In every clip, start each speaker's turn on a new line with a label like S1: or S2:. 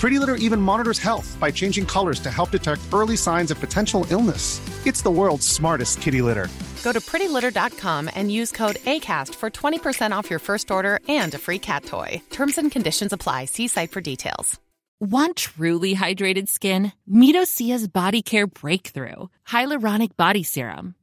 S1: Pretty Litter even monitors health by changing colors to help detect early signs of potential illness. It's the world's smartest kitty litter.
S2: Go to prettylitter.com and use code ACAST for 20% off your first order and a free cat toy. Terms and conditions apply. See site for details.
S3: Want truly hydrated skin? Meet Osea's body care breakthrough, Hyaluronic Body Serum.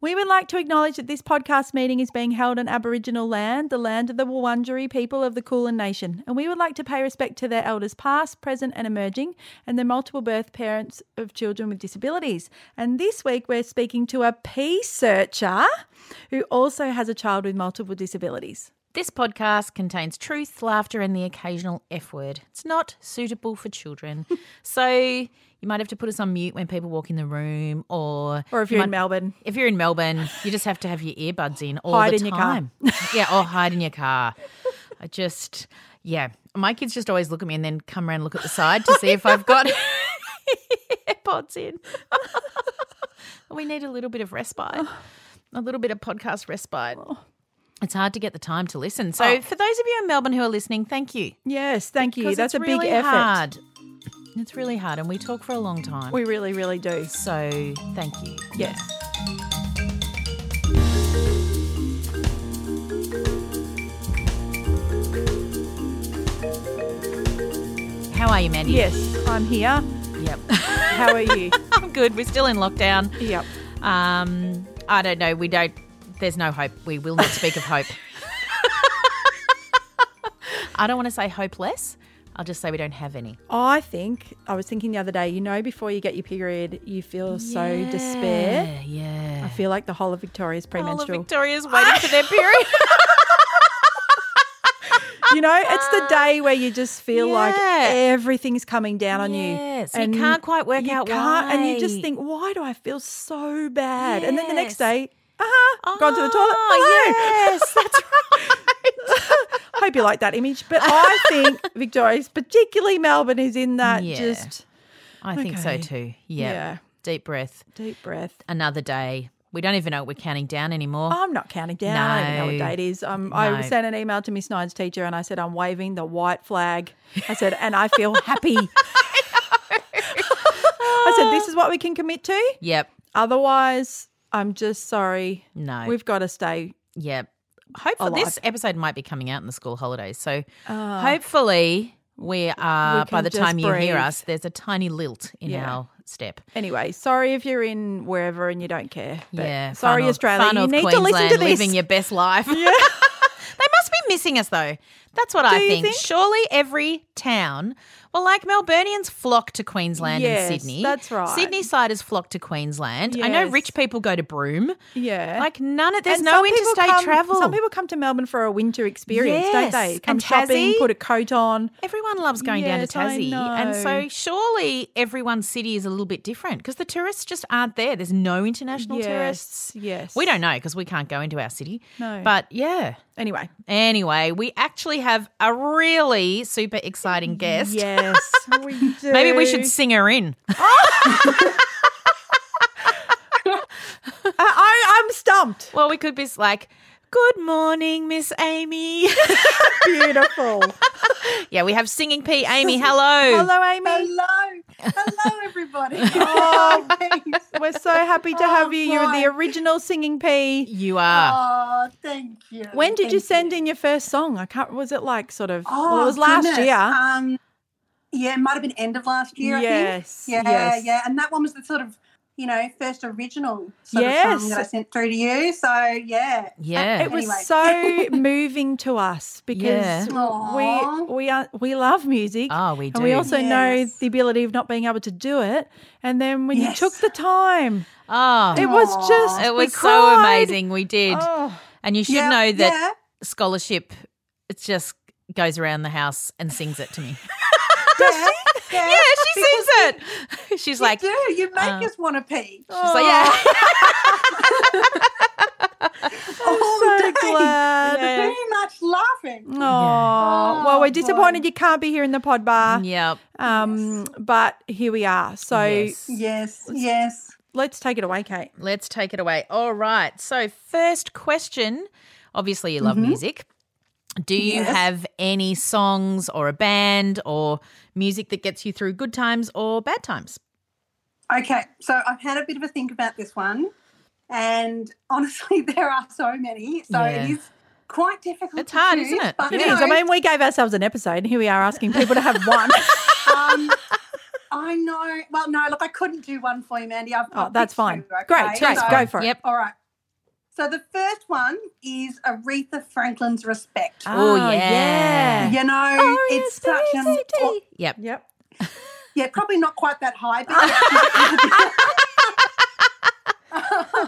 S4: We would like to acknowledge that this podcast meeting is being held on Aboriginal land, the land of the Wurundjeri people of the Kulin Nation, and we would like to pay respect to their elders past, present, and emerging, and the multiple birth parents of children with disabilities. And this week we're speaking to a pea searcher who also has a child with multiple disabilities.
S5: This podcast contains truth, laughter, and the occasional F word. It's not suitable for children. so you might have to put us on mute when people walk in the room or
S4: Or if
S5: you
S4: you're in
S5: might-
S4: Melbourne.
S5: If you're in Melbourne, you just have to have your earbuds in all
S4: Hide
S5: the
S4: in your car.
S5: time. Your car. yeah, or hide in your car. I just yeah. My kids just always look at me and then come around and look at the side to see if I've got AirPods in. we need a little bit of respite. A little bit of podcast respite. It's hard to get the time to listen. So, for those of you in Melbourne who are listening, thank you.
S4: Yes, Oh. thank you.
S5: 'Cause
S4: That's
S5: it's
S4: a big
S5: really
S4: effort.
S5: Hard. It's really hard, and we talk for a long time.
S4: We really, really do.
S5: so, thank you.
S4: Yes.
S5: How are you, Mandy?
S4: Yes, I'm here.
S5: Yep.
S4: How are you?
S5: I'm good. We're still in lockdown.
S4: yep.
S5: Um, I don't know. We don't. There's no hope. We will not speak of hope. I don't want to say hopeless. I'll just say we don't have any.
S4: I think I was thinking the other day, you know, before you get your period, you feel so despair.
S5: Yeah.
S4: I feel like the whole of Victoria's
S5: All of
S4: premenstrual.
S5: Victoria's waiting for their period.
S4: you know, it's the day where you just feel like
S5: Yeah.
S4: everything's coming down on
S5: Yes,
S4: you.
S5: you can't quite work out
S4: And you just
S5: why.
S4: think, why do I feel so bad? And then the next
S5: Yes.
S4: day, uh-huh, gone to the toilet.
S5: Oh,
S4: Hello.
S5: Ah, yes, that's right.
S4: Hope you like that image. But I think Victoria's, particularly Melbourne, is in that
S5: Yeah.
S4: just
S5: I think so
S4: Okay.
S5: too.
S4: Yeah.
S5: Yeah. Deep breath.
S4: deep breath.
S5: Another day. We don't even know what we're counting down anymore.
S4: Oh, I'm not counting down. I don't even know
S5: No.
S4: what day it is. Um,
S5: No.
S4: I sent an email to Miss Nine's teacher and I said, I'm waving the white flag. I said, and I feel happy. I said, this is what we can commit to.
S5: Yep.
S4: Otherwise, I'm just sorry.
S5: No.
S4: We've got to stay.
S5: Yep. Hopefully,
S4: Alive.
S5: this episode might be coming out in the school holidays. So hopefully, we are,
S4: Ah. We
S5: by
S4: can
S5: the
S4: just
S5: time you
S4: breathe.
S5: hear us, there's a tiny lilt in
S4: Yeah.
S5: our step.
S4: Anyway, sorry if you're in wherever and you don't care. But
S5: yeah. far
S4: Sorry,
S5: north-
S4: Australia.
S5: far
S4: You
S5: north
S4: need to listen to
S5: Queensland,
S4: this.
S5: Living your best life. Yeah. they must be missing us, though. That's what I
S4: you
S5: think.
S4: think?
S5: Surely every town, well, like Melburnians flock to Queensland
S4: Yes,
S5: and Sydney.
S4: that's right.
S5: Sydney siders flock to Queensland. I know
S4: Yes.
S5: rich people go to Broome.
S4: yeah.
S5: Like none of there's
S4: And
S5: no
S4: some people
S5: interstate
S4: come-
S5: travel.
S4: Some people come to Melbourne for a winter experience, don't
S5: Yes.
S4: they? Come
S5: And
S4: shopping,
S5: Tassie.
S4: put a coat on.
S5: Everyone loves going down to
S4: Yes, I
S5: Tassie. And
S4: know.
S5: so surely everyone's city is a little bit different because the tourists just aren't there. There's no international
S4: Yes,
S5: tourists.
S4: yes.
S5: We don't know because we can't go into our city.
S4: No.
S5: But yeah.
S4: Anyway,
S5: Anyway, we actually have a really super exciting guest.
S4: Yes, we do.
S5: Maybe we should sing her in.
S4: I, uh, I, I'm stumped.
S5: Well, we could be like, Good morning, Miss Amy.
S4: Beautiful.
S5: yeah, we have singing P. Amy, hello.
S4: Hello, Amy.
S6: Hello. Hello, everybody. oh, thanks.
S4: We're so happy to
S6: Oh
S4: have you. You're the
S6: fine.
S4: original singing pea.
S5: You are.
S6: Oh, thank you.
S4: Ah. When did you send
S6: Thank
S4: in your first song? I can't. Was it like sort of?
S6: Oh,
S4: well, it was last
S6: goodness.
S4: year.
S6: Um, yeah, it might have been end of last year.
S4: Yes,
S6: I think. Yeah,
S4: yes.
S6: yeah. And that one was the sort of, you know, first original sort of
S4: Yes.
S6: song that I sent through to you. So yeah,
S5: Yeah.
S4: It was
S6: Um, Anyway.
S4: so moving to us because
S6: Aw.
S4: we we are we love music.
S5: Oh, we do.
S4: And we also know
S6: Yes.
S4: the ability of not being able to do it. And then when
S6: Yes.
S4: you took the time,
S5: oh,
S4: it was just
S5: it
S4: we
S5: was so
S4: cried.
S5: amazing. We did.
S4: Oh,
S5: And you should
S6: Yeah,
S5: know that
S6: yeah.
S5: scholarship, it just goes around the house and sings it to me.
S6: Does she? Yeah,
S5: yeah, she sings it. She's like,
S6: do.
S5: she's
S6: You make
S4: uh,
S6: us want to pee.
S5: like, yeah.
S6: Oh,
S4: so glad.
S6: Very much laughing.
S4: Oh, well, we're
S6: Oh,
S4: disappointed you can't be here in the pod bar.
S5: Yep.
S4: Um, but here we are. So
S5: Yes.
S6: Yes, yes.
S4: let's take it away, Kate.
S5: Let's take it away. All right. So, first question obviously, you love music. Do you
S6: Yes.
S5: have any songs or a band or music that gets you through good times or bad times?
S6: Okay, so I've had a bit of a think about this one, and honestly, there are so many, so it
S5: Yeah.
S6: is quite difficult.
S5: It's
S6: to
S5: hard,
S6: choose,
S5: isn't it?
S6: But
S5: It
S6: no,
S4: Because, I mean, we gave ourselves an episode, and here we are asking people to have one.
S6: um, I know. Well, no, look, I couldn't do one for you, Mandy. I've,
S4: oh,
S6: I've
S4: that's
S6: picked
S4: fine.
S6: two, okay?
S4: Great, great.
S6: So-
S4: Go for it.
S5: Yep.
S6: All right. So the first one is Aretha Franklin's "Respect."
S4: Ah.
S5: Oh, yeah.
S6: you know,
S4: Oh,
S5: Oh,
S6: it's such an
S4: R.E.S.P.C.T..
S5: Yep.
S4: Yep.
S6: Yeah, probably not quite that high,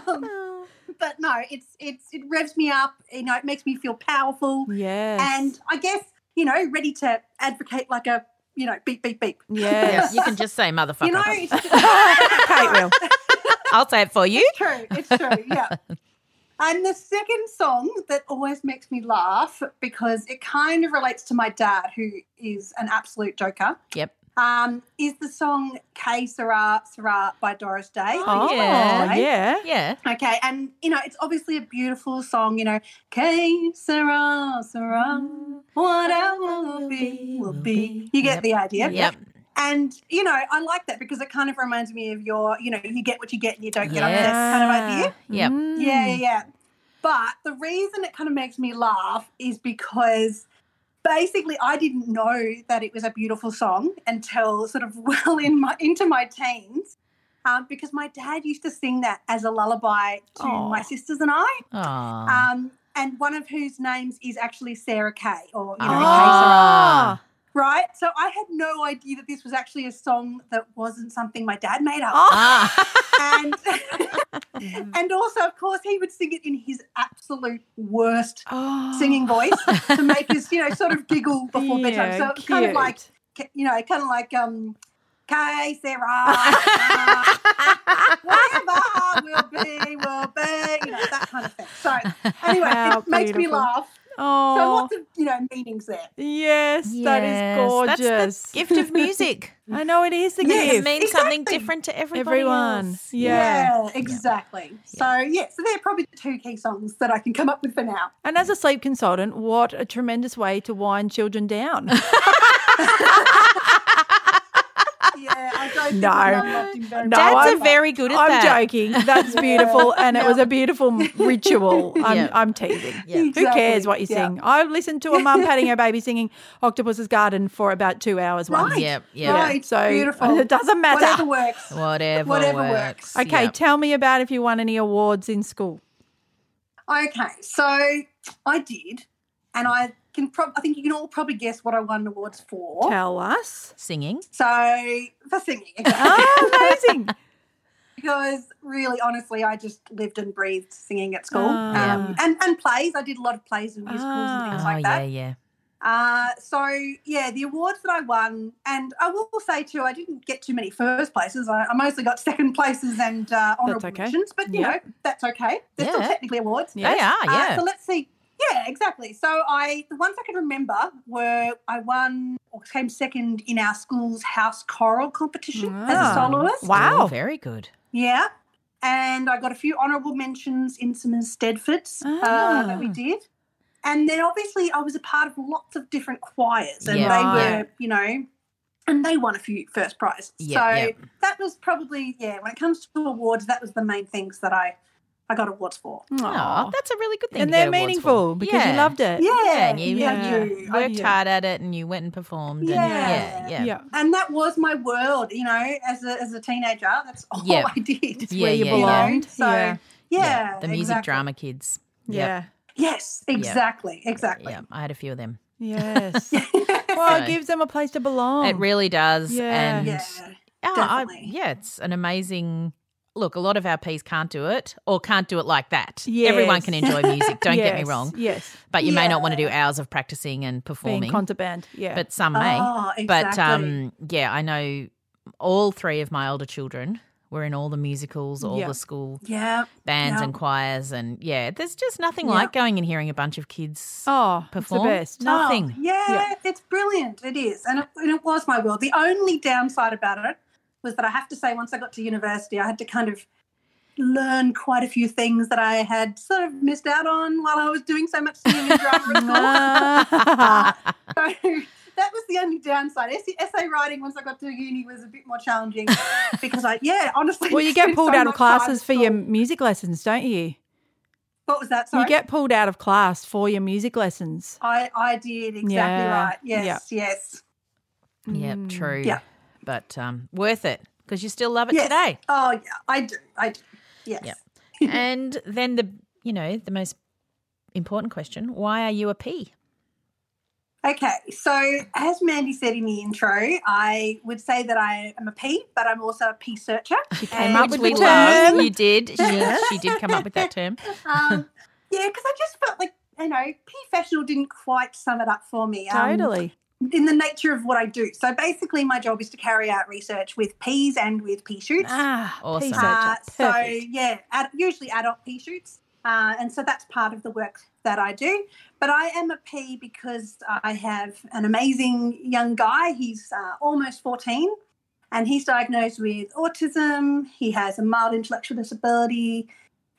S6: but Um, but no, it's it's it revs me up. You know, it makes me feel powerful,
S4: Yes.
S6: and I guess you know, ready to advocate like a you know beep beep beep.
S4: yes.
S5: You can just say motherfucker.
S6: You know, it's
S4: Kate will.
S5: I'll say it for you.
S6: true. It's true. Yeah. And the second song that always makes me laugh because it kind of relates to my dad, who is an absolute joker.
S5: Yep.
S6: um, is the song K Sarah Sarah by Doris Day.
S4: Oh,
S5: yeah.
S4: yeah.
S5: Yeah.
S6: Okay, and you know, it's obviously a beautiful song, you know, K Sarah Sarah, what I will be will be. You get the idea.
S5: Yep.
S6: And you know, I like that because it kind of reminds me of your, you know, you get what you get and you don't get upset kind of idea.
S4: Mm.
S5: Yep.
S6: Yeah,
S5: Hmm.
S6: yeah, yeah. But the reason it kind of makes me laugh is because basically I didn't know that it was a beautiful song until sort of well in my into my teens. Um, because my dad used to sing that as a lullaby to
S4: Aw.
S6: my sisters and I.
S5: Aw.
S6: Um, and one of whose names is actually Sarah Kay or you know,
S5: Oh,
S6: Kay Sarah.
S5: Ah.
S6: Right? So I had no idea that this was actually a song that wasn't something my dad made up
S4: Oh.
S5: Ah.
S6: and and also, of course, he would sing it in his absolute worst
S4: Oh.
S6: singing voice to make us, you know, sort of giggle before bedtime. So
S4: Yeah,
S6: it's kind of like,
S4: cute.
S6: you know, kind of like, um, K Sarah, uh, whatever will be, will be, you know, that kind of thing. So anyway,
S4: How
S6: it makes me
S4: beautiful.
S6: laugh. So
S4: Oh,
S6: lots of, you know, meanings there.
S4: yes, that is
S5: Yes,
S4: gorgeous.
S5: That's the gift of music.
S4: I know it is the
S5: It
S6: Yes.
S4: gift.
S5: means something
S6: Exactly.
S5: different to everybody
S4: Everyone.
S5: else.
S4: yeah.
S6: exactly. So yeah, so they're probably the two key songs that I can come up with for now.
S4: And as a sleep consultant, what a tremendous way to wind children down.
S6: Yeah, I don't think
S4: No.
S6: my mum loved him very
S4: No,
S6: much.
S5: Dads
S4: I'm-
S5: are very good at
S4: I'm
S5: that.
S4: joking. That's beautiful. And it was a beautiful m- ritual. I'm,
S5: Yeah.
S4: I'm teasing.
S5: Yeah.
S4: Who cares
S6: Exactly.
S4: what you
S6: Yeah.
S4: sing? I listened to a mum patting her baby singing Octopus's Garden for about two hours once.
S6: Right.
S5: Yep, yep.
S4: Yeah.
S6: Right.
S4: So
S6: beautiful.
S4: it doesn't matter.
S6: Whatever works.
S5: Whatever,
S6: Whatever
S5: works.
S6: works.
S4: Okay,
S5: Yep.
S4: tell me about if you won any awards in school.
S6: Okay. So I did, and I can. Prob- I think you can all probably guess what I won awards for.
S4: Tell us.
S5: Singing.
S6: So for singing,
S4: Oh, amazing.
S6: because really, honestly, I just lived and breathed singing at school,
S4: Ah.
S6: um, and and plays. I did a lot of plays and musicals and
S5: Oh,
S6: things like
S5: yeah,
S6: that.
S5: yeah.
S6: Uh, so yeah, the awards that I won, and I will say too, I didn't get too many first places. I, I mostly got second places and uh, honourable
S4: okay.
S6: mentions, but you know that's okay. They're still
S5: Yeah.
S6: technically awards.
S4: Yes.
S5: They are,
S6: Uh,
S5: yeah.
S6: so let's see. Yeah, exactly. So I the ones I can remember were I won or came second in our school's house choral competition
S5: Ah,
S6: as
S4: Wow.
S6: a soloist.
S4: Wow.
S5: Oh, very good.
S6: Yeah. And I got a few honourable mentions in some Stedfords
S4: Ah.
S6: uh, that we did. And then obviously I was a part of lots of different choirs and
S5: Yeah.
S6: they
S4: Right.
S6: were, you know, and they won a few first prize.
S5: Yeah,
S6: so
S5: yeah.
S6: that was probably yeah. When it comes to awards, that was the main things that I I got awards for.
S5: Oh, that's a really good thing.
S4: and
S5: to get
S4: they're
S5: awards
S4: meaningful
S5: for.
S4: because
S5: yeah.
S4: you loved it.
S6: Yeah, Um,
S5: Yeah, and you,
S4: Yeah.
S5: you
S6: I
S5: worked
S6: do.
S5: hard at it, and you went and performed.
S6: Yeah.
S5: and yeah, yeah,
S4: Yeah.
S6: And that was my world, you know, as a as a teenager. That's all
S5: Yeah.
S6: I did.
S5: Yeah,
S4: where you
S5: yeah,
S6: You know,
S5: yeah.
S4: belonged.
S6: So
S4: Yeah.
S6: yeah,
S5: The music
S6: exactly.
S5: drama kids.
S4: Yeah.
S6: Yes, exactly, exactly.
S5: Yeah, I had a few of them.
S4: Yes. well, it
S5: So-
S4: gives them a place to belong.
S5: It really does.
S4: Oh. Yeah.
S5: And
S6: Yeah.
S5: Oh,
S6: Definitely.
S5: yeah, it's an amazing look. A lot of our Ps can't do it or can't do it like that.
S4: Yes.
S5: Everyone can enjoy music, don't get me
S4: Yes,
S5: wrong.
S4: Yes.
S5: But you may not want to do hours of practicing and performing,
S4: Being contraband. Yeah.
S5: but some may.
S6: Oh,
S5: But
S6: exactly.
S5: um, yeah, I know all three of my older children were in all the musicals, all
S4: Yeah.
S5: the school
S6: Yeah.
S5: bands
S6: Yeah.
S5: and choirs. And yeah, there's just nothing
S6: Yeah.
S5: like going and hearing a bunch of kids
S4: oh,
S5: perform.
S4: it's the best.
S5: Nothing.
S6: Oh, yeah,
S4: Yeah.
S6: it's brilliant. It is. And it, and it was my world. The only downside about it was that I have to say, once I got to university, I had to kind of learn quite a few things that I had sort of missed out on while I was doing so much singing and drama at school.
S4: Ah.
S6: So that was the only downside. Essay, essay writing once I got to uni was a bit more challenging because I, yeah, honestly.
S4: well, you get
S6: spent
S4: pulled
S6: so
S4: out of
S6: much time at
S4: classes for your
S6: school.
S4: music lessons, don't you?
S6: What was that? Sorry.
S4: You get pulled out of class for your music lessons.
S6: I, I did exactly
S4: Yeah.
S6: right. Yes, yes.
S5: Yep,
S4: Mm.
S5: true.
S6: Yeah.
S5: But um, worth it because you still love it
S6: Yes.
S5: today.
S6: Oh, yeah, I do. I do. Yes.
S5: Yep. and then the you know the most important question: Why are you a P?
S6: Okay, so as Mandy said in the intro, I would say that I am a P, but I'm also a P searcher. She
S4: came up
S5: Which
S4: with
S5: we
S4: the
S5: love.
S4: term.
S5: You did. She, she did come up with that term.
S6: Um, yeah, because I just felt like you know, P professional didn't quite sum it up for me. um,
S4: Totally.
S6: in the nature of what I do. So basically, my job is to carry out research with peas and with pea shoots.
S4: Ah,
S5: Awesome.
S4: piece of
S6: Uh,
S4: it.
S6: so
S4: Perfect.
S6: yeah, ad, usually adult pea shoots, uh, and so that's part of the work that I do. But I am a pea because I have an amazing young guy. He's uh, almost fourteen, and he's diagnosed with autism. He has a mild intellectual disability.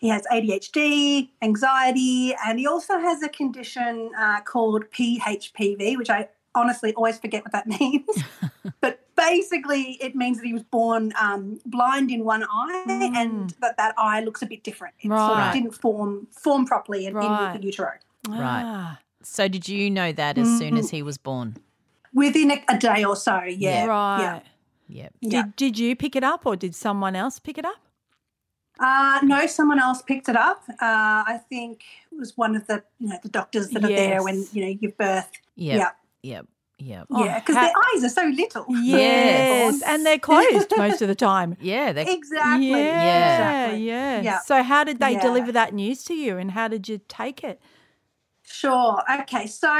S6: He has ADHD, anxiety, and he also has a condition uh, called PHPV, which I honestly always forget what that means but basically it means that he was born um, blind in one eye and that that eye looks a bit different it sort
S4: Mm. Right.
S6: of didn't form form properly in,
S4: Right.
S6: in the utero
S5: Right.
S4: Ah,
S5: So did you know that as soon as he was born?
S6: within a, a day or so yeah
S4: Right.
S6: yeah,
S5: Yep.
S6: yeah.
S4: Did, did you pick it up or did someone else pick it up?
S6: Uh, no someone else picked it up uh, i think it was one of the you know the doctors that are there when
S4: Yes.
S6: you know you give birth
S5: Yep.
S6: Yeah.
S5: Yep. Yep.
S4: Oh,
S6: yeah because
S4: ha-
S6: their eyes are so little
S4: Yes.
S5: Yes.
S4: And they're closed most of the time.
S5: Yeah. They,
S6: exactly
S4: Yeah,
S6: exactly.
S4: yeah.
S6: Yeah.
S4: So how did they
S6: Yeah.
S4: deliver that news to you, and how did you take it?
S6: Sure. Okay. So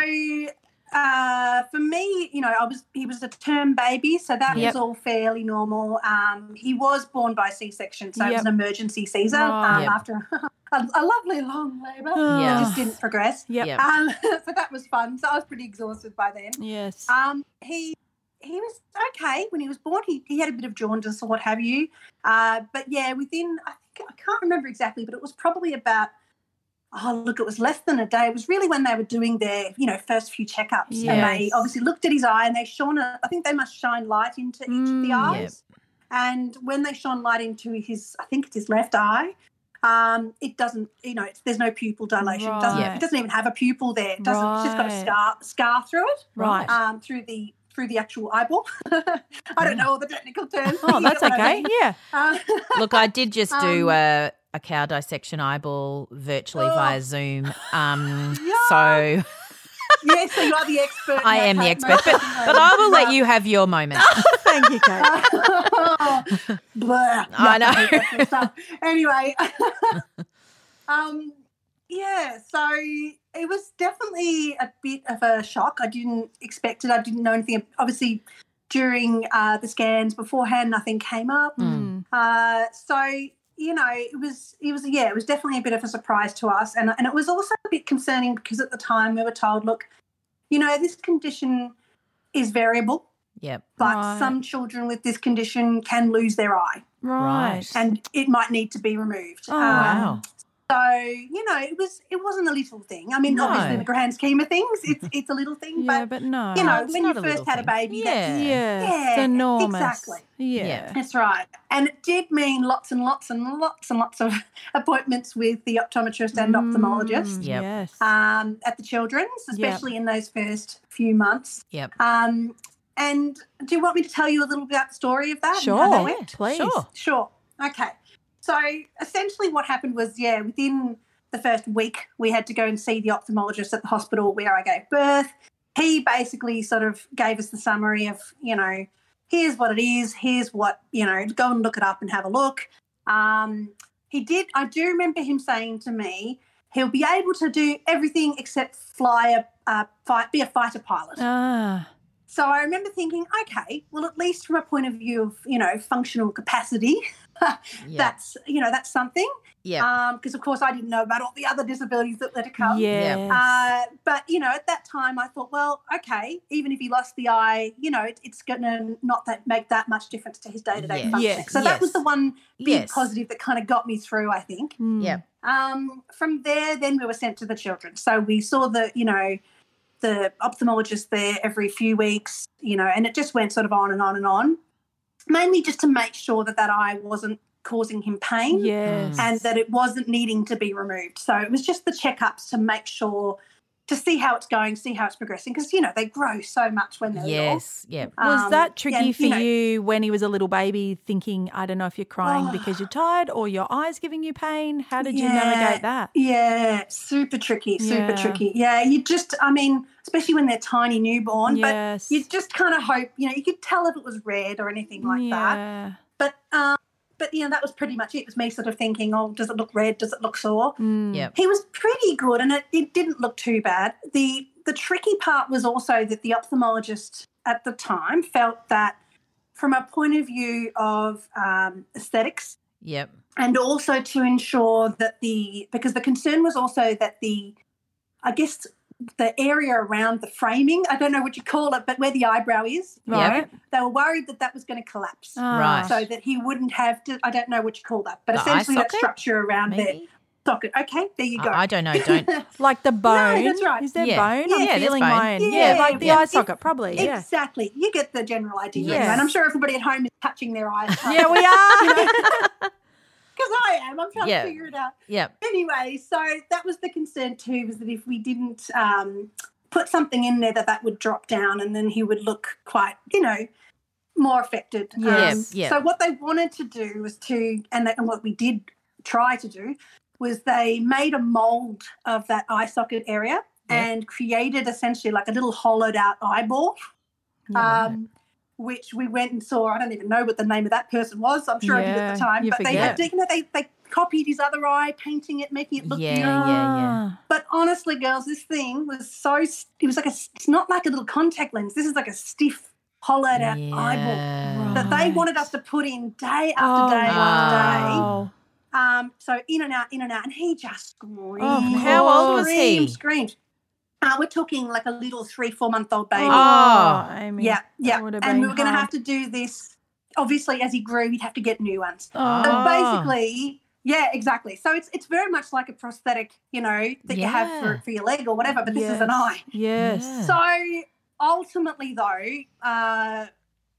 S6: uh, for me, you know, I was he was a term baby, so that
S4: Yep.
S6: was all fairly normal. Um, he was born by C-section, so it
S4: Yep. Oh.
S6: was an emergency Caesar
S4: Right.
S6: um,
S5: Yep.
S6: after a, a lovely long labour.
S4: Yeah.
S6: It just didn't progress.
S4: Yep.
S5: Yep.
S6: Um, so that was fun. So I was pretty exhausted by then.
S4: Yes.
S6: Um, he he was okay when he was born. He, he had a bit of jaundice or what have you. Uh, but yeah, within I think I can't remember exactly, but it was probably about oh look, it was less than a day. It was really when they were doing their you know first few checkups, and they
S4: Yes.
S6: obviously looked at his eye and they shone. A, I think they must shine light into each of
S4: Mm.
S6: the eyes. And when they shone light into his, I think it's his left eye. Um, it doesn't, you know, it's, there's no pupil dilation. It, doesn't,
S4: Right.
S6: it doesn't even have a pupil there. It doesn't. It's just got
S4: Right.
S6: a scar, scar through it
S4: right.
S6: um, through the through the actual eyeball. I don't know all the technical terms.
S4: oh,
S6: You know
S4: that's
S6: what I
S4: okay.
S6: mean.
S4: Yeah.
S6: Uh,
S5: look, I did just do
S6: Um,
S5: a, a cow dissection eyeball virtually
S6: Oh.
S5: via Zoom. Um,
S6: Yeah.
S5: so
S6: yeah, so you're the expert. in
S5: I
S6: that
S5: am the
S6: part,
S5: expert, but,
S6: no,
S5: but I will let you have your moment.
S4: Thank you, Kate.
S6: Blah.
S5: I
S6: Yeah,
S5: know.
S6: that's good stuff. anyway, um, yeah, so it was definitely a bit of a shock. I didn't expect it. I didn't know anything. Obviously, during uh, the scans beforehand, nothing came up.
S5: Hmm.
S4: Mm.
S6: Uh, so you know, it was it was yeah, it was definitely a bit of a surprise to us, and and it was also a bit concerning because at the time we were told, look, you know, this condition is variable,
S5: Yep.
S6: but
S4: Right.
S6: some children with this condition can lose their eye,
S4: Right.
S5: Right.
S6: and it might need to be removed.
S4: Oh,
S6: Um,
S5: Wow.
S6: So you know, it was it wasn't a little thing. I mean,
S5: No.
S6: obviously, in the grand scheme of things, it's it's a little thing.
S4: yeah,
S6: but,
S4: but no.
S6: you know,
S5: uh, it's
S6: when
S5: not
S6: you
S5: a
S6: first
S5: little
S6: had a
S5: thing.
S6: baby,
S5: Yeah.
S6: that's,
S4: yeah, it's
S6: Yeah,
S4: enormous.
S6: exactly.
S4: Yeah.
S5: Yeah.
S6: that's right. And it did mean lots and lots and lots and lots of appointments with the optometrist and ophthalmologist.
S4: Mm,
S5: Yep.
S4: Yes.
S6: um, at the children's,
S4: Yep.
S6: especially in those first few months.
S5: Yep.
S6: Um, and do you want me to tell you a little bit about the story of that? and how that
S4: sure.
S6: went?
S4: Please.
S5: Sure.
S6: Sure. Okay. So essentially, what happened was, yeah, within the first week, we had to go and see the ophthalmologist at the hospital where I gave birth. He basically sort of gave us the summary of, you know, here's what it is, here's what, you know, go and look it up and have a look. Um, he did, I do remember him saying to me, he'll be able to do everything except fly a, uh, fight, be a fighter pilot.
S4: Ah.
S6: So I remember thinking, okay, well, at least from a point of view of, you know, functional capacity,
S5: Yeah.
S6: that's you know that's something
S5: yeah.
S6: because of course I didn't know about all the other disabilities that were to come.
S4: Yes.
S6: Uh, but you know, at that time, I thought, well, okay, even if he lost the eye, you know, it, it's going to not that make that much difference to his day to day
S5: Yes.
S6: functioning.
S4: Yes.
S6: So that was the
S5: Yes.
S6: one big
S5: Yes.
S6: positive that kind of got me through. I think.
S4: Mm.
S5: Yeah.
S6: Um, from there, then we were sent to the children. So we saw the, you know, the ophthalmologist there every few weeks, you know, and it just went sort of on and on and on, mainly just to make sure that that eye wasn't causing him pain
S4: Yes.
S5: Mm.
S6: and that it wasn't needing to be removed. So it was just the checkups to make sure to see how it's going, see how it's progressing, because you know they grow so much when they're little.
S5: Yes. Yep.
S4: Was
S6: Um,
S4: that
S6: and,
S4: tricky for
S6: you know,
S4: you when he was a little baby, thinking, I don't know if you're crying
S6: Oh.
S4: because you're tired or your eyes giving you pain? How did you
S6: Yeah.
S4: navigate that?
S6: Yeah, super tricky, super
S4: Yeah.
S6: tricky. Yeah, you just, I mean, especially when they're tiny newborn, but
S4: yes.
S6: you just kind of hope, you know, you could tell if it was red or anything like that.
S4: yeah.
S6: But, um, but you know, that was pretty much it. It was me sort of thinking, oh, does it look red? Does it look sore?
S4: Mm.
S5: Yep.
S6: He was pretty good, and it, it didn't look too bad. the The tricky part was also that the ophthalmologist at the time felt that, from a point of view of um, aesthetics,
S5: Yep.
S6: and also to ensure that the because the concern was also that the, I guess the area around the framing i don't know what you call it but where the eyebrow is you know,
S4: Right.
S6: they were worried that that was going to collapse
S4: Ah.
S6: so that he wouldn't have to, i don't know what you call that but
S5: Oh, The eye
S6: essentially that
S5: socket?
S6: structure around the
S5: Maybe.
S6: socket okay there you go
S5: I, I don't know. Don't.
S4: Like the bone.
S6: No, that's right.
S4: Is there
S5: Yeah.
S4: bone? I'm
S5: Yeah, there's
S4: feeling
S5: bone.
S4: mine. Yeah,
S6: Yeah,
S4: like the
S6: yeah.
S4: eye socket, probably. Yeah.
S6: Exactly. You get the general idea.
S5: Yes.
S6: And I'm sure everybody at home is touching their eyes.
S4: Yeah, we are.
S6: Because I am. I'm trying
S5: Yeah.
S6: to figure it out.
S5: yep.
S6: Anyway, so that was the concern too, was that if we didn't um, put something in there, that that would drop down and then he would look quite, you know, more affected. Um,
S5: Yes, yeah.
S6: So what they wanted to do was to, and, they, and what we did try to do, was they made a mold of that eye socket area
S5: Yeah.
S6: and created essentially like a little hollowed out eyeball.
S5: right.
S6: um, which we went and saw. I don't even know what the name of that person was. I'm sure I did at the
S4: Yeah,
S6: time,
S4: you
S6: but they had,
S4: forget.
S6: you know, they they copied his other eye, painting it, making it look.
S5: Yeah,
S6: beautiful.
S5: yeah,
S6: But honestly, girls, this thing was so. s- It was like a. s- It's not like a little contact lens. This is like a stiff, hollowed
S5: yeah.
S6: out eyeball
S4: Ah,
S5: Yeah.
S6: that they wanted us to put in day after
S4: Oh,
S6: day after day.
S4: wow.
S6: Um, so in and out, in and out, and he just screamed.
S5: Oh, how old was
S6: screamed,
S5: he?
S6: Screamed. Uh, we're talking like a little three, four month old baby.
S4: Oh, Amy.
S6: Yeah, yeah.
S4: would have
S6: And we
S4: been
S6: were going to
S4: hard.
S6: have to do this. Obviously, as he grew, we'd have to get new ones. So
S5: Oh.
S6: basically, yeah, exactly. So it's it's very much like a prosthetic, you know, that you have
S5: Yeah.
S6: for, for your leg or whatever, but this is an
S4: Yes.
S6: eye.
S4: Yes.
S5: Yeah.
S6: So ultimately, though, uh,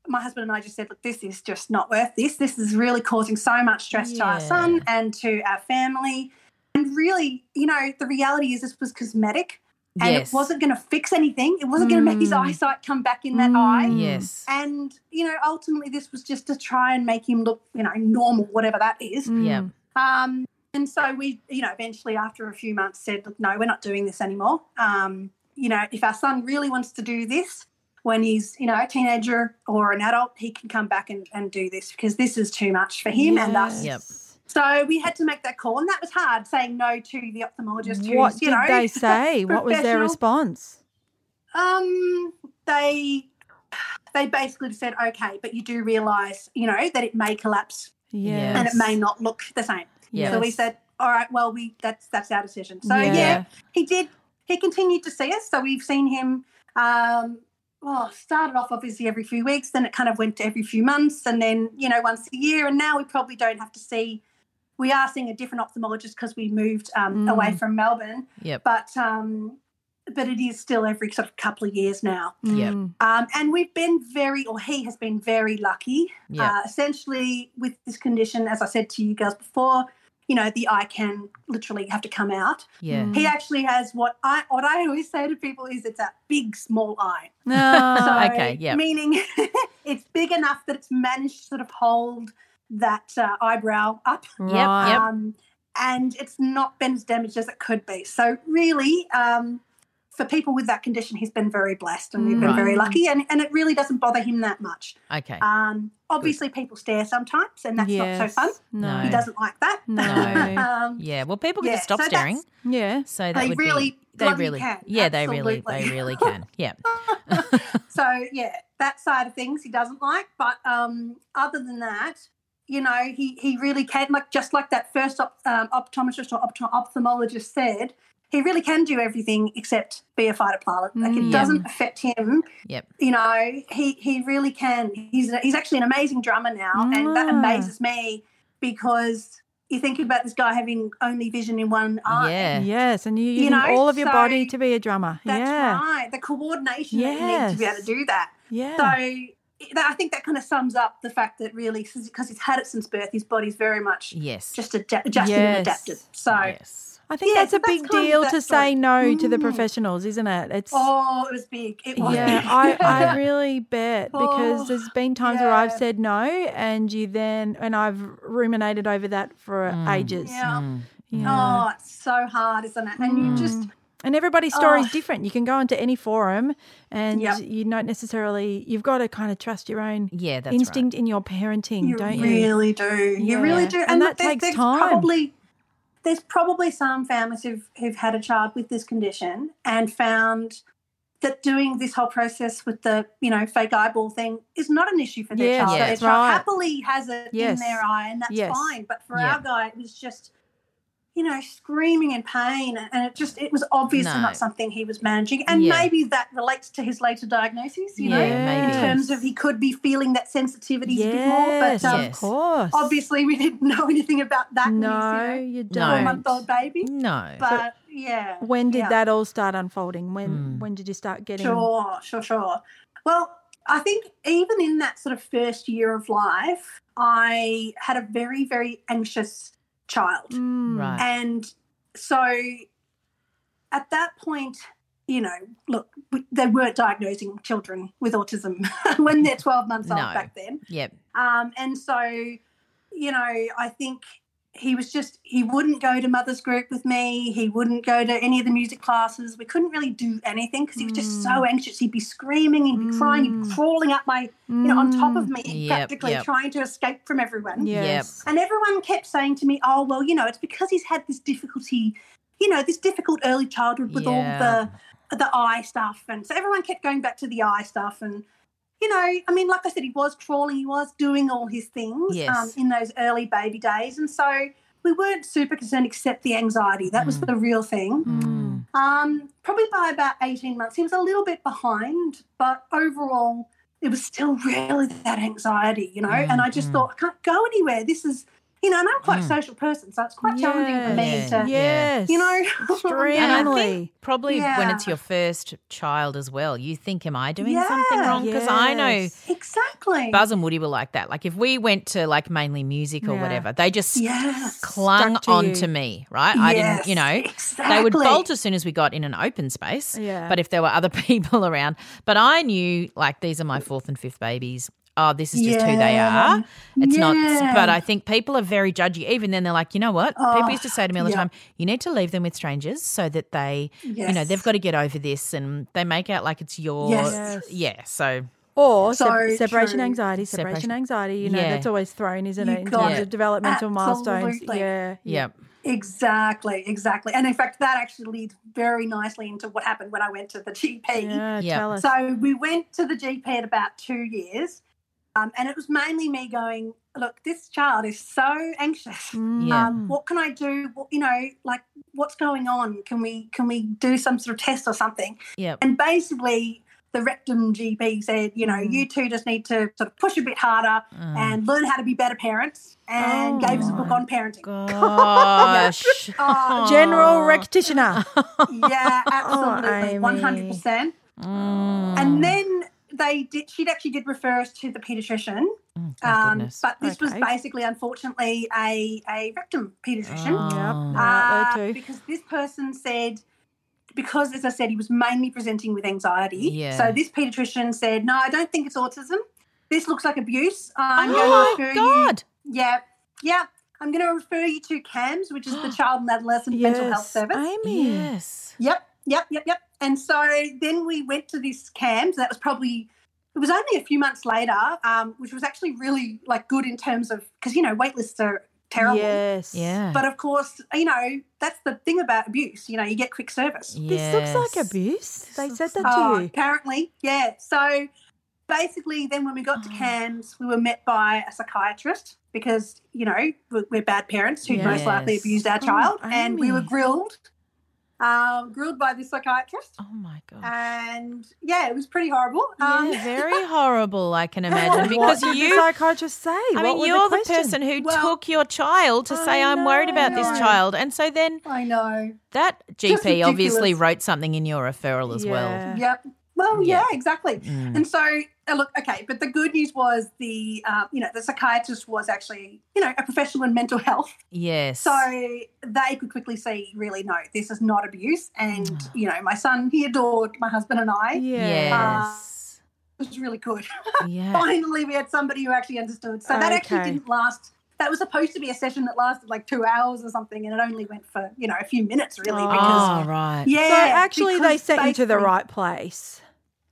S6: my husband and I just said, look, this is just not worth this. This is really causing so much stress to our
S5: Yeah.
S6: son and to our family. And really, you know, the reality is this was cosmetic and
S5: yes.
S6: it wasn't going to fix anything. It wasn't going to make his
S4: Mm.
S6: eyesight come back in that
S4: Mm.
S6: eye.
S5: Yes.
S6: And, you know, ultimately this was just to try and make him look, you know, normal, whatever that is.
S4: Mm.
S5: Yep.
S6: Um, and so we, you know, eventually after a few months said, look, no, we're not doing this anymore. Um, you know, if our son really wants to do this when he's, you know, a teenager or an adult, he can come back and, and do this because this is too much for him and us.
S5: Yep.
S6: So we had to make that call. And that was hard saying no to the ophthalmologist who's,
S4: What
S6: you
S4: did
S6: know,
S4: they say? What was their
S6: professional.
S4: response?
S6: Um, they they basically said, okay, but you do realise, you know, that it may collapse
S4: Yes.
S6: and it may not look the same.
S5: Yeah.
S6: So we said, all right, well, we that's that's our decision. So
S4: Yeah.
S6: yeah, he did. He continued to see us. So we've seen him. Um, well, started off obviously every few weeks, then it kind of went to every few months, and then you know once a year, and now we probably don't have to see we are seeing a different ophthalmologist because we moved um, away
S4: Mm.
S6: from Melbourne.
S5: Yep.
S6: But um, but it is still every sort of couple of years now.
S5: Yep.
S4: Mm-hmm.
S6: Um, and we've been very, or he has been very lucky.
S5: Yeah.
S6: Uh, essentially, with this condition, as I said to you girls before, you know, the eye can literally have to come out.
S5: Yeah.
S6: He actually has what I what I always say to people is it's a big small eye.
S4: No.
S6: So,
S5: Oh, okay, yeah.
S6: Meaning it's big enough that it's managed to sort of hold that uh, eyebrow up.
S4: Right.
S5: Yep.
S6: Um, and it's not been as damaged as it could be. So, really, um, for people with that condition, he's been very blessed and we've been
S5: Right.
S6: very lucky. And, and it really doesn't bother him that much.
S5: Okay.
S6: Um, obviously, people stare sometimes, and that's not so fun.
S4: Yes. No.
S6: He doesn't like that.
S4: No.
S6: um,
S5: yeah. Well, people can
S6: yeah,
S5: just stop
S6: so that's-
S5: staring.
S4: Yeah.
S5: So that
S6: They
S5: would
S6: really
S5: be. They
S6: bloody
S5: really.
S6: can,
S5: Yeah. They really. They
S6: absolutely.
S5: really can. Yeah.
S6: so yeah, that side of things he doesn't like. But um, other than that, you know, he he really can like just like that first op- um, optometrist or opto- ophthalmologist said, he really can do everything except be a fighter pilot. Like it
S4: Mm.
S6: doesn't affect him.
S5: Yep.
S6: You know, he he really can. He's a, he's actually an amazing drummer now, and that
S4: Ah.
S6: amazes me because you think about this guy having only vision in one eye.
S5: Yeah.
S4: Yes. And you're using
S6: know,
S4: all of your
S6: so
S4: body to be a drummer.
S6: That's
S4: yeah.
S6: right. The coordination that you need to be able
S4: Yes.
S6: to do that.
S4: Yeah.
S6: So that, I think that kind of sums up the fact that really, because he's had it since birth, his body's very much
S5: Yes.
S6: just adja- adjusted
S4: Yes.
S6: and adapted. So,
S5: yes.
S4: I think
S6: Yeah,
S4: that's
S6: so
S4: a
S6: that's
S4: big
S6: kind of
S4: deal
S6: that
S4: to
S6: story.
S4: say no to the
S6: Mm.
S4: professionals, isn't it? It's
S6: oh, it was big. It was.
S4: yeah,
S6: big.
S4: I, I
S5: Yeah.
S4: really bet
S6: Oh,
S4: because there's been times where I've
S6: yeah.
S4: said no, and you then and I've ruminated over that for
S5: Mm.
S4: ages.
S6: Yeah.
S5: Mm.
S4: Yeah. Mm.
S6: Oh, it's so hard, isn't it? And you just
S4: And everybody's story
S6: Oh.
S4: is different. You can go into any forum, and
S6: Yep.
S4: you don't necessarily. You've got to kind of trust your own
S5: Yeah. That's
S4: instinct in your parenting,
S6: you
S4: don't you?
S6: really do.
S4: Yeah.
S6: You really do.
S4: And that
S6: there's-
S4: takes
S6: there's
S4: time.
S6: Probably, there's probably some families who've, who've had a child with this condition and found that doing this whole process with the you know fake eyeball thing is not an issue for their
S4: Yes,
S6: child. Their
S5: that's
S6: child
S4: right.
S6: happily has it
S4: Yes.
S6: in their eye, and that's
S4: Yes.
S6: fine. But for
S5: Yeah.
S6: our guy, it was just you know screaming in pain, and it just it was obviously
S5: No.
S6: not something he was managing. And
S5: Yeah.
S6: maybe that relates to his later diagnosis. You know,
S5: Yeah, maybe.
S6: in terms of he could be feeling that sensitivity a bit more,
S4: Yes,
S6: but um,
S5: Yes.
S4: of course.
S6: obviously we didn't know anything about that.
S4: no, you
S5: No.
S4: don't.
S6: month old baby.
S5: No.
S6: But yeah,
S4: When did
S6: yeah.
S4: that all start unfolding? When
S5: Mm.
S4: when did you start getting?
S6: Sure, sure, sure. Well, I think even in that sort of first year of life, I had a very, very anxious child.
S4: Mm.
S5: right.
S6: And so at that point, you know, look, we- they weren't diagnosing children with autism when they're 12 months old
S5: No.
S6: back then.
S5: Yep.
S6: Um, and so, you know, I think he was just, he wouldn't go to mother's group with me. He wouldn't go to any of the music classes. We couldn't really do anything because he was just so
S5: Mm.
S6: anxious. He'd be screaming, he'd be crying, he'd be crawling up my, you know, on top of me,
S5: Yep,
S6: practically
S5: Mm. yep.
S6: trying to escape from everyone.
S4: Mm. Yes.
S6: And everyone kept saying to me, oh, well, you know, it's because he's had this difficulty, you know, this difficult early childhood with
S5: Yeah.
S6: all the the eye stuff. And so everyone kept going back to the eye stuff. And, you know, I mean, like I said, he was crawling, he was doing all his things
S5: Yes.
S6: um, in those early baby days. And so we weren't super concerned except the anxiety. That was the real thing.
S5: Mm.
S6: Um, probably by about 18 months, he was a little bit behind, but overall, it was still really that anxiety, you know. And I just
S5: Mm, mm.
S6: thought, I can't go anywhere. This is, you know, and I'm quite
S5: Mm.
S6: a social person, so it's quite challenging for me
S5: Yes.
S6: to,
S5: Yeah.
S4: Yes.
S6: you know,
S5: And I
S4: Family.
S5: think probably when
S6: Yeah.
S5: it's your first child as well, you think, "Am I doing something wrong?" Because I know
S4: Yes.
S6: exactly.
S5: Buzz and Woody were like that. Like if we went to like mainly music or
S4: Yeah.
S5: whatever, they just
S6: Yes.
S5: clung
S4: Stuck to
S5: on
S4: you.
S5: to me, right? I didn't, you know,
S6: Yes,
S5: they would
S6: exactly.
S5: bolt as soon as we got in an open space.
S4: Yeah.
S5: But if there were other people around, but I knew like these are my fourth and fifth babies. Oh, this is just who they
S6: Yeah.
S5: are. It's not,
S6: Yeah.
S5: but I think people are very judgy. Even then, they're like, you know what? people
S6: Oh,
S5: used to say to me all the
S6: yeah.
S5: time, you need to leave them with strangers so that they, you know,
S6: Yes.
S5: they've got to get over this and they make out like it's your.
S6: Yes.
S5: Yeah. So,
S4: Or se-
S6: So
S4: separation
S6: true.
S4: anxiety, separation,
S5: Separation-
S4: anxiety. You know,
S5: Yeah.
S4: that's always thrown, isn't
S6: You
S4: it, in
S6: got
S4: terms
S5: it.
S4: of developmental milestones?
S6: Absolutely.
S4: Yeah.
S5: yeah.
S6: Exactly, exactly. And in fact, that actually leads very nicely into what happened when I went to the GP.
S4: Yeah.
S5: Yeah.
S4: Tell us.
S6: So we went to the GP at about two years, um, and it was mainly me going, "Look, this child is so anxious.
S4: Mm.
S5: Yeah.
S6: Um, what can I do? What, you know, like what's going on? Can we can we do some sort of test or something?"
S5: Yep.
S6: And basically, the rectum GP said, you know, you two just need to sort of push a bit harder
S5: Mm.
S6: and learn how to be better parents, and gave us a book on parenting.
S5: Oh, Gosh.
S6: Oh,
S4: General practitioner.
S6: yeah, absolutely,
S4: Amy.
S6: one hundred percent.
S5: Oh. Mm.
S6: And then they did. She'd actually did refer us to the paediatrician,
S5: thank goodness.
S6: Um, but this was
S4: Okay.
S6: basically, unfortunately, a a rectum paediatrician.
S4: yep.
S6: Uh,
S4: Oh, Yeah, there too.
S6: because this person said, because as I said, he was mainly presenting with anxiety.
S5: Yeah.
S6: So this paediatrician said, no, I don't think it's autism. This looks like abuse. I'm
S5: Oh
S6: going to
S5: my
S6: refer
S5: God.
S6: you. Yeah, yeah. I'm going to refer you to CAMS, which is the Child and Adolescent Mental Health
S4: Yes.
S6: Service.
S4: Amy.
S5: Yes.
S6: Yep, yep, yep, yep. And so then we went to this CAMS. That was probably it was only a few months later, um, which was actually really like good in terms of because you know wait lists are terrible.
S4: Yes.
S5: Yeah.
S6: But of course, you know that's the thing about abuse. You know, you get quick service.
S4: This looks like
S5: Yes.
S4: abuse. They said that
S6: Oh,
S4: to you.
S6: apparently, yeah. So basically, then when we got
S4: Oh.
S6: to CAMS, we were met by a psychiatrist because, you know, we're, we're bad parents who most likely
S5: Yes.
S6: abused our
S4: Oh,
S6: child. and we were
S4: Amy.
S6: grilled, um, grilled by this psychiatrist.
S5: Oh my God.
S6: And yeah, it was pretty horrible. Um,
S5: yeah, very horrible, I can imagine.
S4: what
S5: because
S4: did
S5: you
S4: the psychiatrist say?
S5: I
S4: What
S5: mean,
S4: were
S5: you're the,
S4: questions?
S5: person who
S6: Well,
S5: took your child to
S4: I
S5: say, I'm worried about this
S6: know.
S5: child. And so then
S6: I know.
S5: that GP obviously
S6: ridiculous.
S5: wrote something in your referral as well.
S4: Yeah.
S6: Yep. Well,
S5: Yeah.
S6: yeah, exactly.
S5: Mm.
S6: And so, uh, look, okay, but the good news was the, um, you know, the psychiatrist was actually, you know, a professional in mental health.
S5: Yes.
S6: So they could quickly see, really, no, this is not abuse. And,
S5: Ah.
S6: you know, my son, he adored my husband and I.
S5: Yes.
S6: It was really good.
S5: yeah.
S6: Finally, we had somebody who actually understood. So that
S4: Okay.
S6: actually didn't last. That was supposed to be a session that lasted like two hours or something, and it only went for, you know, a few minutes, really. because,
S5: Oh, right.
S6: yeah.
S4: So actually, they
S6: because
S4: sent you to the
S6: basically
S4: right place.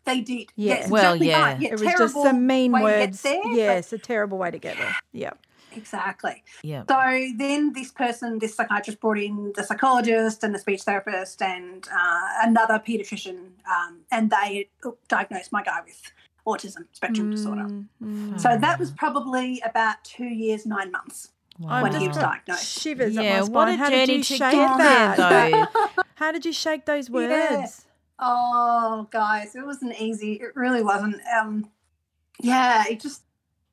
S6: They did.
S4: Yeah.
S6: Yes,
S5: Well,
S6: exactly
S5: yeah.
S6: right.
S4: It was just
S6: terrible
S4: some mean
S6: way to get
S4: words.
S6: there, but-
S4: yes, a terrible way to get there. Yep.
S6: Exactly.
S5: Yeah.
S6: So then this person, this psychiatrist, brought in the psychologist and the speech therapist and uh, another paediatrician, um, and they diagnosed my guy with autism spectrum disorder.
S4: Mm,
S6: So
S4: Hmm.
S6: that was probably about two years, nine months. when he was diagnosed.
S4: Shivers at my
S5: Yeah,
S4: spine.
S5: what a
S4: How did
S5: journey
S4: you
S5: to
S4: shake
S5: get there,
S4: that?
S5: though.
S4: How did you shake those words?
S6: Yeah. Oh, guys, it wasn't easy. It really wasn't. Um, yeah, it just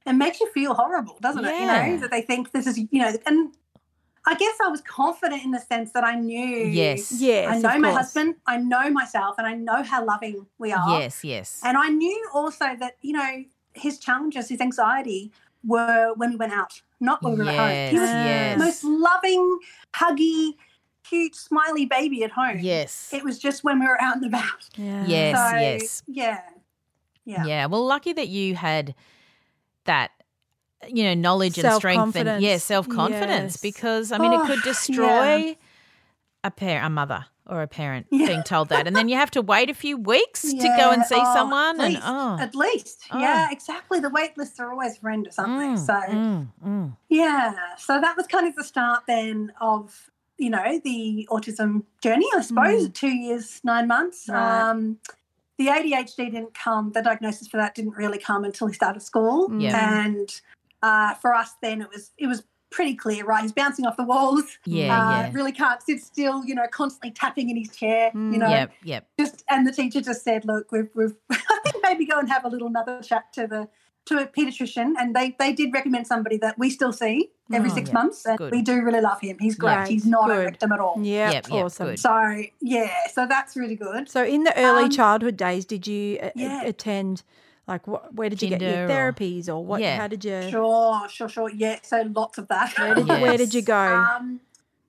S6: it makes you feel horrible, doesn't it? You
S5: Yeah.
S6: know that they think this is you know, and I guess I was confident in the sense that I knew.
S5: Yes.
S4: Yes,
S6: I
S4: of
S6: know my
S4: course.
S6: husband. I know myself, and I know how loving we are.
S5: Yes, yes.
S6: And I knew also that you know his challenges, his anxiety were when we went out, not when we were at home. He was
S5: Yes,
S6: the most loving, huggy, cute, smiley baby at home.
S5: yes.
S6: It was just when we were out and about.
S4: Yeah.
S5: Yes,
S6: so,
S5: yes.
S6: Yeah.
S5: Yeah.
S6: Yeah.
S5: Well, lucky that you had that, you know, knowledge and strength and yeah,
S4: Self-confidence.
S5: self confidence
S4: Yes.
S5: because I mean, it
S6: Oh,
S5: could
S6: yeah.
S5: destroy a pair, a mother or a parent
S6: Yeah.
S5: being told that, and then you have to wait a few weeks to go and
S6: Yeah.
S5: see
S6: Oh,
S5: someone,
S6: at
S5: and
S6: least,
S5: oh,
S6: at least,
S5: Oh.
S6: yeah, exactly. The wait lists are always horrendous, aren't they? So,
S5: mm, mm.
S6: yeah. So that was kind of the start then of you know the autism journey. I suppose
S5: Mm.
S6: two years, nine months.
S4: Right.
S6: Um, the ADHD didn't come. The diagnosis for that didn't really come until he started school.
S5: Mm, Yeah.
S6: And uh, for us, then it was it was pretty clear, right? He's bouncing off the walls.
S5: yeah,
S6: uh,
S5: yeah,
S6: Really can't sit still. You know, constantly tapping in his chair.
S4: Mm.
S6: You know,
S5: Hmm, yep, yep.
S6: just and the teacher just said, "Look, we've, we've I think maybe go and have a little another chat to the to a paediatrician." And they they did recommend somebody that we still see every
S5: Oh,
S6: six
S5: yeah.
S6: months, and
S5: Good.
S6: we do really love him. He's great.
S4: Yeah.
S6: He's not
S4: Good.
S6: a victim at all.
S4: Yep,
S5: Yep, yep,
S4: awesome.
S5: good.
S6: Um, So yeah, so that's really good.
S4: So in the early
S6: Um,
S4: childhood days, did you a- a-
S6: yeah.
S4: attend? Like, what, where did you get
S5: Kinder
S4: your
S5: or-
S4: therapies, or what?
S5: Yeah.
S4: How did you?
S6: Sure, sure, sure. Yeah, so lots of that.
S4: Where did, where did you
S5: Yes.
S4: go?
S6: Um,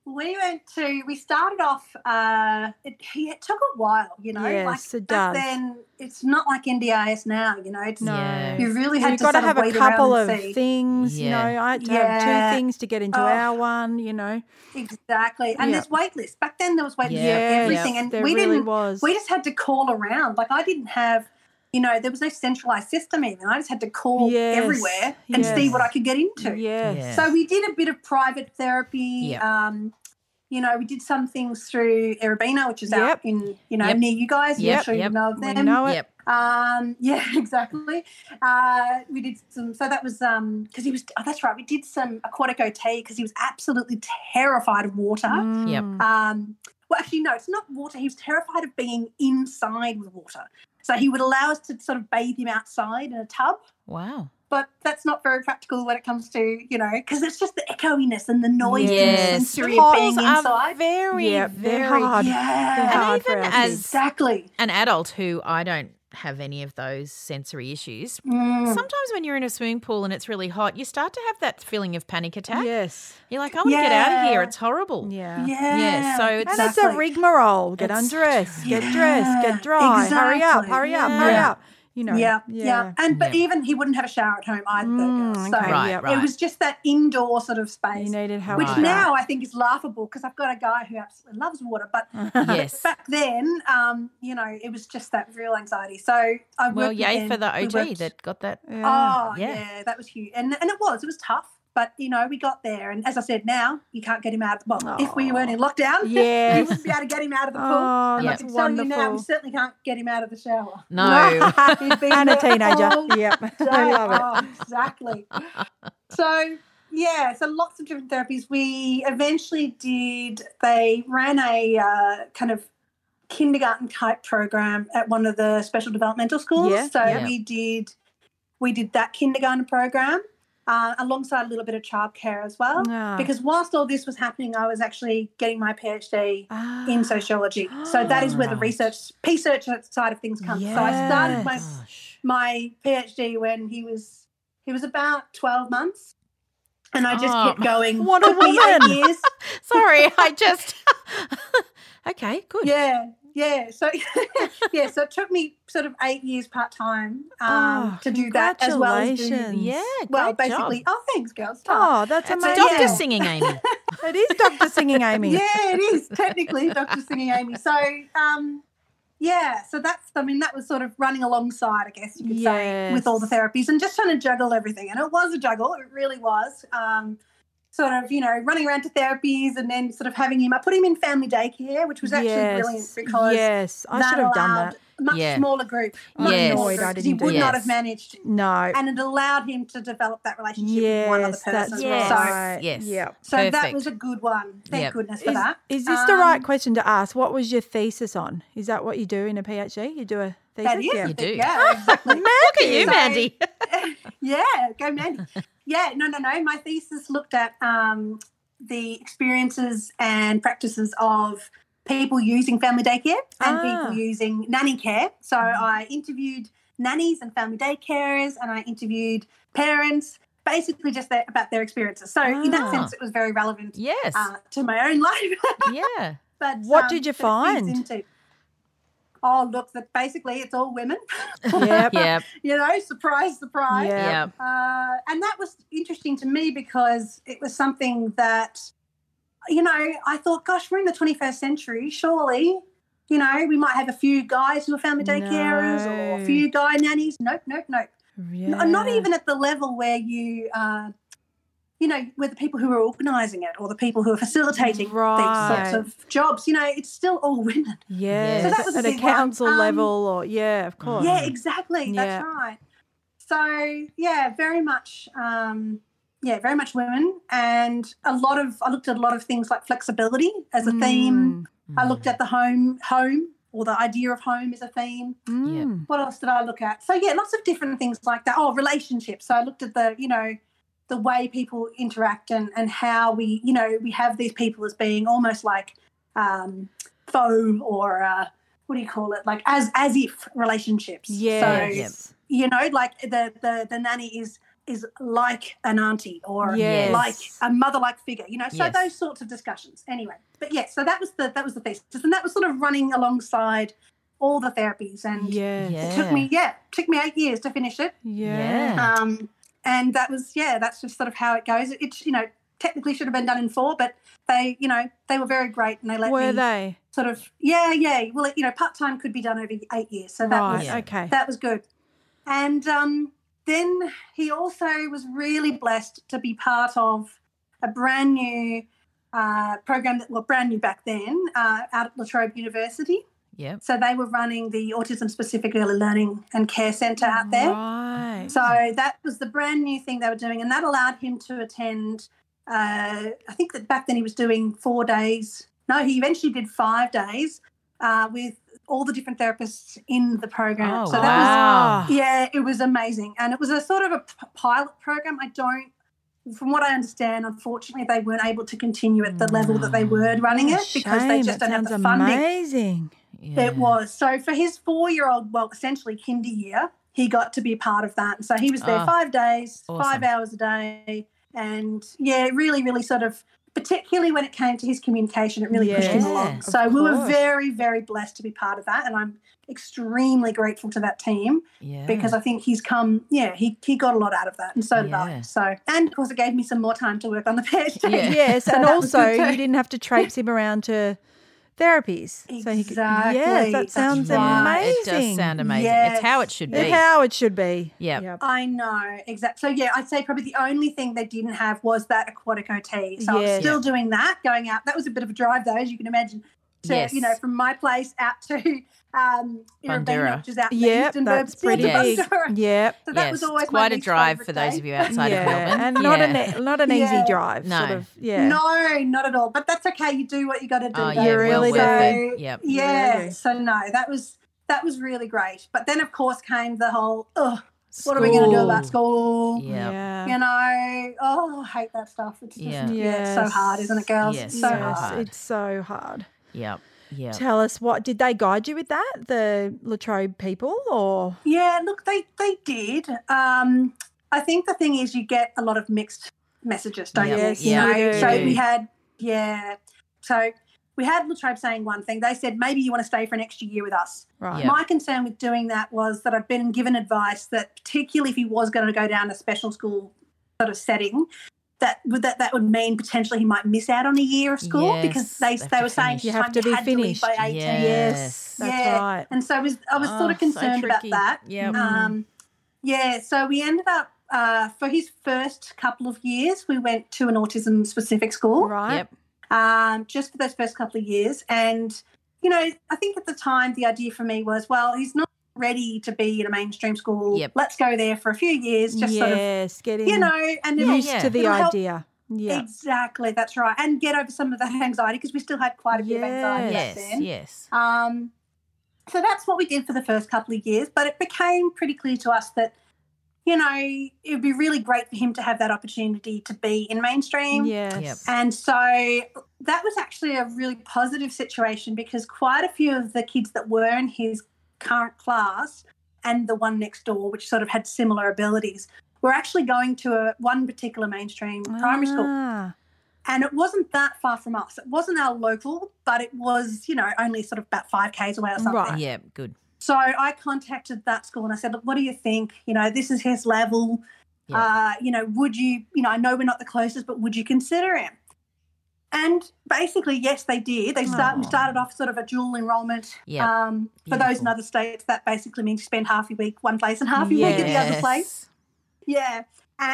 S6: we went to. We started off. Uh, it, it took a while, you know.
S4: Yes,
S6: like
S4: it
S6: back
S4: does.
S6: Then it's not like NDIS now, you know. It's
S4: No.
S5: Yeah.
S6: you really
S4: Well,
S6: had
S4: you've
S6: to
S4: got to
S6: sort
S4: have
S6: of
S4: a
S6: wait around
S4: couple
S6: and
S4: of
S6: see.
S4: things,
S5: Yeah.
S4: you know. I had to
S6: Yeah.
S4: have two things to get into
S6: Oh.
S4: our one, you know.
S6: Exactly. And
S4: Yeah.
S6: there's wait lists. Back then there was wait lists
S5: Yeah,
S6: for
S5: Yes,
S6: everything.
S4: Yep,
S6: And
S4: there
S6: we
S4: really
S6: didn't
S4: was.
S6: we just had to call around. Like I didn't have you know, there was no centralized system even. I just had to call
S4: Yes,
S6: everywhere and see
S4: yes.
S6: what I could get into.
S4: Yes.
S5: Yeah.
S6: So we did a bit of private therapy.
S5: Yep.
S6: Um, you know, we did some things through Erebina, which is
S4: Yep.
S6: out in, you know,
S5: Yep.
S6: near you guys.
S5: Yep,
S6: I'm sure
S5: yep.
S6: you know of
S4: We
S6: them.
S4: know it.
S5: Yep.
S6: Um, yeah, exactly. Uh, we did some, so that was, um, cause he was, oh, that's right. We did some aquatic OT cause he was absolutely terrified of water.
S4: Mm.
S5: Yep.
S6: Um, well, actually, no, it's not water. He was terrified of being inside with water. So he would allow us to sort of bathe him outside in a tub.
S5: Wow.
S6: But that's not very practical when it comes to, you know, because it's just the echoiness and the noise and the
S5: Yes.
S6: sensory of being
S5: Poles are
S6: inside.
S5: very,
S4: Yeah, they're
S5: very
S4: hard.
S6: Yeah.
S4: They're
S6: And
S4: hard for
S5: even
S4: our
S5: as-
S4: kids.
S6: Exactly.
S5: an adult who I don't have any of those sensory issues.
S6: Mm.
S5: Sometimes when you're in a swimming pool and it's really hot, you start to have that feeling of panic attack.
S4: Yes.
S5: You're like, I want to get out of here.
S6: Yeah.
S5: It's horrible.
S4: Yeah.
S6: Yeah.
S5: Yeah, so it's-
S4: And it's a
S6: Exactly.
S4: rigmarole. Get
S5: It's such a
S4: undressed, get
S6: rigmarole.
S4: dressed,
S6: Yeah,
S4: get dry, hurry up,
S6: exactly.
S4: hurry up, hurry
S5: Yeah.
S4: up. You know.
S6: yeah, yeah, And but even he wouldn't have a shower at home either.
S4: Mm,
S6: so
S4: okay,
S5: Right,
S4: yep.
S5: right.
S6: it was just that indoor sort of space.
S4: You needed help.
S6: which
S4: with
S5: Right.
S4: that.
S6: now I think is laughable because I've got a guy who absolutely loves water, but
S5: Yes.
S6: back then, um, you know, it was just that real anxiety. So I worked
S5: Well,
S6: with
S5: yay
S6: them.
S5: for the
S6: We
S5: OG
S6: worked-
S5: that got that.
S4: Yeah.
S6: Oh
S5: Yeah.
S6: yeah. that was huge, and and it was it was tough, but you know we got there. And as I said, now you can't get him out. Well, if we weren't in lockdown, you
S4: Yes.
S6: wouldn't be able to get him out of the pool.
S4: Oh,
S6: and I
S4: that's
S6: can tell you now, we
S4: wonderful.
S6: certainly can't get him out of the shower.
S5: No.
S6: He'd been
S4: and a
S6: there
S4: teenager.
S6: all
S4: Yep.
S6: day.
S4: I love it.
S6: Oh, exactly. so yeah, so lots of different therapies. We eventually did. They ran a uh, kind of kindergarten type program at one of the special developmental schools.
S4: Yeah.
S6: So
S5: Yeah.
S6: we did we did that kindergarten program uh, alongside a little bit of childcare as well.
S4: Ah.
S6: Because whilst all this was happening, I was actually getting my PhD
S4: Ah.
S6: in sociology. So that is where the
S5: Right.
S6: research, research side of things comes. So I started my
S4: Yes.
S5: Gosh.
S6: my PhD when he was he was about twelve months, and I just
S5: Oh.
S6: kept going.
S4: Ah, What a
S6: Took me eight
S4: woman.
S6: years. um,
S5: Sorry, I just. okay, good.
S6: Yeah, yeah. So yeah, so it took me sort of eight years part time um,
S4: Oh,
S6: to do that as well as do,
S4: congratulations.
S5: Yeah,
S6: well,
S5: great job.
S6: basically. Oh, thanks, girls.
S4: Oh, that's
S5: It's
S6: So,
S5: a
S4: amazing.
S5: doctor
S6: yeah.
S5: singing, Amy.
S4: It is Doctor Singing Amy.
S6: Yeah, it is technically Dr. Singing Amy. So, um, yeah, so that's, I mean, that was sort of running alongside, I guess you could say, with all the
S4: Yes.
S6: therapies and just trying to juggle everything. And it was a juggle, it really was. Um, sort of, you know, running around to therapies and then sort of having him, I put him in family daycare, which was actually
S4: yes.
S6: brilliant because
S4: yes, I
S6: that
S4: should have done
S6: allowed
S4: that.
S6: a Much
S5: Yeah.
S6: smaller group. Much
S5: Yes.
S6: smaller
S5: Annoyed I
S6: group, 'cause
S4: didn't
S6: he
S4: do
S6: would
S5: that.
S6: not have managed.
S4: No.
S6: And it allowed him to develop that relationship with one other
S4: yes,
S6: person.
S4: that's
S5: Yes.
S6: So,
S4: right.
S5: Yes.
S4: Yep.
S6: so that
S5: Perfect.
S6: was a good one. Thank
S5: Yep.
S6: goodness for
S4: Is,
S6: that.
S4: is this the right
S6: Um,
S4: question to ask? What was your thesis on? Is that what you do in a PhD? You do a thesis?
S6: That is.
S4: Yeah.
S5: You do.
S6: Yeah, exactly.
S5: Look at you,
S6: So-
S5: Mandy.
S6: yeah, go Mandy. Yeah, no, no, no. My thesis looked at um, the experiences and practices of people using family daycare and
S4: Ah. Mm-hmm.
S6: people using nanny care. So I interviewed nannies and family daycarers and I interviewed parents, basically just their, about their experiences. So in
S5: Ah.
S6: that sense, it was very relevant
S5: Yes.
S6: uh, to my own life.
S5: yeah.
S6: but
S4: What did you
S6: but it feeds
S4: find?
S6: into- Oh, look, that basically it's all women.
S4: Yep.
S5: Yep.
S6: you know, surprise, surprise.
S4: Yeah.
S5: Yep.
S6: Uh, and that was interesting to me because it was something that, you know, I thought, gosh, we're in the 21st century. Surely, you know, we might have a few guys who are family day carers or
S4: No.
S6: a few guy nannies. Nope, nope, nope. N- uh,
S4: Yeah.
S6: Not even at the level where you, uh, you know, where the people who are organising it or the people who are facilitating
S4: Right.
S6: these sorts of jobs, you know, it's still all women.
S4: Yes.
S5: So that was
S6: a
S4: at a
S6: big one.
S4: council
S6: Um,
S4: level or yeah, of course.
S6: Yeah, exactly.
S4: Yeah.
S6: That's right. So yeah, very much. Um, yeah, very much women, and a lot of. I looked at a lot of things like flexibility as a theme.
S5: Mm.
S6: I looked at the home, home, or the idea of home as a theme.
S4: Mm.
S5: Yeah.
S4: Mm.
S6: What else did I look at? So yeah, lots of different things like that. Oh, relationships. So I looked at the, you know, the way people interact and and how we, you know, we have these people as being almost like um, foe or uh, what do you call it? Like as as if relationships.
S4: Yes.
S6: So you know, like the the the nanny is is like an auntie or
S4: Yes.
S6: like a mother like figure you know so
S5: Yes.
S6: those sorts of discussions anyway but yeah so that was the that was the thesis and that was sort of running alongside all the therapies and
S4: Yes.
S5: Yeah.
S6: it took me yeah took me eight years to finish it
S4: Yeah.
S6: um and that was yeah that's just sort of how it goes it, it you know technically should have been done in four but they you know they were very great and they let
S4: Were
S6: me
S4: they?
S6: sort of yeah yeah well you know part-time could be done over eight years so that
S4: Right.
S6: was
S5: Yeah.
S4: Okay.
S6: that was good. And um, then he also was really blessed to be part of a brand new uh, program that well, brand new back then uh, out at La Trobe University.
S5: Yep.
S6: So they were running the Autism Specific Early Learning and Care Centre out there.
S4: Right.
S6: So that was the brand new thing they were doing, and that allowed him to attend. Uh, I think that back then he was doing four days. No, he eventually did five days uh, with all the different therapists in the program.
S5: Oh,
S6: so that
S5: wow.
S6: was yeah, it was amazing, and it was a sort of a p- pilot program. I don't. From what I understand, unfortunately, they weren't able to continue at the level that they were running it because they
S4: Mm. Shame,
S6: just
S4: that
S6: don't have the
S4: sounds
S6: funding.
S4: Amazing.
S5: Yeah.
S6: It was. So for his four year old, well, essentially kinder year, he got to be a part of that. And so he was there
S5: Ah,
S6: five days,
S5: awesome.
S6: five hours a day. And yeah, really, really sort of, particularly when it came to his communication, it really pushed him
S5: Yeah,
S6: along.
S4: of
S6: So we were
S4: course.
S6: very, very blessed to be part of that. And I'm extremely grateful to that team
S5: Yeah.
S6: because I think he's come, yeah, he, he got a lot out of that. And so did
S5: Yeah.
S6: I. So, and of course, it gave me some more time to work on the PhD.
S5: Yeah.
S4: Yes,
S6: So
S4: and
S6: that was
S4: also
S6: good too.
S4: you didn't have to traipse him around to therapies. So he could, yes,
S6: Exactly,
S4: that
S6: that's
S4: sounds
S5: Yeah,
S6: right.
S4: amazing.
S5: It does sound amazing. It's
S6: Yes.
S5: how it should be.
S4: It's how it should be.
S5: Yep.
S6: I know, exactly. So yeah, I'd say probably the only thing they didn't have was that aquatic OT. So
S4: Yes.
S6: I'm still doing that, going out. That was a bit of a drive though, as you can imagine. To,
S5: Yes.
S6: you know, from my place out to um
S5: Bandera.
S6: Irabena, which is out in the
S4: Yep,
S6: eastern
S4: that's
S6: Burbs,
S4: pretty
S6: yeah, to
S4: big.
S6: Bandera.
S4: Yep.
S6: So that
S5: yes,
S6: was always
S5: it's
S6: my
S5: quite a
S6: least
S5: drive
S6: favourite
S5: for those
S6: day.
S5: of you outside of
S4: yeah,
S5: Melbourne.
S4: and not
S5: Yeah.
S4: an e- not an easy
S6: Yeah.
S4: drive. Sort
S5: No.
S4: of, yeah.
S6: No, not at all. But that's okay. You do what you got to do.
S5: Oh,
S6: don't
S5: yeah,
S4: You well really
S6: so,
S4: worth
S5: it. Yep.
S4: You
S6: Yeah.
S4: really do.
S6: So no, that was that was really great. But then of course came the whole, oh, what
S5: School.
S6: are we going to do about school?
S5: Yeah.
S6: you know, oh, I hate that stuff. It's just,
S5: Yeah.
S6: yeah.
S4: Yes.
S6: it's so hard, isn't it, girls?
S5: Yes.
S6: It's so
S4: yes,
S6: hard.
S5: hard.
S4: it's so hard.
S5: Yep. Yep.
S4: Tell us what did they guide you with that? The Latrobe people, or
S6: Yeah, look, they they did. Um, I think the thing is, you get a lot of mixed messages, don't
S5: Yeah.
S6: you?
S4: Yes,
S6: you
S5: yeah,
S6: know?
S4: you
S6: So
S5: do.
S6: we had, yeah, so we had Latrobe saying one thing. They said maybe you want to stay for an extra year with us.
S4: right?
S5: Yeah.
S6: My concern with doing that was that I'd been given advice that, particularly if he was going to go down a special school sort of setting, that would that, that would mean potentially he might miss out on a year of school
S5: Yes,
S6: because they
S5: they have
S6: they
S5: to
S6: were saying
S5: finish.
S4: You
S6: each
S4: have
S6: time
S4: to be
S6: had leave by
S4: finished.
S6: 18.
S4: Yes, that's
S6: Yeah.
S4: right.
S6: And so I was I was
S5: Oh, so
S6: sort of concerned about
S5: tricky.
S6: that.
S5: Yep.
S6: Um, yeah. So we ended up uh, for his first couple of years, we went to an autism specific school
S4: Right.
S5: Yep.
S6: um, just for those first couple of years. And, you know, I think at the time the idea for me was, well, he's not ready to be in a mainstream school.
S5: Yep.
S6: Let's go there for a few years, just sort of,
S4: yes, getting
S6: you know, and it'll-
S4: used
S5: yeah.
S4: to the
S6: it'll help-
S4: idea. Yeah.
S6: Exactly, that's right. And get over some of that anxiety because we still had quite a bit of anxiety
S5: Yes.
S6: back then.
S5: Yes.
S6: Um, so that's what we did for the first couple of years, but it became pretty clear to us that, you know, it would be really great for him to have that opportunity to be in mainstream.
S4: Yes.
S6: And so that was actually a really positive situation because quite a few of the kids that were in his current class and the one next door, which sort of had similar abilities, were actually going to a, one particular mainstream primary school.
S4: Ah,
S6: And it wasn't that far from us. It wasn't our local, but it was, you know, only sort of about five Ks away or something.
S4: Right.
S5: Yeah. Good.
S6: So I contacted that school and I said, look, what do you think? You know, this is his level.
S5: Yeah.
S6: Uh, you know, would you, you know, I know we're not the closest, but would you consider him? And basically, yes, they did. They start, we
S5: Aw.
S6: started off sort of a dual enrollment.
S5: Yeah.
S6: Um, for those in
S5: Beautiful.
S6: other states, that basically means you spend half your week one place and half your week at the other place.
S5: Yes.
S6: Yeah,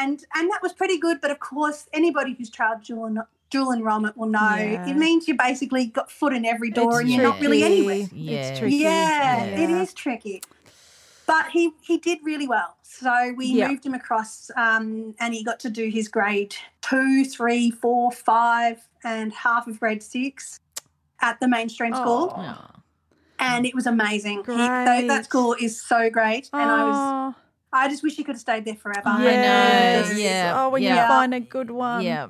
S6: and and that was pretty good. But of course, anybody who's tried dual en- dual enrollment will know
S4: Yeah.
S6: it means you basically got foot in every door
S5: It's
S6: and you're not really
S4: tricky.
S6: anywhere.
S4: It's
S5: Yeah.
S4: tricky.
S6: Yeah,
S5: Yeah.
S6: it is tricky. But he he did really well. So we
S4: Yeah.
S6: moved him across, um, and he got to do his grade two, three, four, five, and half of grade six at the mainstream school,
S4: Oh,
S5: Oh.
S6: and it was amazing. He,
S4: Great.
S6: tho- that school is so great, and I was
S4: Oh,
S6: I just wish he could have stayed there forever.
S5: I know,
S4: yes.
S5: yeah,
S4: Oh, when you
S5: yeah.
S4: find a good one.
S5: Yeah.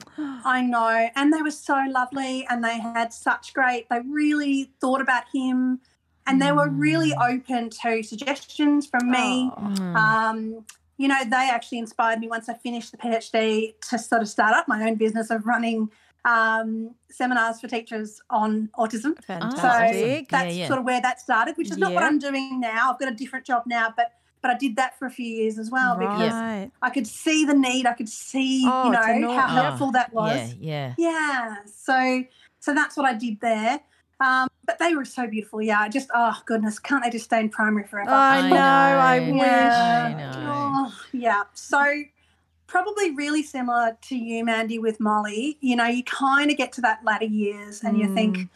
S6: I know. And they were so lovely and they had such great, they really thought about him and they were really
S4: Mm.
S6: open to suggestions from me.
S4: Oh,
S5: Ah. Mm.
S6: Um, you know, they actually inspired me once I finished the PhD to sort of start up my own business of running um, seminars for teachers on autism.
S4: Ah, Fantastic.
S6: So that's
S5: Yeah, yeah.
S6: sort of where that started, which is not what
S4: Yeah.
S6: I'm doing now. I've got a different job now, but but I did that for a few years as well because
S4: Right.
S6: I could see the need. I could see,
S4: Oh,
S6: you
S4: it's
S6: know,
S4: enormous.
S6: how helpful that was.
S5: Yeah. Yeah.
S6: Yeah. So so that's what I did there. Um, but they were so beautiful. Yeah. I just oh goodness, can't they just stay in primary forever?
S4: I
S5: I
S4: know. I
S5: know.
S4: wish.
S5: I
S6: yeah.
S5: know.
S6: Oh, yeah. So probably really similar to you, Mandy, with Molly. You know, you kind of get to that latter years and you
S4: Mm.
S6: think,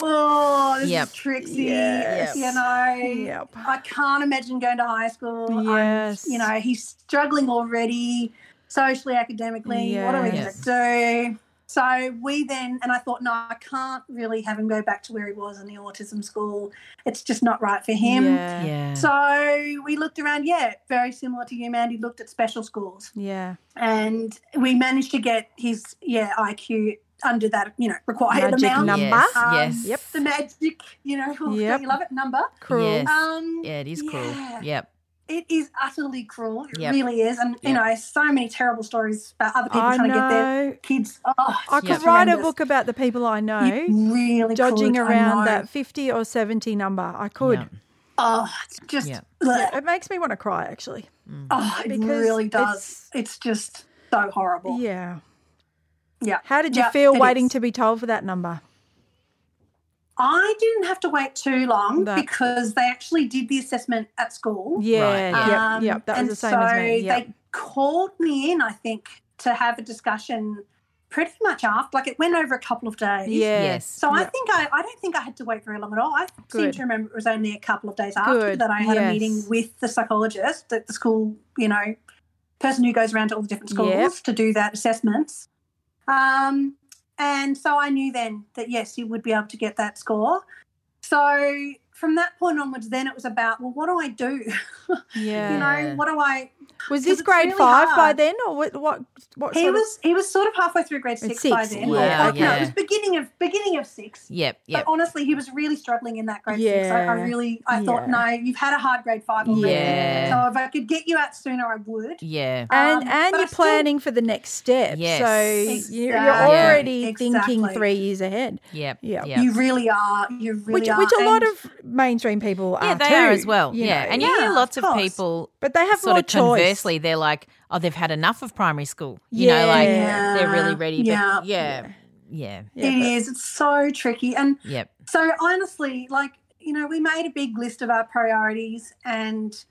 S6: oh, this
S5: Mm. Yep.
S6: is tricksy.
S4: Yes.
S6: You know.
S4: Yep.
S6: I can't imagine going to high school. I'm-
S4: Yes.
S6: you know, he's struggling already socially, academically. What are we
S5: Yes.
S6: going to do? So we then, and I thought, no, I can't really have him go back to where he was in the autism school. It's just not right for him.
S4: Yeah.
S5: Yeah.
S6: So we looked around, yeah, very similar to you, Mandy, looked at special schools.
S4: Yeah.
S6: And we managed to get his, yeah, IQ under that, you know, required
S4: Magic
S6: amount.
S4: number.
S5: Yes.
S6: Um,
S5: yes.
S4: yep.
S6: The magic, you know,
S4: Yep.
S6: don't you love it? Number.
S4: Cruel.
S5: Yes.
S6: Um,
S5: yeah, it is cruel.
S6: yeah.
S5: Yep.
S6: It is utterly cruel. It
S5: Yep.
S6: really is. And, you
S5: Yep.
S6: know, so many terrible stories about other people
S4: I
S6: trying to get their
S4: know.
S6: kids. Oh, it's
S4: I could
S6: just
S4: write a
S6: horrendous.
S4: book about the people I know.
S6: You really
S4: dodging
S6: could, I know.
S4: around that 50 or 70 number. I could.
S5: Yep.
S6: Oh, it's just
S5: Yeah.
S6: bleh.
S4: It makes me want to cry, actually.
S6: oh, it
S4: Because
S6: really does.
S4: it's-
S6: It's, just so horrible. Yeah.
S4: Yeah. How did you
S6: Yeah,
S4: feel
S6: it
S4: waiting
S6: is.
S4: to be told for that number?
S6: I didn't have to wait too long
S4: No.
S6: because they actually did the assessment at school.
S4: Yeah.
S6: Um,
S4: Yep. Yep. That
S6: and
S4: was the same
S6: so
S4: as me. Yep.
S6: They called me in, I think, to have a discussion pretty much after. Like it went over a couple of days.
S4: yeah.
S5: Yes.
S6: So I
S4: Yep.
S6: think I, I don't think I had to wait very long at all. I seem
S4: Good.
S6: to remember it was only a couple of days after
S4: Good,
S6: that I had a
S4: yes.
S6: meeting with the psychologist at the school, you know, person who goes around to all the different schools
S4: Yep.
S6: to do that assessments. Um, and so I knew then that yes, you would be able to get that score. So from that point onwards, then it was about well, what do I do?
S4: Yeah.
S6: you know, what do I?
S4: was
S6: 'cause
S4: this
S6: it's
S4: grade
S6: really
S4: five by
S6: hard.
S4: then, or what? What? what
S6: He
S4: sort of-
S6: was he was sort of halfway through grade
S4: It's
S6: six, by
S4: six,
S6: then.
S5: yeah,
S6: Or- no,
S5: yeah.
S6: it was beginning of beginning of six.
S5: Yep. Yep.
S6: But honestly, he was really struggling in that grade six. I, I
S4: Yeah.
S6: really, I thought,
S4: Yeah.
S6: no, you've had a hard grade five already.
S5: Yeah.
S6: So if I could get you out sooner, I would.
S5: Yeah.
S4: and
S6: um,
S4: and
S6: but I
S4: you're
S6: still-
S4: planning for the next step.
S5: Yes.
S4: So you- you're
S6: Exactly.
S4: already thinking
S6: Exactly.
S4: three years ahead,
S5: Yep.
S4: Yeah.
S5: Yep.
S6: You really are. You really
S4: which
S6: are.
S4: which a lot
S6: And-
S4: of mainstream people are
S5: yeah, they
S4: too,
S5: are as well.
S4: you
S5: Yeah.
S4: know.
S5: And you hear
S6: Yeah,
S5: lots
S6: of
S5: of,
S6: course.
S5: people
S4: but they have
S5: sort
S4: more
S5: of
S4: choice.
S5: conversely, they're like, oh, they've had enough of primary school. You know, like
S4: Yeah.
S5: they're really ready.
S6: Yeah.
S5: But yeah. Yeah.
S4: Yeah,
S6: it
S4: but-
S6: is. It's so tricky. And
S5: Yep.
S6: so honestly, like, you know, we made a big list of our priorities and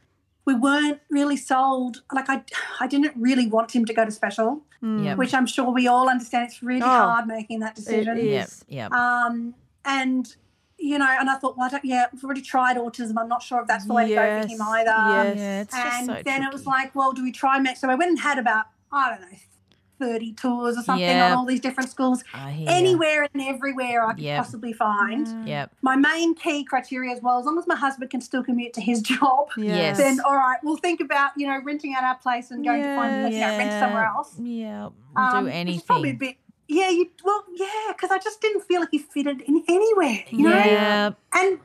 S6: we weren't really sold. Like I, I didn't really want him to go to special,
S4: Mm.
S5: Yep.
S6: which I'm sure we all understand. It's really
S4: Oh,
S6: hard making that decision.
S4: is.
S5: Yep.
S4: Yes.
S5: Yep.
S6: Um, and you know, and I thought, well, I don't, yeah, I've already tried autism. I'm not sure if that's the way to go for him either.
S4: Yes.
S5: Yeah, it's just
S6: and
S5: so
S6: then it was
S5: tricky.
S6: like, well, do we try Mac? So I went and had about I don't know, thirty tours or something
S5: Yeah.
S6: on all these different schools,
S5: I hear ya.
S6: anywhere and everywhere I could
S5: Yeah.
S6: possibly find.
S5: Yep.
S6: My main key criteria as well, as long as my husband can still commute to his job,
S5: Yes.
S6: then all right, we'll think about you know renting out our place and going to find you know, rent somewhere else.
S5: Yeah. We'll
S6: Um,
S5: do
S6: It's probably a
S5: anything.
S6: bit. Yeah, you well, yeah, because I just didn't feel like he fitted in anywhere, you know.
S5: Yeah.
S6: And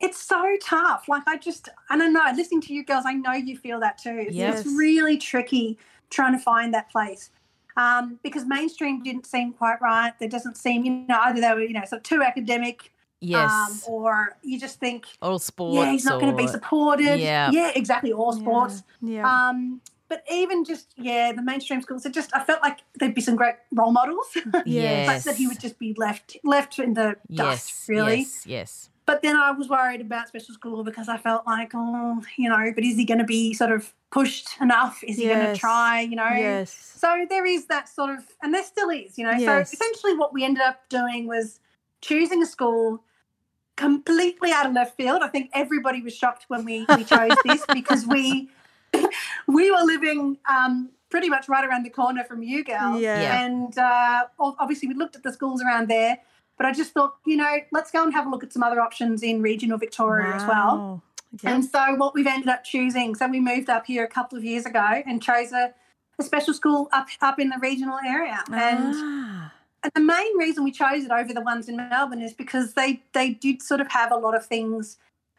S6: it's so tough. Like I just, and I know listening to you girls, I know you feel that too. It's,
S5: Yes.
S6: it's really tricky trying to find that place um, because mainstream didn't seem quite right. There doesn't seem, you know, either they were, you know, sort of too academic,
S5: Yes.
S6: um, or you just think,
S5: All sports.
S6: yeah, he's not going to be
S5: or-
S6: supported.
S5: Yeah.
S6: yeah, exactly. All sports.
S4: Yeah.
S6: Um, but even just yeah, the mainstream schools. It just I felt like there'd be some great role models,
S5: Yes.
S6: but that he would just be left left in the
S5: Yes.
S6: dust, really.
S5: Yes. Yes.
S6: But then I was worried about special school because I felt like, oh, you know, but is he going to be sort of pushed enough? Is he going
S4: Yes.
S6: to try? You know.
S4: yes.
S6: So there is that sort of, and there still is, you know.
S4: Yes.
S6: So essentially, what we ended up doing was choosing a school completely out of left field. I think everybody was shocked when we, we chose this because we we were living um, pretty much right around the corner from you girls,
S4: Yeah.
S6: and uh, ob- obviously we looked at the schools around there. But I just thought, you know, let's go and have a look at some other options in regional Victoria as well.
S4: Wow. Yep.
S6: And so what we've ended up choosing, so we moved up here a couple of years ago and chose a, a special school up up in the regional area. And,
S4: Ah.
S6: and the main reason we chose it over the ones in Melbourne is because they they did sort of have a lot of things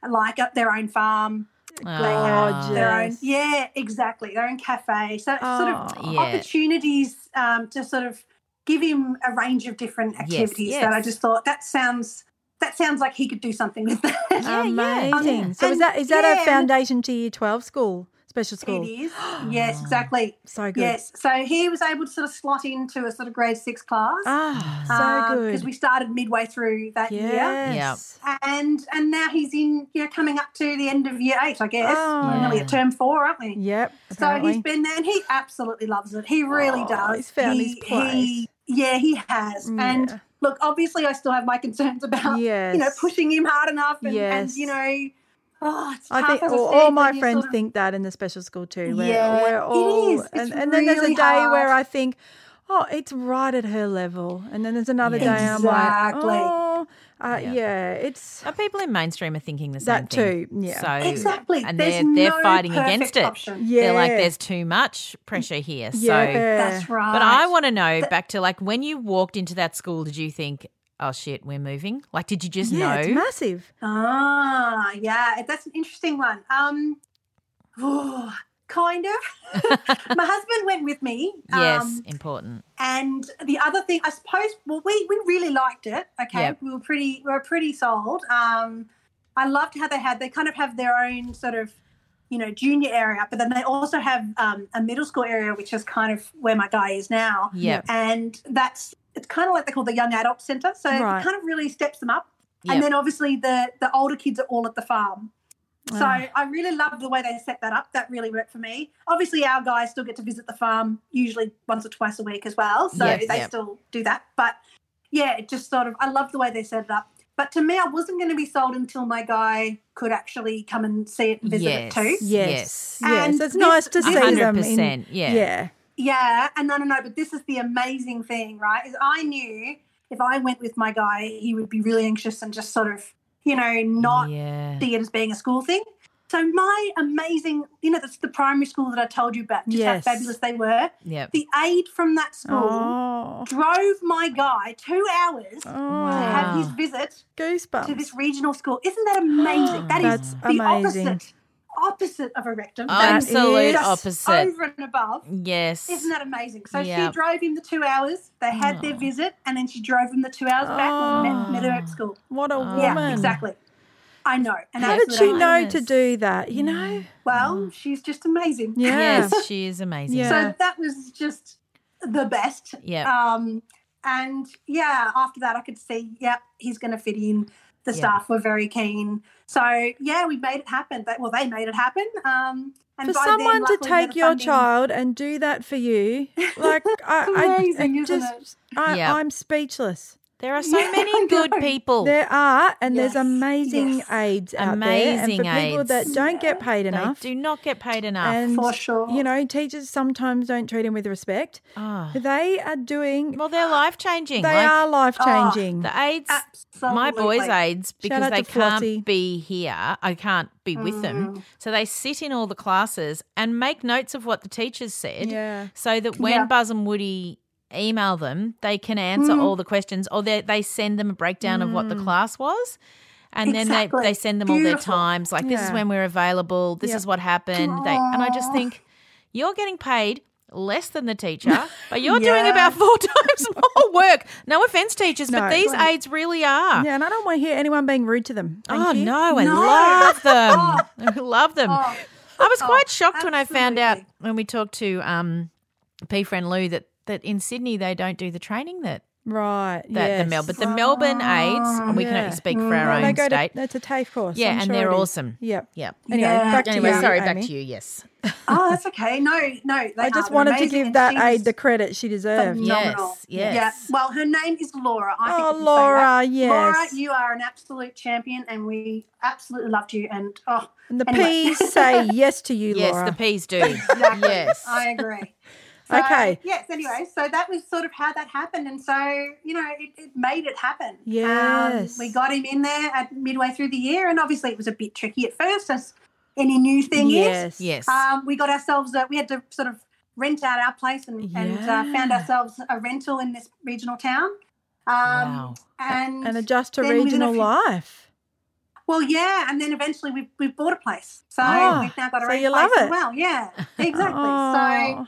S6: like up their own farm,
S4: Gorgeous.
S6: their own
S4: Ah, Yes.
S6: yeah, exactly, their own cafe. So it's sort of
S4: Oh.
S5: Yeah.
S6: opportunities um, to sort of give him a range of different activities that I
S5: yes.
S6: just thought that sounds that sounds like he could do something with that.
S4: Amazing.
S5: yeah.
S4: So is
S6: And-
S4: that is that
S6: yeah,
S4: a
S6: and-
S4: foundation to year twelve school special
S6: It
S4: school?
S6: is. Yes, exactly.
S4: So good.
S6: Yes. So he was able to sort of slot into a sort of grade six class.
S4: Ah, so
S6: Because
S4: good.
S6: we started midway through that year.
S4: yes.
S6: And and now he's in, you know, coming up to the end of year eight, I guess.
S4: Oh.
S6: We're nearly at term four, aren't we?
S4: Yep.
S6: So
S4: Apparently.
S6: he's been there and he absolutely loves it. He really
S4: Oh,
S6: does.
S4: he's found his place.
S6: He, yeah, he has.
S4: Yeah.
S6: And look, obviously I still have my concerns about you know,
S4: Yes.
S6: pushing him hard enough and,
S4: Yes.
S6: and you know, oh it's
S4: I
S6: tough,
S4: think
S6: as I
S4: all,
S6: said,
S4: all
S6: when
S4: my
S6: you
S4: friends
S6: sort of-
S4: think that in the special school too. We're,
S6: Yeah,
S4: we're
S6: it
S4: all,
S6: is. It's
S4: and, and then there's a
S6: really
S4: day where
S6: hard.
S4: I think, oh, it's right at her level. And then there's another
S5: Yeah.
S4: day I'm
S6: Exactly.
S4: like, oh, uh, yeah.
S5: Yeah.
S4: it's
S5: Now, people in mainstream are thinking the same
S4: That
S5: thing.
S4: too, yeah.
S5: So,
S6: Exactly.
S5: And
S6: There's
S5: they're, they're
S6: no
S5: fighting
S6: perfect
S5: against it.
S6: option.
S4: yeah.
S5: They're like, there's too much pressure here. So,
S4: yeah.
S6: That's right.
S5: but I want to know back to like when you walked into that school, did you think, oh shit, we're moving? Like, did you just
S4: yeah, it's
S5: know?
S4: massive.
S6: Ah, yeah, that's an interesting one. Um, oh, kind of. My husband went with me.
S5: yes,
S6: um,
S5: important.
S6: and the other thing, I suppose, well, we we really liked it. Okay,
S5: Yep.
S6: we were pretty we were pretty sold. Um, I loved how they had they kind of have their own sort of you know junior area, but then they also have um, a middle school area, which is kind of where my guy is now.
S5: Yep.
S6: and that's it's kind of like they call the young adult centre, so
S4: Right.
S6: it kind of really steps them up.
S5: Yep.
S6: And then obviously the the older kids are all at the farm. So
S5: Ah.
S6: I really love the way they set that up. That really worked for me. Obviously, our guys still get to visit the farm usually once or twice a week as well. So
S5: Yes,
S6: they
S5: yep.
S6: still do that. But yeah, it just sort of I love the way they set it up. But to me, I wasn't going to be sold until my guy could actually come and see it and visit
S5: yes.
S6: it too.
S4: Yes.
S5: Yes.
S4: Yes.
S6: And
S4: it's
S6: this-
S4: nice to
S6: a
S4: see them. In,
S5: 100%, yeah.
S4: Yeah.
S6: Yeah, and no, no, no. But this is the amazing thing, right? Is I knew if I went with my guy, he would be really anxious and just sort of, you know, not
S5: yeah.
S6: see it as being a school thing. So my amazing, you know, that's the primary school that I told you about, just
S4: Yes.
S6: how fabulous they were.
S5: Yep.
S6: The aide from that school
S4: Oh.
S6: drove my guy two hours
S4: Oh.
S6: to have his
S5: Wow.
S6: visit to
S4: Goosebumps.
S6: this regional school. Isn't that amazing? that
S4: That's
S6: is the
S4: amazing.
S6: opposite, opposite of a rectum. That is
S5: Absolute
S4: is
S6: just
S5: opposite.
S6: Over and above.
S5: yes.
S6: Isn't that amazing? So
S5: Yep.
S6: she drove him the two hours. They had their
S4: Oh.
S6: visit, and then she drove him the two hours back and met, met her at school.
S4: What a
S6: Yeah,
S4: Oh. woman.
S6: exactly. I know. And
S4: How
S6: that's
S4: did
S6: what
S4: she
S6: I-
S4: know to
S5: Yes.
S4: do that? You know?
S6: Well, she's just amazing.
S4: Mm. Yeah.
S5: Yes, she is amazing.
S4: Yeah. Uh,
S6: So that was just the best.
S5: Yep.
S6: Um, and yeah, after that, I could see, yep, he's going to fit in. The
S5: Yeah.
S6: staff were very keen. So yeah, we made it happen. That well, they made it happen. Um, and
S4: for
S6: by then,
S4: someone to
S6: luckily, we had
S4: take your
S6: funding-
S4: child and do that for you, like I, I,
S6: Amazing,
S4: it
S6: isn't
S4: just,
S6: it?
S4: I,
S5: Yeah.
S4: I'm speechless.
S5: There are so
S6: Yeah, I
S5: many good
S6: know.
S5: people.
S4: There are, and
S6: Yes,
S4: there's amazing
S6: yes.
S4: aids out
S5: Amazing
S4: there, and for people that
S5: aids.
S4: don't get paid
S5: they
S4: enough,
S5: do not get paid enough.
S4: and
S6: For sure.
S4: you know, teachers sometimes don't treat them with respect.
S5: Ah.
S4: They are doing,
S5: well, they're life changing.
S4: they are life changing.
S5: The aids,
S6: Absolutely.
S5: my boys' aids, because
S4: out
S5: they
S4: to Mm. Flossie.
S5: can't be here. I can't be with them. So they sit in all the classes and make notes of what the teachers said
S4: Yeah.
S5: so that when
S6: Yeah. Hmm.
S5: Buzz and Woody email them, they can answer all the questions or they, they send them a breakdown of what the class was. And then
S6: Exactly.
S5: they, they send them all their
S6: Beautiful.
S5: times, like this is
S4: Yeah.
S5: when we're available, this
S4: Yep.
S5: is what happened. They, and I just think you're getting paid less than the teacher, but you're doing
S6: Yeah.
S5: about four times more work. No offense, teachers,
S4: No.
S5: but these aides really are.
S4: yeah, and I don't want to hear anyone being rude to them. Thank
S5: oh
S4: you.
S5: no, I
S6: No. Oh.
S5: love them. I love them. I was
S4: Oh,
S5: quite shocked when I found out
S6: absolutely.
S5: when we talked to um, P friend Lou that that in Sydney they don't do the training that
S4: right?
S5: that
S4: yes.
S5: the Melbourne but the Melbourne aids and we can
S4: Yeah. Mm.
S5: only speak for our
S4: they
S5: own
S4: go
S5: state.
S4: to that's a TAFE course.
S5: yeah,
S4: I'm
S5: and
S4: sure
S5: they're
S4: it is.
S5: awesome.
S4: Yep.
S5: Yep.
S4: Anyway,
S6: Yeah.
S4: back to
S5: Anyway,
S4: you.
S5: sorry,
S4: Amy.
S5: back to you. Yes.
S6: Oh, that's okay. No, no. they
S4: I
S6: are.
S4: just
S6: They're
S4: wanted to
S6: amazing,
S4: give
S6: and
S4: that
S6: she's
S4: aide the credit she deserved.
S6: phenomenal.
S5: Yes, yes.
S6: Yeah. Well, her name is Laura. I
S4: Oh,
S6: think I can say that.
S4: Laura, yes.
S6: Laura, you are an absolute champion, and we absolutely loved you. And oh,
S4: And the
S6: anyway.
S4: P's say yes to you,
S5: Yes,
S4: Laura.
S5: the peas do.
S6: Exactly.
S5: Yes.
S6: I agree.
S4: Okay.
S6: Yes. Anyway, so that was sort of how that happened, and so you know, it, it made it happen. Um,
S4: Yes.
S6: we got him in there at midway through the year, and obviously it was a bit tricky at first, as any new thing is.
S4: yes.
S5: yes.
S6: Um, we got ourselves, a, we had to sort of rent out our place and, and uh, found
S4: Yeah.
S6: ourselves a rental in this regional town. Um,
S5: Wow.
S6: And,
S4: And adjust to
S6: then within
S4: regional
S6: a few-
S4: life.
S6: Well, yeah. And then eventually we, we bought a place. So
S4: Oh,
S6: we've now got
S4: so
S6: our own
S4: you
S6: place
S4: love
S6: as
S4: it.
S6: well. Yeah, exactly. So
S4: Oh.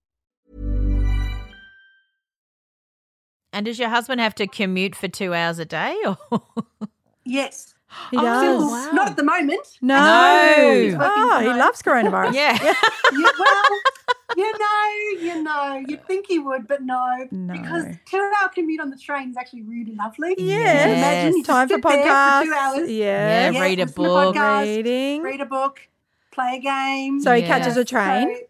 S5: And does your husband have to commute for two hours a day? Or?
S6: Yes.
S4: He
S6: I'm
S4: does.
S6: still- Not at the moment.
S4: No.
S5: No.
S4: Oh, he loves coronavirus.
S5: yeah.
S6: You, well, you know, you know, you'd think he would, but no,
S4: No.
S6: because two-hour commute on the train is actually really lovely.
S4: Yes.
S6: Imagine you
S4: Time for
S6: sit there
S4: podcasts.
S6: for two hours.
S4: Yeah.
S5: Yeah, read a
S6: listen to
S5: book.
S6: podcasts,
S4: Reading.
S6: read a book, play a game.
S4: So he
S5: Yeah.
S4: catches a train.
S6: So-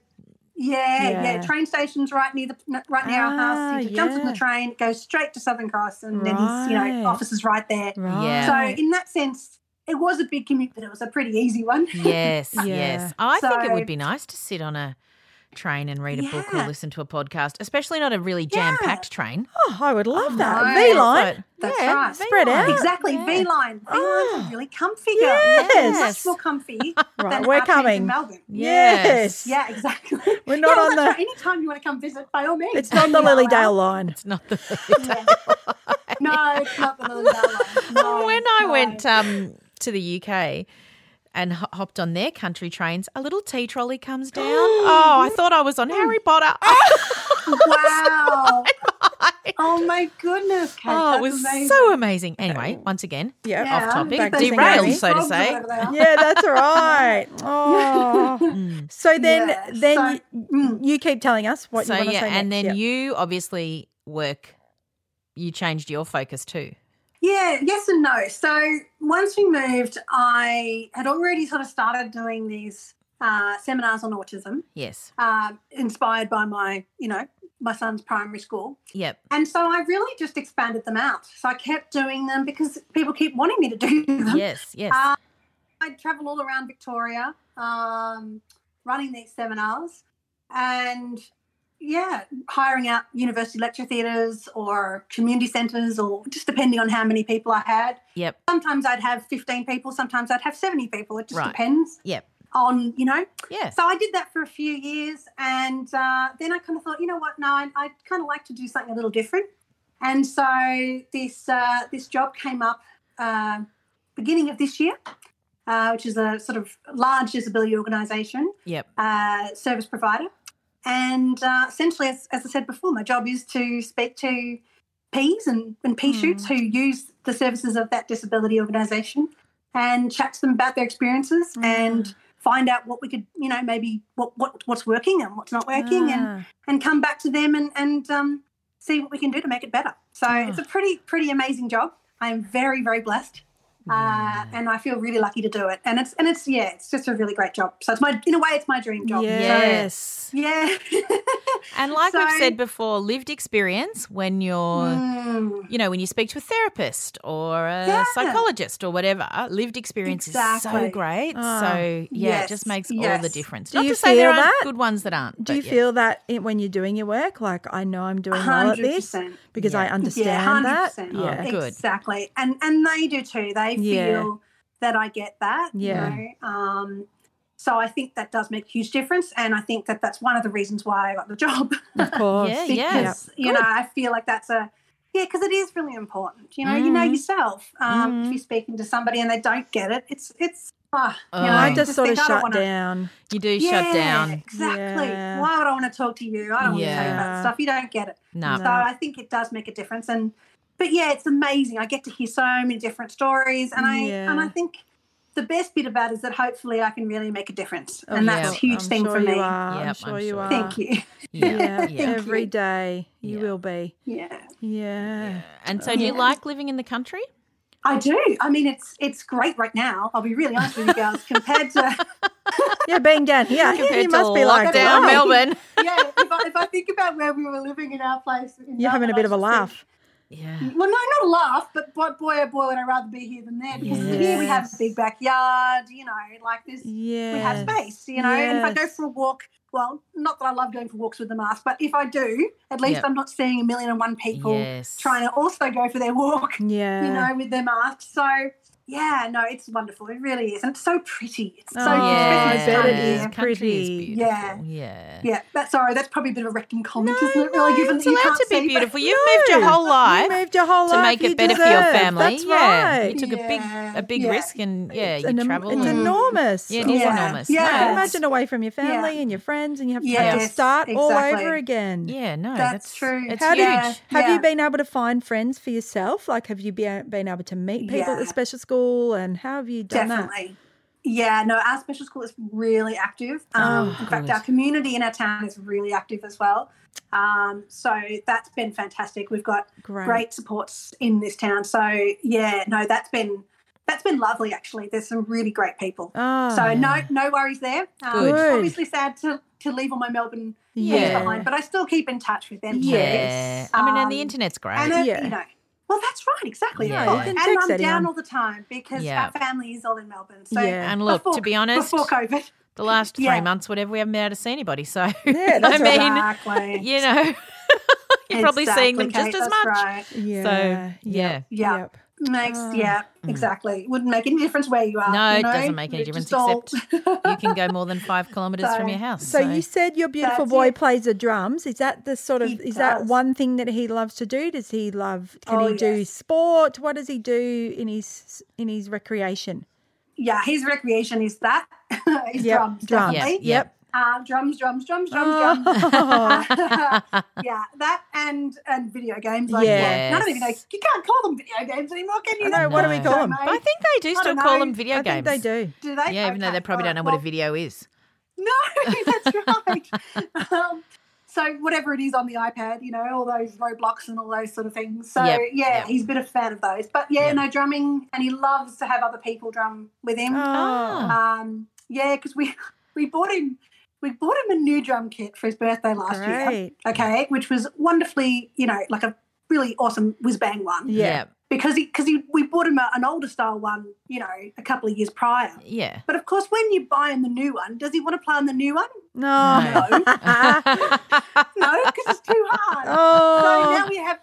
S6: yeah, yeah,
S4: Yeah.
S6: Train station's right near the right near our
S4: Ah,
S6: house. He just jumps on
S4: yeah.
S6: the train, goes straight to Southern Cross, and then his you
S4: Right.
S6: know office is right there.
S5: Yeah.
S6: So in that sense, it was a big commute, but it was a pretty easy one.
S5: Yes,
S4: Yeah.
S5: yes. I think it
S6: So-
S5: would be nice to sit on a train and read a book or
S6: Yeah.
S5: listen to a podcast, especially not a really jam packed train.
S4: Oh, I would love that.
S6: no.
S4: V line.
S5: But-
S6: That's
S4: yeah,
S6: right.
S4: Spread out.
S6: Exactly,
S5: yeah.
S6: V line. V lines
S4: Oh,
S6: are really comfy.
S4: yes.
S6: Girl. much more comfy
S4: Right,
S6: than
S4: we're
S6: our trains in
S4: coming.
S6: Melbourne.
S4: Yes.
S5: Yes.
S6: Yeah, exactly.
S4: We're not
S6: yeah,
S4: on
S6: that's
S4: the-
S6: right. Anytime you want to come visit, by all means.
S4: It's not the
S6: Come allow.
S4: Lilydale line.
S5: It's not the
S6: Yeah. no, it's not the Lilydale. line. No,
S5: when I
S6: Oh, no.
S5: went um, to the UK and ho- hopped on their country trains, a little tea trolley comes down. oh, I thought I was on Harry Potter.
S6: Wow. oh my goodness, Kate.
S5: oh, it
S6: that's
S5: was
S6: amazing.
S5: so amazing. Anyway, once again,
S4: Yep.
S6: Yeah.
S5: off topic,
S4: Back to
S5: derailed,
S4: Harry.
S5: so to
S6: Frogs or
S5: say.
S6: whatever they are.
S4: Yeah, that's right. Oh. so then,
S6: Yeah,
S4: then
S6: so-
S4: you,
S6: mm.
S4: you keep telling us what
S5: so
S4: you want to
S5: yeah,
S4: say next.
S5: and then
S4: Yep.
S5: you obviously work. You changed your focus too.
S6: Yeah, yes and no. So once we moved, I had already sort of started doing these uh, seminars on autism,
S5: Yes.
S6: uh, inspired by my, you know, my son's primary school.
S5: Yep.
S6: And so I really just expanded them out. So I kept doing them because people keep wanting me to do them.
S5: Yes. Yes.
S6: Uh, I'd travel all around Victoria um, running these seminars and, yeah, hiring out university lecture theatres or community centres or just depending on how many people I had.
S5: yep.
S6: Sometimes I'd have 15 people, sometimes I'd have 70 people. It just
S5: Right.
S6: depends
S5: Yep.
S6: on, you know.
S5: Yeah.
S6: So I did that for a few years and uh, then I kind of thought, you know what, no, I, I kind of like to do something a little different. And so this, uh, this job came up uh, beginning of this year, uh, which is a sort of large disability organisation
S5: Yep.
S6: uh, service provider. And uh, essentially, as, as I said before, my job is to speak to Ps and, and P shoots who use the services of that disability organisation and chat to them about their experiences and find out what we could, you know, maybe what, what what's working and what's not working and,
S4: Ah.
S6: and come back to them and, and um, see what we can do to make it better. So
S4: Hmm.
S6: it's a pretty, pretty amazing job. I'm very, very blessed. Uh, and I feel really lucky to do it. And it's and it's yeah, it's just a really great job. So it's my in a way it's my dream job.
S5: Yes.
S6: Yeah.
S5: And like we've
S6: So-
S5: said before, lived experience when you're,
S6: Mm,
S5: you know, when you speak to a therapist or a
S6: Yeah.
S5: psychologist or whatever, lived experience is so
S6: Exactly. Ah.
S5: great. so yeah, it just
S6: Yes,
S5: makes all the
S6: yes.
S5: difference.
S4: Do
S5: Not
S4: you
S5: to say there
S4: feel
S5: aren't
S4: that?
S5: good ones that aren't.
S4: Do you
S5: but yeah.
S4: feel that it, when you're doing your work, like I know I'm doing well at this
S6: 100%.
S4: because I
S5: Yeah. Oh,
S4: understand
S6: yeah, hundred
S4: that?
S6: percent.
S4: Yeah.
S5: good.
S6: Exactly. And and they do too. They feel
S4: Yeah.
S6: that I get that. you
S4: Yeah.
S6: know. Um so I think that does make a huge difference. And I think that that's one of the reasons why I got the job.
S4: Of course.
S5: Yeah, yeah.
S6: because you know I feel like that's a yeah because it is really important. You know, you
S4: Mm-hmm.
S6: know yourself. Um, If you're speaking to somebody and they don't get it, it's it's. ah, you
S5: Oh.
S6: know,
S4: I
S6: you
S4: just sort of
S6: think, I don't
S4: shut
S6: wanna-
S4: down.
S5: You do
S6: Yeah,
S5: shut down.
S6: Exactly.
S4: Yeah.
S6: Why would I want to talk to you? I don't want to tell you about
S4: Yeah.
S6: stuff. You don't get it.
S5: No.
S6: So I think it does make a difference. And but yeah, it's amazing. I get to hear so many different stories, and I and
S4: Yeah.
S6: I think the best bit about it is that hopefully I can really make a difference, and
S5: yeah.
S6: that's a huge
S4: Oh, I'm
S6: thing
S4: sure
S6: for
S4: you
S6: me.
S4: Are. I'm
S5: Yep,
S4: sure
S5: I'm
S4: you
S5: sure
S4: are.
S5: you
S6: Thank you.
S4: Yeah,
S5: Yeah.
S6: Thank
S5: yeah.
S6: you.
S4: every day you
S5: Yeah.
S4: will be.
S6: Yeah.
S4: Yeah.
S5: And so do you
S6: Yeah.
S5: like living in the country?
S6: I do. I mean, it's it's great right now. I'll be really honest with you girls. Compared to
S4: Yeah, being down here,
S5: Compared
S4: you
S5: to
S4: must be like,
S5: lockdown
S4: wow,
S5: Melbourne.
S6: yeah, if I, if I think about where we were living in our place, in
S4: you're having a
S6: Melbourne,
S4: bit of
S6: I
S4: a
S6: just think,
S4: laugh.
S5: Yeah.
S6: Well, no, not a laugh, but boy, boy, oh boy, would I rather be here than there because here we have a big backyard. You know, like this, we
S4: Yeah.
S6: have space. You know, and if I go
S4: Yes.
S6: for a walk, well, not that I love going for walks with the mask, but if I do, at least
S5: Yep.
S6: I'm not seeing a million and one people
S5: Yes.
S6: trying to also go for their walk,
S4: Yeah.
S5: Uh.
S6: you know, with their mask. So, yeah, no, it's wonderful. It really is. And it's so pretty. It's so
S4: Oh, I
S6: Christmas
S4: bet it
S6: time.
S4: is
S5: Yeah.
S4: pretty.
S5: Country is beautiful.
S6: Yeah.
S5: Yeah.
S6: Yeah, that's sorry. That's probably a bit of a wrecking comment,
S5: No,
S6: isn't it? Really,
S5: no,
S6: given
S5: it's
S6: that you
S5: allowed
S6: can't
S5: to
S6: see,
S5: be beautiful.
S6: but-
S5: You've moved your whole life.
S4: You moved your whole
S5: to
S4: life.
S5: make it
S4: you
S5: better for your
S4: deserve.
S5: family.
S4: That's
S5: yeah,
S4: right.
S5: you took a
S6: Yeah,
S5: big a big
S6: yeah.
S5: risk, and yeah,
S4: It's
S5: you
S4: an em-
S5: travel.
S4: It's
S5: and-
S4: enormous.
S5: yeah, it is
S6: Yeah.
S5: enormous.
S6: Yeah.
S5: No,
S4: I can
S5: it's-
S4: imagine away from your family
S6: Yeah.
S4: and your friends, and you have to,
S6: Yes,
S4: have to start all
S6: exactly.
S4: over again.
S5: Yeah, no,
S6: That's
S5: that's,
S6: true.
S5: It's
S4: How
S5: huge.
S4: did-
S6: Yeah.
S4: Have you been able to find friends for yourself? Like, have you been, been able to meet people at the
S6: Yeah.
S4: special school, and how have you done
S6: Definitely. Yeah, no, our special school is really active. Um, in fact,
S5: good.
S6: our community in our town is really active as well. Um, so that's been fantastic. We've got
S4: that? Great.
S6: great supports in this town. So yeah, no, that's been that's been lovely actually. There's some really great people.
S4: Oh,
S6: so no no worries there. Um,
S5: Good.
S6: it's Obviously sad to, to leave all my Melbourne friends
S5: Yeah.
S6: behind, but I still keep in touch with them. too.
S5: Yeah, I mean, and the
S6: Um,
S5: internet's great.
S6: And uh,
S4: Yeah.
S6: you know, well, that's right, exactly.
S5: Yeah.
S6: Well,
S5: You
S4: can
S6: And
S4: text
S6: I'm
S4: anyone.
S6: down all the time because
S5: Yeah.
S6: our family is all in Melbourne. So
S4: Yeah.
S5: And look,
S6: before-
S5: to be honest,
S6: before COVID,
S5: the last three
S6: yeah.
S5: months, whatever, we haven't been able to see anybody. So
S4: Yeah, that's
S5: I mean,
S6: exactly.
S5: you know, you're probably seeing them just
S6: Exactly,
S5: as
S6: Kate,
S5: much.
S6: that's right.
S4: Yeah.
S5: So yeah,
S4: Yep.
S6: Yeah,
S4: Yep.
S6: makes
S4: Oh.
S6: yeah, exactly. Wouldn't make any difference where you are.
S5: Mm. No,
S6: you
S5: it
S6: know?
S5: doesn't make any
S6: It's
S5: difference
S6: just all-
S5: you can go more than five kilometers from
S6: So-
S5: your house.
S4: So you said your beautiful
S6: That's
S4: boy
S6: it.
S4: plays the drums. Is that the sort of
S6: He
S4: is that
S6: does.
S4: one thing that he loves to do? Does he love can
S6: Oh,
S4: he do
S6: yes.
S4: sport? What does he do in his in his recreation?
S6: yeah, his recreation is that. is
S4: Yep,
S6: drums,
S4: drums.
S5: yeah,
S6: definitely.
S5: yeah.
S6: Uh, drums, drums, drums, drums, drums.
S5: Ah.
S4: Oh.
S6: yeah, that and and video games. Like,
S4: Yeah.
S6: none of them. Like, you can't call them video games anymore, can
S4: I
S6: you?
S4: know, what do we
S5: No.
S4: call
S6: So
S4: them?
S5: But I
S6: amazing.
S5: think they do
S6: I
S5: still
S6: don't
S5: call
S6: know.
S5: them video
S4: I
S5: games.
S4: think they do.
S6: Do they?
S5: Yeah, even though
S6: Okay,
S5: they probably
S6: all
S5: don't know
S6: right,
S5: what a
S6: well,
S5: video is.
S6: No, that's right. um, so whatever it is on the iPad, you know, all those roadblocks and all those sort of things. So
S5: Yep,
S6: yeah,
S5: yep.
S6: he's been a fan of those. But yeah,
S5: Yep.
S6: no drumming, and he loves to have other people drum with him.
S5: Ah.
S4: Oh.
S6: Um, yeah, because we we bought him we bought him a new drum kit for his birthday last year.
S4: Great.
S6: Okay, which was wonderfully, you know, like a really awesome whiz bang one
S4: Yeah.
S6: because he because he we bought him a, an older style one, you know, a couple of years prior.
S5: yeah,
S6: But of course, when you buy him the new one, does he want to play on the new one?
S4: No.
S5: yeah.
S6: No, because it's too hard. So
S4: oh.
S6: now we have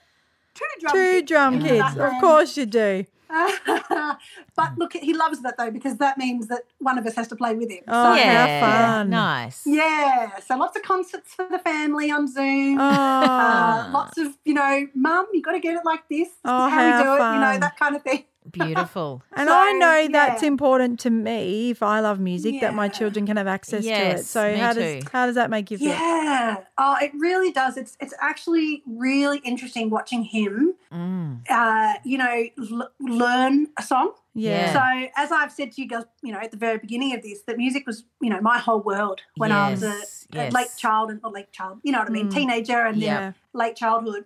S6: two drum
S4: Two
S6: kits.
S4: drum
S6: Yeah.
S4: kids. Of
S6: Um,
S4: course you do.
S6: but look, he loves that though because that means that one of us has to play with him.
S4: Oh,
S6: so,
S5: yeah,
S4: fun.
S5: Nice.
S6: yeah. So lots of concerts for the family on Zoom.
S4: Oh.
S6: Uh, lots of you know, mum, you got to get it like this. This
S4: Oh,
S6: is how,
S4: how
S6: we do it. You
S4: fun.
S6: know that kind of thing.
S5: Beautiful.
S4: And I
S6: So,
S4: know that's
S6: yeah.
S4: important to me if I love music that my
S6: Yeah.
S4: children can have access to it.
S5: Yes,
S4: So
S5: me
S4: how does
S5: too.
S4: how does that make you feel?
S6: Yeah. Oh, it really does. It's it's actually really interesting watching him.
S5: Mm.
S6: Uh, you know, l- learn a song.
S4: Yeah.
S5: Yeah.
S6: So, as I've said to you guys, you know, at the very beginning of this, that music was, you know, my whole world when I was a,
S5: Yes,
S6: a
S5: yes.
S6: late child and not late child, you know what I mean,
S4: Mm.
S6: teenager and
S5: Yeah.
S6: then late childhood.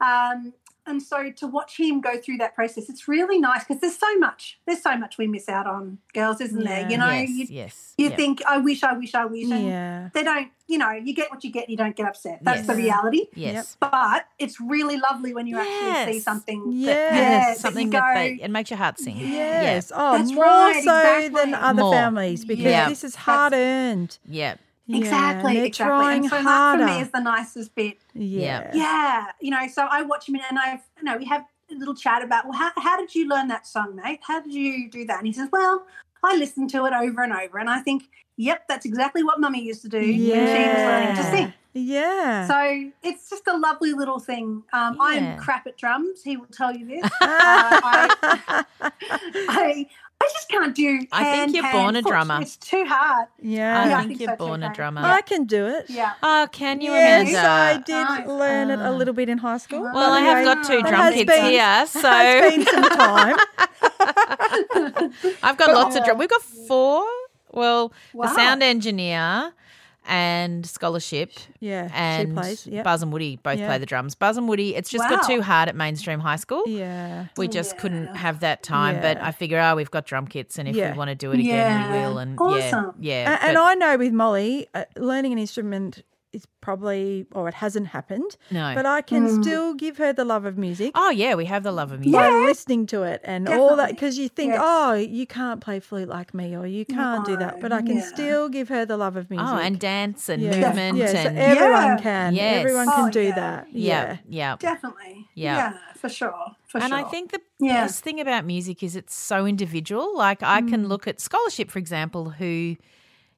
S6: Um, and so to watch him go through that process, it's really nice because there's so much, there's so much we miss out on, girls, isn't
S4: Yeah.
S6: there? You know,
S5: yes,
S6: you,
S5: yes.
S6: you
S5: yeah.
S6: think, I wish, I wish, I wish.
S4: Yeah.
S6: And
S4: yeah.
S6: They don't, you know, you get what you get, and you don't get upset. That's
S5: Yes.
S6: the reality.
S5: Yes.
S6: But it's really lovely when you actually see
S5: Yes.
S6: something.
S4: Yeah.
S5: That-
S6: Yeah, that you
S5: something that they,
S6: go-
S5: it makes your heart sing.
S4: Yes. Oh,
S6: That's
S4: more
S6: right,
S4: so than
S6: exactly.
S4: other
S5: More.
S4: families because
S5: Yeah.
S4: this is hard earned.
S5: Yeah.
S4: Yeah, and
S6: Exactly,
S4: They're
S6: exactly.
S4: trying
S6: and so
S4: harder.
S6: that for me is the nicest bit.
S4: yeah.
S6: Yeah, you know, so I watch him and I've, you know, we have a little chat about, well, how, how did you learn that song, mate? How did you do that? And he says, well, I listened to it over and over. And I think, yep, that's exactly what mummy used to do when she was learning to
S4: Yeah.
S6: sing.
S4: Yeah.
S6: So uh, it's just a lovely little thing. Um,
S5: Yeah.
S6: I'm crap at drums. He will tell you this. uh, I, I, I just can't do. Hand,
S5: I think you're
S6: hand,
S5: born a
S6: foot.
S5: drummer.
S6: It's too hard.
S4: yeah.
S5: I
S6: Yeah, I
S5: think
S6: think
S5: you're
S6: so too,
S5: born a
S6: Kate.
S5: drummer.
S4: I can do it.
S6: Yeah.
S5: Oh, can you,
S4: yes,
S5: Amanda?
S4: I did
S6: Nice.
S4: learn it a
S5: Ah.
S4: little bit in high school.
S6: Well,
S4: but
S5: well, I have
S4: anyway,
S5: got two
S6: That
S5: drum
S4: has
S5: kits
S4: been-
S5: here,
S4: It's
S5: so
S4: been some time.
S5: I've got lots of
S6: Yeah.
S5: drum. We've got four. Well, the
S6: Wow.
S5: sound engineer and scholarship
S4: Yeah,
S5: and
S4: she plays. Yep.
S5: Buzz and Woody both
S4: Yeah.
S5: play the drums. Buzz and Woody, it's just got
S6: Wow.
S5: too hard at mainstream high school.
S4: Yeah,
S5: We just couldn't have that time, but
S4: Yeah.
S5: I figure, oh, we've got drum kits, and if
S4: Yeah.
S5: we want to do it again,
S6: Yeah.
S5: we will. And
S6: Awesome.
S5: yeah,
S4: A-
S5: yeah,
S4: and
S5: but-
S4: I know with Molly, uh, learning an instrument is probably or it hasn't happened.
S5: No.
S4: But I can
S6: Mm.
S4: still give her the love of music.
S5: Oh yeah, we have the love of music.
S4: by listening to it and all that
S6: Definitely.
S4: because you think,
S6: Yes.
S4: oh, you can't play flute like me or you can't do that, but I can
S6: yeah.
S4: still give her the love of music.
S5: Oh, and dance and
S4: yeah.
S5: movement
S4: Yeah, so
S5: and
S4: everyone
S6: Yeah.
S4: can.
S5: Yes.
S4: Everyone
S5: Oh,
S4: can do
S6: yeah.
S4: that.
S5: yeah,
S4: Yeah.
S5: yeah.
S6: Definitely.
S5: Yeah.
S6: Yeah, for sure. For
S5: and
S6: sure.
S5: I think the
S6: Yeah.
S5: best thing about music is it's so individual. Like I can look at scholarship, for example, who,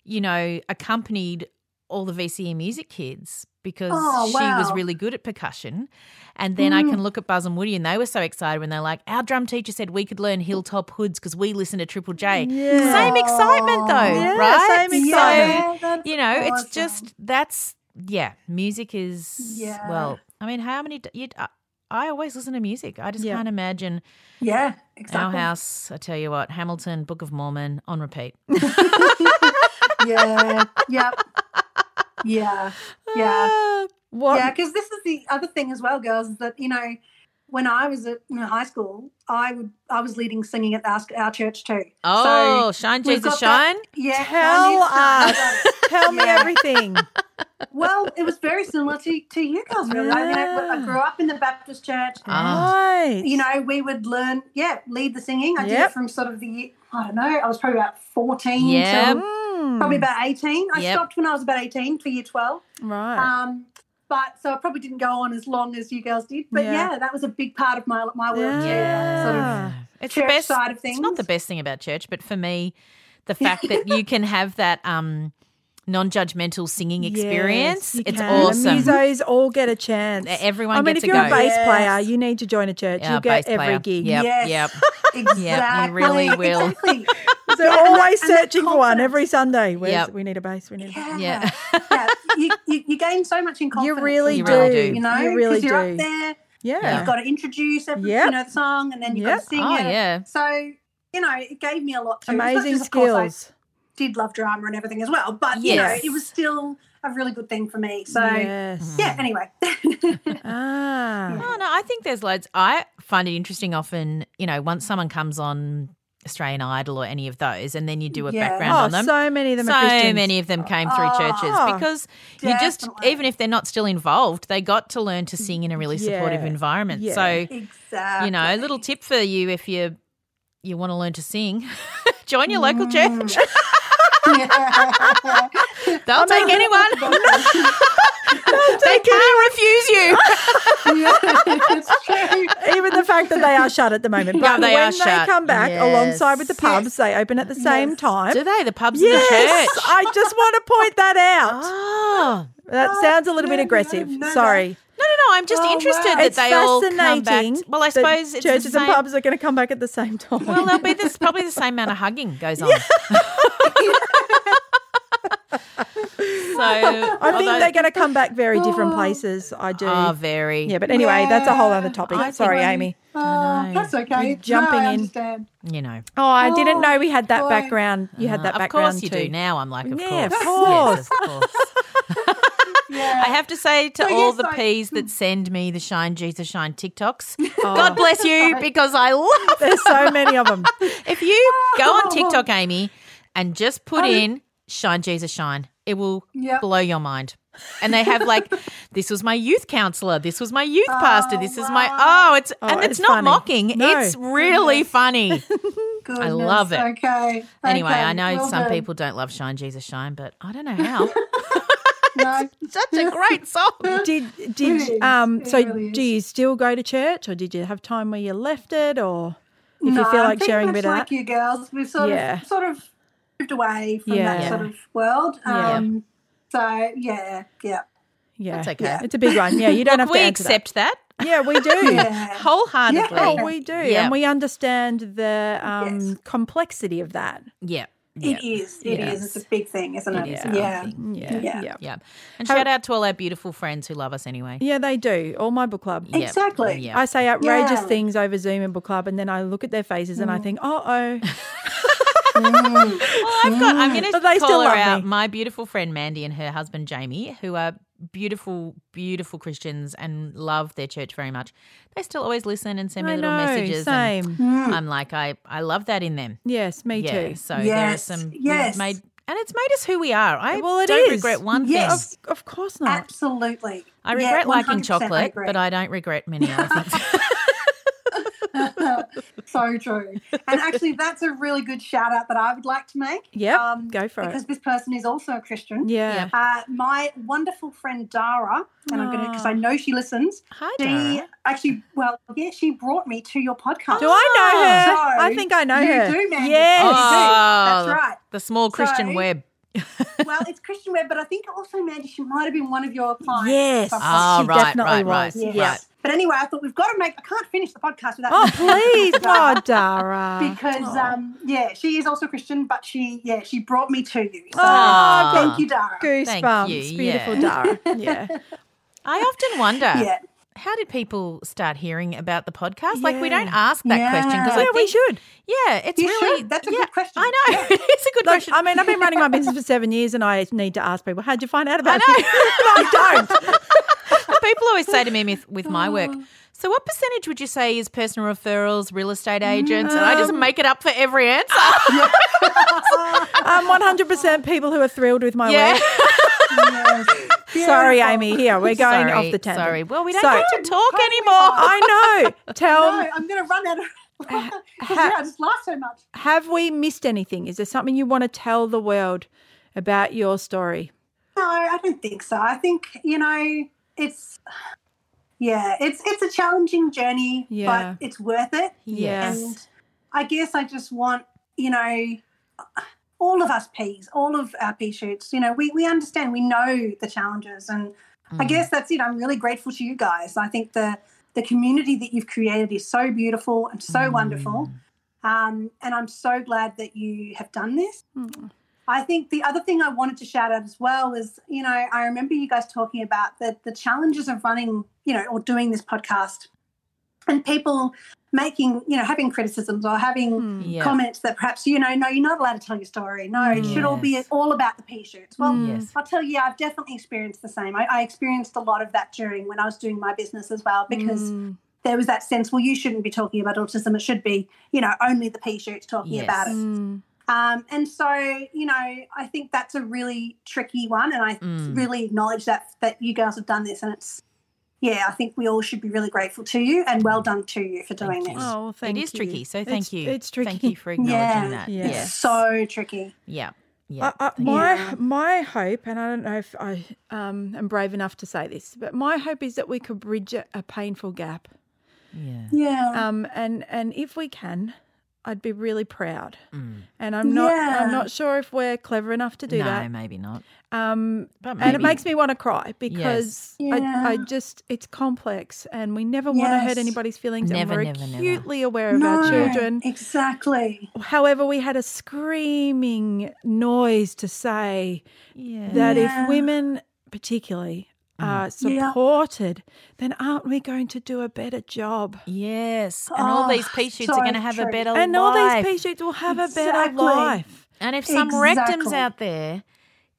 S5: you know, accompanied all the VCE music kids because
S6: Oh,
S5: she was
S6: wow.
S5: really good at percussion. And then I can look at Buzz and Woody and they were so excited when they're like, our drum teacher said we could learn hilltop hoods because we listen to Triple J.
S4: Yeah.
S5: Same excitement though,
S4: Yeah,
S5: right?
S4: same
S5: So,
S6: Yeah, that's
S5: you
S4: Oh,
S5: know,
S6: awesome.
S5: it's just that's yeah, music is
S6: Yeah.
S5: well. I mean, how many? d- You'd, I, I always listen to music. I just
S4: Yeah.
S5: can't imagine
S6: Yeah, exactly.
S5: our house. I tell you what, Hamilton, Book of Mormon on repeat.
S6: Yeah. yep. Yeah. Yeah.
S4: What?
S6: Yeah, because this is the other thing as well, girls, is that you know, when I was at you know, high school, I would I was leading singing at our, our church too.
S5: Oh, shine
S6: we've
S5: Jesus
S6: got that-
S5: shine.
S6: yeah,
S4: Tell
S6: I knew
S4: us.
S6: some.
S4: Tell me
S6: Yeah.
S4: everything.
S6: well, it was very similar to, to you girls. Really, I, mean, I, I grew up in the Baptist church.
S4: Uh,
S5: Ah.
S4: right.
S6: You know, we would learn, yeah, lead the singing. I did
S4: Yep.
S6: it from sort of the year- I don't know, I was probably about fourteen
S5: Yep.
S6: till
S4: Mm.
S6: probably about eighteen. I
S5: Yep.
S6: stopped when I was about eighteen for year twelve.
S4: Right.
S6: Um, but so I probably didn't go on as long as you girls did. But
S4: Yeah.
S6: yeah, that was a big part of my my world too.
S4: Yeah.
S6: that Sort of
S4: Ah.
S5: it's
S6: church
S5: the best
S6: side of
S5: It's not the
S6: things.
S5: best thing about church, but for me, the fact that you can have that um, non-judgmental singing
S4: Yes,
S5: experience,
S4: you
S5: it's
S4: can.
S5: awesome.
S4: And musos all get a chance.
S5: Everyone
S4: I mean,
S5: gets
S4: if
S5: a
S4: you're a
S5: go.
S4: bass
S6: Yes.
S4: player, you need to join a church.
S5: Yeah,
S4: You'll get
S5: bass
S4: every
S5: player.
S4: gig.
S5: Yep,
S6: Yes.
S5: yep.
S6: Exactly.
S5: Yep, you really will.
S6: Exactly.
S4: So they're always
S6: and that's
S4: searching for one every
S6: confidence.
S4: Sunday. Where's,
S5: Yep.
S4: We need a bass. We need a bass.
S6: Yeah.
S5: Yeah.
S6: Yeah. You, you, you gain so much in confidence.
S4: really
S6: as well,
S5: do. You
S6: You know,
S4: really
S6: 'cause you're
S4: do.
S6: up there,
S4: Yeah.
S6: you've got to introduce every,
S4: Yep.
S6: you know, the song and then you've
S4: Yep.
S6: got to sing
S5: Oh,
S6: it.
S5: yeah.
S6: So, you know, it gave me a lot too. As much
S4: Amazing
S6: as, of course, I
S4: skills.
S6: did love drama and everything as well. But, you know,
S5: Yes.
S6: it was still a really good thing for me. So,
S4: yes.
S6: yeah, anyway.
S4: Ah.
S5: Oh no, I think there's loads. I find it interesting often, you know, once someone comes on Australian Idol or any of those, and then you do a
S6: Yeah.
S5: background
S4: Oh,
S5: on them.
S4: so many of them are
S5: So
S4: Christians.
S5: many of them came through churches
S4: Oh,
S5: because you just,
S6: definitely.
S5: even if they're not still involved, they got to learn to sing in a really supportive
S4: Yeah.
S5: environment.
S4: Yeah.
S5: So,
S6: exactly.
S5: you know, a little tip for you if you you want to learn to sing, join your local
S4: Mm.
S5: church.
S6: Yeah.
S4: Oh,
S5: They'll take anyone. they can't refuse you.
S6: yeah, it's true.
S4: Even the fact that they are shut at the moment. But
S5: Yeah, they
S4: when
S5: are
S4: they
S5: shut.
S4: come back
S5: Yes.
S4: alongside with the pubs, they open at the same time.
S5: Do they? The pubs in
S4: Yes, Ah.
S5: the church.
S4: I just want to point that out.
S5: Oh.
S4: That sounds a little
S6: no,
S4: bit
S6: no,
S4: aggressive.
S6: no, no.
S4: Sorry.
S5: No, no, no. I'm just
S6: Oh, wow.
S5: interested that
S4: It's
S5: they all come back.
S4: fascinating.
S5: Well, I
S4: that
S5: suppose it's
S4: churches
S5: the same.
S4: and pubs are going to come back at the same time.
S5: Well, there'll be this probably the same amount of hugging goes on. so
S4: I think
S5: although-
S4: they're going to come back very different places. I do.
S5: Oh, very.
S4: yeah, but anyway, that's a whole other topic.
S5: I
S4: Sorry,
S5: think-
S4: Amy.
S6: Oh, that's okay.
S4: You're jumping
S6: no, I
S4: in.
S6: Understand.
S5: you know. Uh,
S4: Oh, I didn't know we had that
S6: boy.
S4: background. You had that
S5: Ah, of
S4: background
S5: course you
S4: too.
S5: do. Now I'm like, of
S4: Yeah, of
S5: course. Yes, of course.
S6: Yeah.
S5: I have to say to
S6: So,
S5: all
S6: yes,
S5: the
S6: I-
S5: P's that send me the Shine Jesus Shine TikToks, God bless you because I love
S4: Oh. There's so many of them.
S5: If you go on TikTok, Amy, and just put in Shine Jesus Shine, it will
S6: Oh. Yep.
S5: blow your mind. And they have like, this was my youth counselor, this was my youth pastor, this is my oh, it's
S4: Oh,
S5: and
S4: it's
S5: it's, not
S4: funny.
S5: mocking,
S4: No.
S5: it's really funny.
S6: Goodness.
S5: love it.
S6: Okay.
S5: anyway,
S6: Okay,
S5: I know
S6: well
S5: some
S6: done.
S5: people don't love Shine Jesus Shine, but I don't know how.
S6: No.
S5: Such a great song.
S4: Did did
S6: is.
S4: um?
S6: It
S4: So
S6: really
S4: do
S6: is.
S4: you still go to church, or did you have time where you left it, or if
S6: no,
S4: you feel
S6: I'm
S4: like
S6: pretty
S4: sharing a
S6: much
S4: bit
S6: like
S4: of that?
S6: you girls, we've sort
S4: Yeah.
S6: of sort of moved away from
S4: Yeah.
S6: that sort of world.
S4: Yeah.
S6: Um, so yeah, yeah,
S4: Yeah,
S5: That's okay.
S4: It's a big one. Yeah, you don't have to
S5: we
S4: answer that.
S5: accept that,
S4: Yeah, we do.
S6: yeah.
S5: wholeheartedly.
S6: Yeah.
S5: Yeah.
S4: Oh, we do,
S5: Yeah.
S4: and we understand the um,
S6: Yes.
S4: complexity of that.
S5: yeah.
S6: It is. It is. It's a big thing, isn't it?
S5: It is a big
S6: yeah.
S5: thing.
S4: Yeah,
S6: Yeah.
S4: yeah,
S5: Yeah. And shout out to all our beautiful friends who love us anyway.
S4: Yeah, they do. All my book club.
S5: Yeah.
S6: Exactly.
S5: Yeah.
S4: I say outrageous
S6: Yeah. Mm.
S4: things over Zoom and book club, and then I look at their faces and I think, oh, oh,
S5: Well, I've got. I'm going to
S4: But they
S5: call
S4: still
S5: her
S4: love
S5: out.
S4: me.
S5: My beautiful friend Mandy and her husband Jamie, who are beautiful, beautiful Christians and love their church very much. They still always listen and send me
S4: I
S5: little
S4: know,
S5: messages.
S4: same.
S6: Hmm.
S5: And I'm like, I I love that in them.
S4: Yes, me
S5: yeah.
S4: too.
S5: So
S6: Yes,
S5: there are some.
S6: yes.
S5: Made And it's made us who we are. I
S4: well, it
S5: don't
S4: is.
S5: regret one
S6: Yes.
S5: thing.
S4: Of, of course not.
S6: Absolutely.
S5: I
S6: Yeah,
S5: regret liking
S6: 100% I
S5: chocolate,
S6: agree.
S5: but I don't regret many other things.
S6: so true. And actually, that's a really good shout out that I would like to make. um,
S4: Yep, go for it.
S6: Because this person is also a Christian.
S4: yeah.
S6: Uh, my wonderful friend Dara, and I'm going to, because I
S4: Ah.
S6: know she listens.
S5: Hi,
S6: She
S5: Dara.
S6: actually, well, yeah, she brought me to your podcast.
S4: Do I know her?
S6: So,
S4: I think I know
S6: you
S4: her.
S6: do, Mandy.
S4: Yes.
S6: You
S5: Oh.
S6: do. That's right.
S5: The small Christian
S6: So-
S5: web.
S6: Well, it's Christian Web, but I think also, Mandy, she might have been one of your clients.
S4: Yes.
S5: Ah,
S4: she
S5: right,
S4: definitely
S5: right, right.
S4: was.
S6: Yes.
S4: Yeah.
S6: But anyway, I thought we've got to make. I can't finish the podcast without.
S4: Oh,
S6: mentioning
S4: please.
S6: Dara.
S4: Oh, Dara.
S6: because um, yeah, she is also Christian, but she yeah she brought me to you. So
S4: Oh,
S6: thank you, Dara.
S4: goosebumps.
S5: you,
S4: Beautiful
S5: yeah.
S4: Dara. Yeah.
S5: I often wonder.
S6: Yeah,
S5: How did people start hearing about the podcast? Like we don't
S4: Yeah.
S5: ask that
S6: Yeah.
S5: question because
S4: yeah,
S5: I
S4: we
S5: think,
S4: should.
S5: yeah, it's
S6: You
S5: really
S6: should. That's a
S5: yeah,
S6: good question.
S5: I know
S6: Yeah.
S5: it's a good
S4: Like,
S5: question.
S4: I mean, I've been running my business for seven years and I need to ask people, how'd you find out about it? I don't.
S5: people always say to me with, with my work,
S4: Oh.
S5: so what percentage would you say is personal referrals, real estate agents? And I just make it up for every answer.
S4: Um, 100% people who are thrilled with my
S5: yeah,
S4: work. Sorry, Amy. Here, we're going
S5: sorry,
S4: off the tangent.
S5: Sorry, well we don't
S4: So-
S5: get to talk anymore.
S4: I know. Tell
S6: no, I'm gonna run out of. Because yeah, I just laugh so much.
S4: have we missed anything? Is there something you want to tell the world about your story?
S6: No, I don't think so. I think you know it's yeah, it's it's a challenging journey,
S4: Yeah.
S6: but it's worth it.
S4: Yes.
S6: And I guess I just want, you know, all of us peas, all of our pea shoots, you know, we, we understand, we know the challenges. And
S4: Mm.
S6: I guess that's it. I'm really grateful to you guys. I think the, the community that you've created is so beautiful and so
S4: Mm.
S6: wonderful. Um, and I'm so glad that you have done this.
S5: Hmm.
S6: I think the other thing I wanted to shout out as well was, you know, I remember you guys talking about the, the challenges of running, you know, or doing this podcast and people making, you know, having criticisms or having
S5: Hmm,
S4: Hmm.
S5: Yeah.
S6: comments that perhaps, you know, no, you're not allowed to tell your story. No, it should all be
S5: Yes. Hmm.
S6: all about the pea shoots. Well,
S5: Yes.
S6: I'll tell you, I've definitely experienced the same. I, I experienced a lot of that during when I was doing my business as well because
S5: Hmm.
S4: Hmm.
S6: there was that sense, well, you shouldn't be talking about autism. It should be, you know, only the pea shoots talking
S5: Yes.
S6: about it.
S4: Hmm.
S6: Um, and so, you know, I think that's a really tricky one, and I
S5: Mm.
S6: really acknowledge that that you girls have done this, and it's yeah, I think we all should be really grateful to you, and well done to you for doing this.
S4: Oh, well, thank
S5: it
S4: you.
S5: is tricky. So thank
S4: It's-
S5: you.
S4: It's tricky.
S5: Thank you for acknowledging
S6: Yeah.
S5: that.
S4: Yeah.
S5: Yeah.
S6: It's
S5: Yes.
S6: so tricky.
S5: yeah. Yeah.
S4: I, I, my my hope, and I don't know if I um, am brave enough to say this, but my hope is that we could bridge a, a painful gap.
S5: yeah.
S6: Yeah,
S4: Um, and and if we can, I'd be really proud. And I'm not
S6: Yeah.
S4: I'm not sure if we're clever enough to do
S5: Mm. no,
S4: that.
S5: maybe not.
S4: Um,
S5: But
S4: and it
S5: maybe-
S4: makes me want to cry because
S6: Yeah.
S4: I, I just it's complex, and we never want to hurt
S6: Yes.
S4: anybody's feelings,
S5: Never,
S4: and we're
S5: never, never.
S4: acutely aware of our children.
S6: Exactly.
S4: However, we had a screaming noise to say that
S6: Yeah.
S4: if women, particularly, are
S6: Yeah.
S4: supported, then aren't we going to do a better job?
S5: Yes, and all
S6: Oh,
S5: these pea shoots are
S6: so
S5: going to have a
S6: true.
S5: better life.
S4: and all these pea shoots will have a better
S6: Exactly.
S4: life.
S5: And if some rectums
S6: Exactly.
S5: out there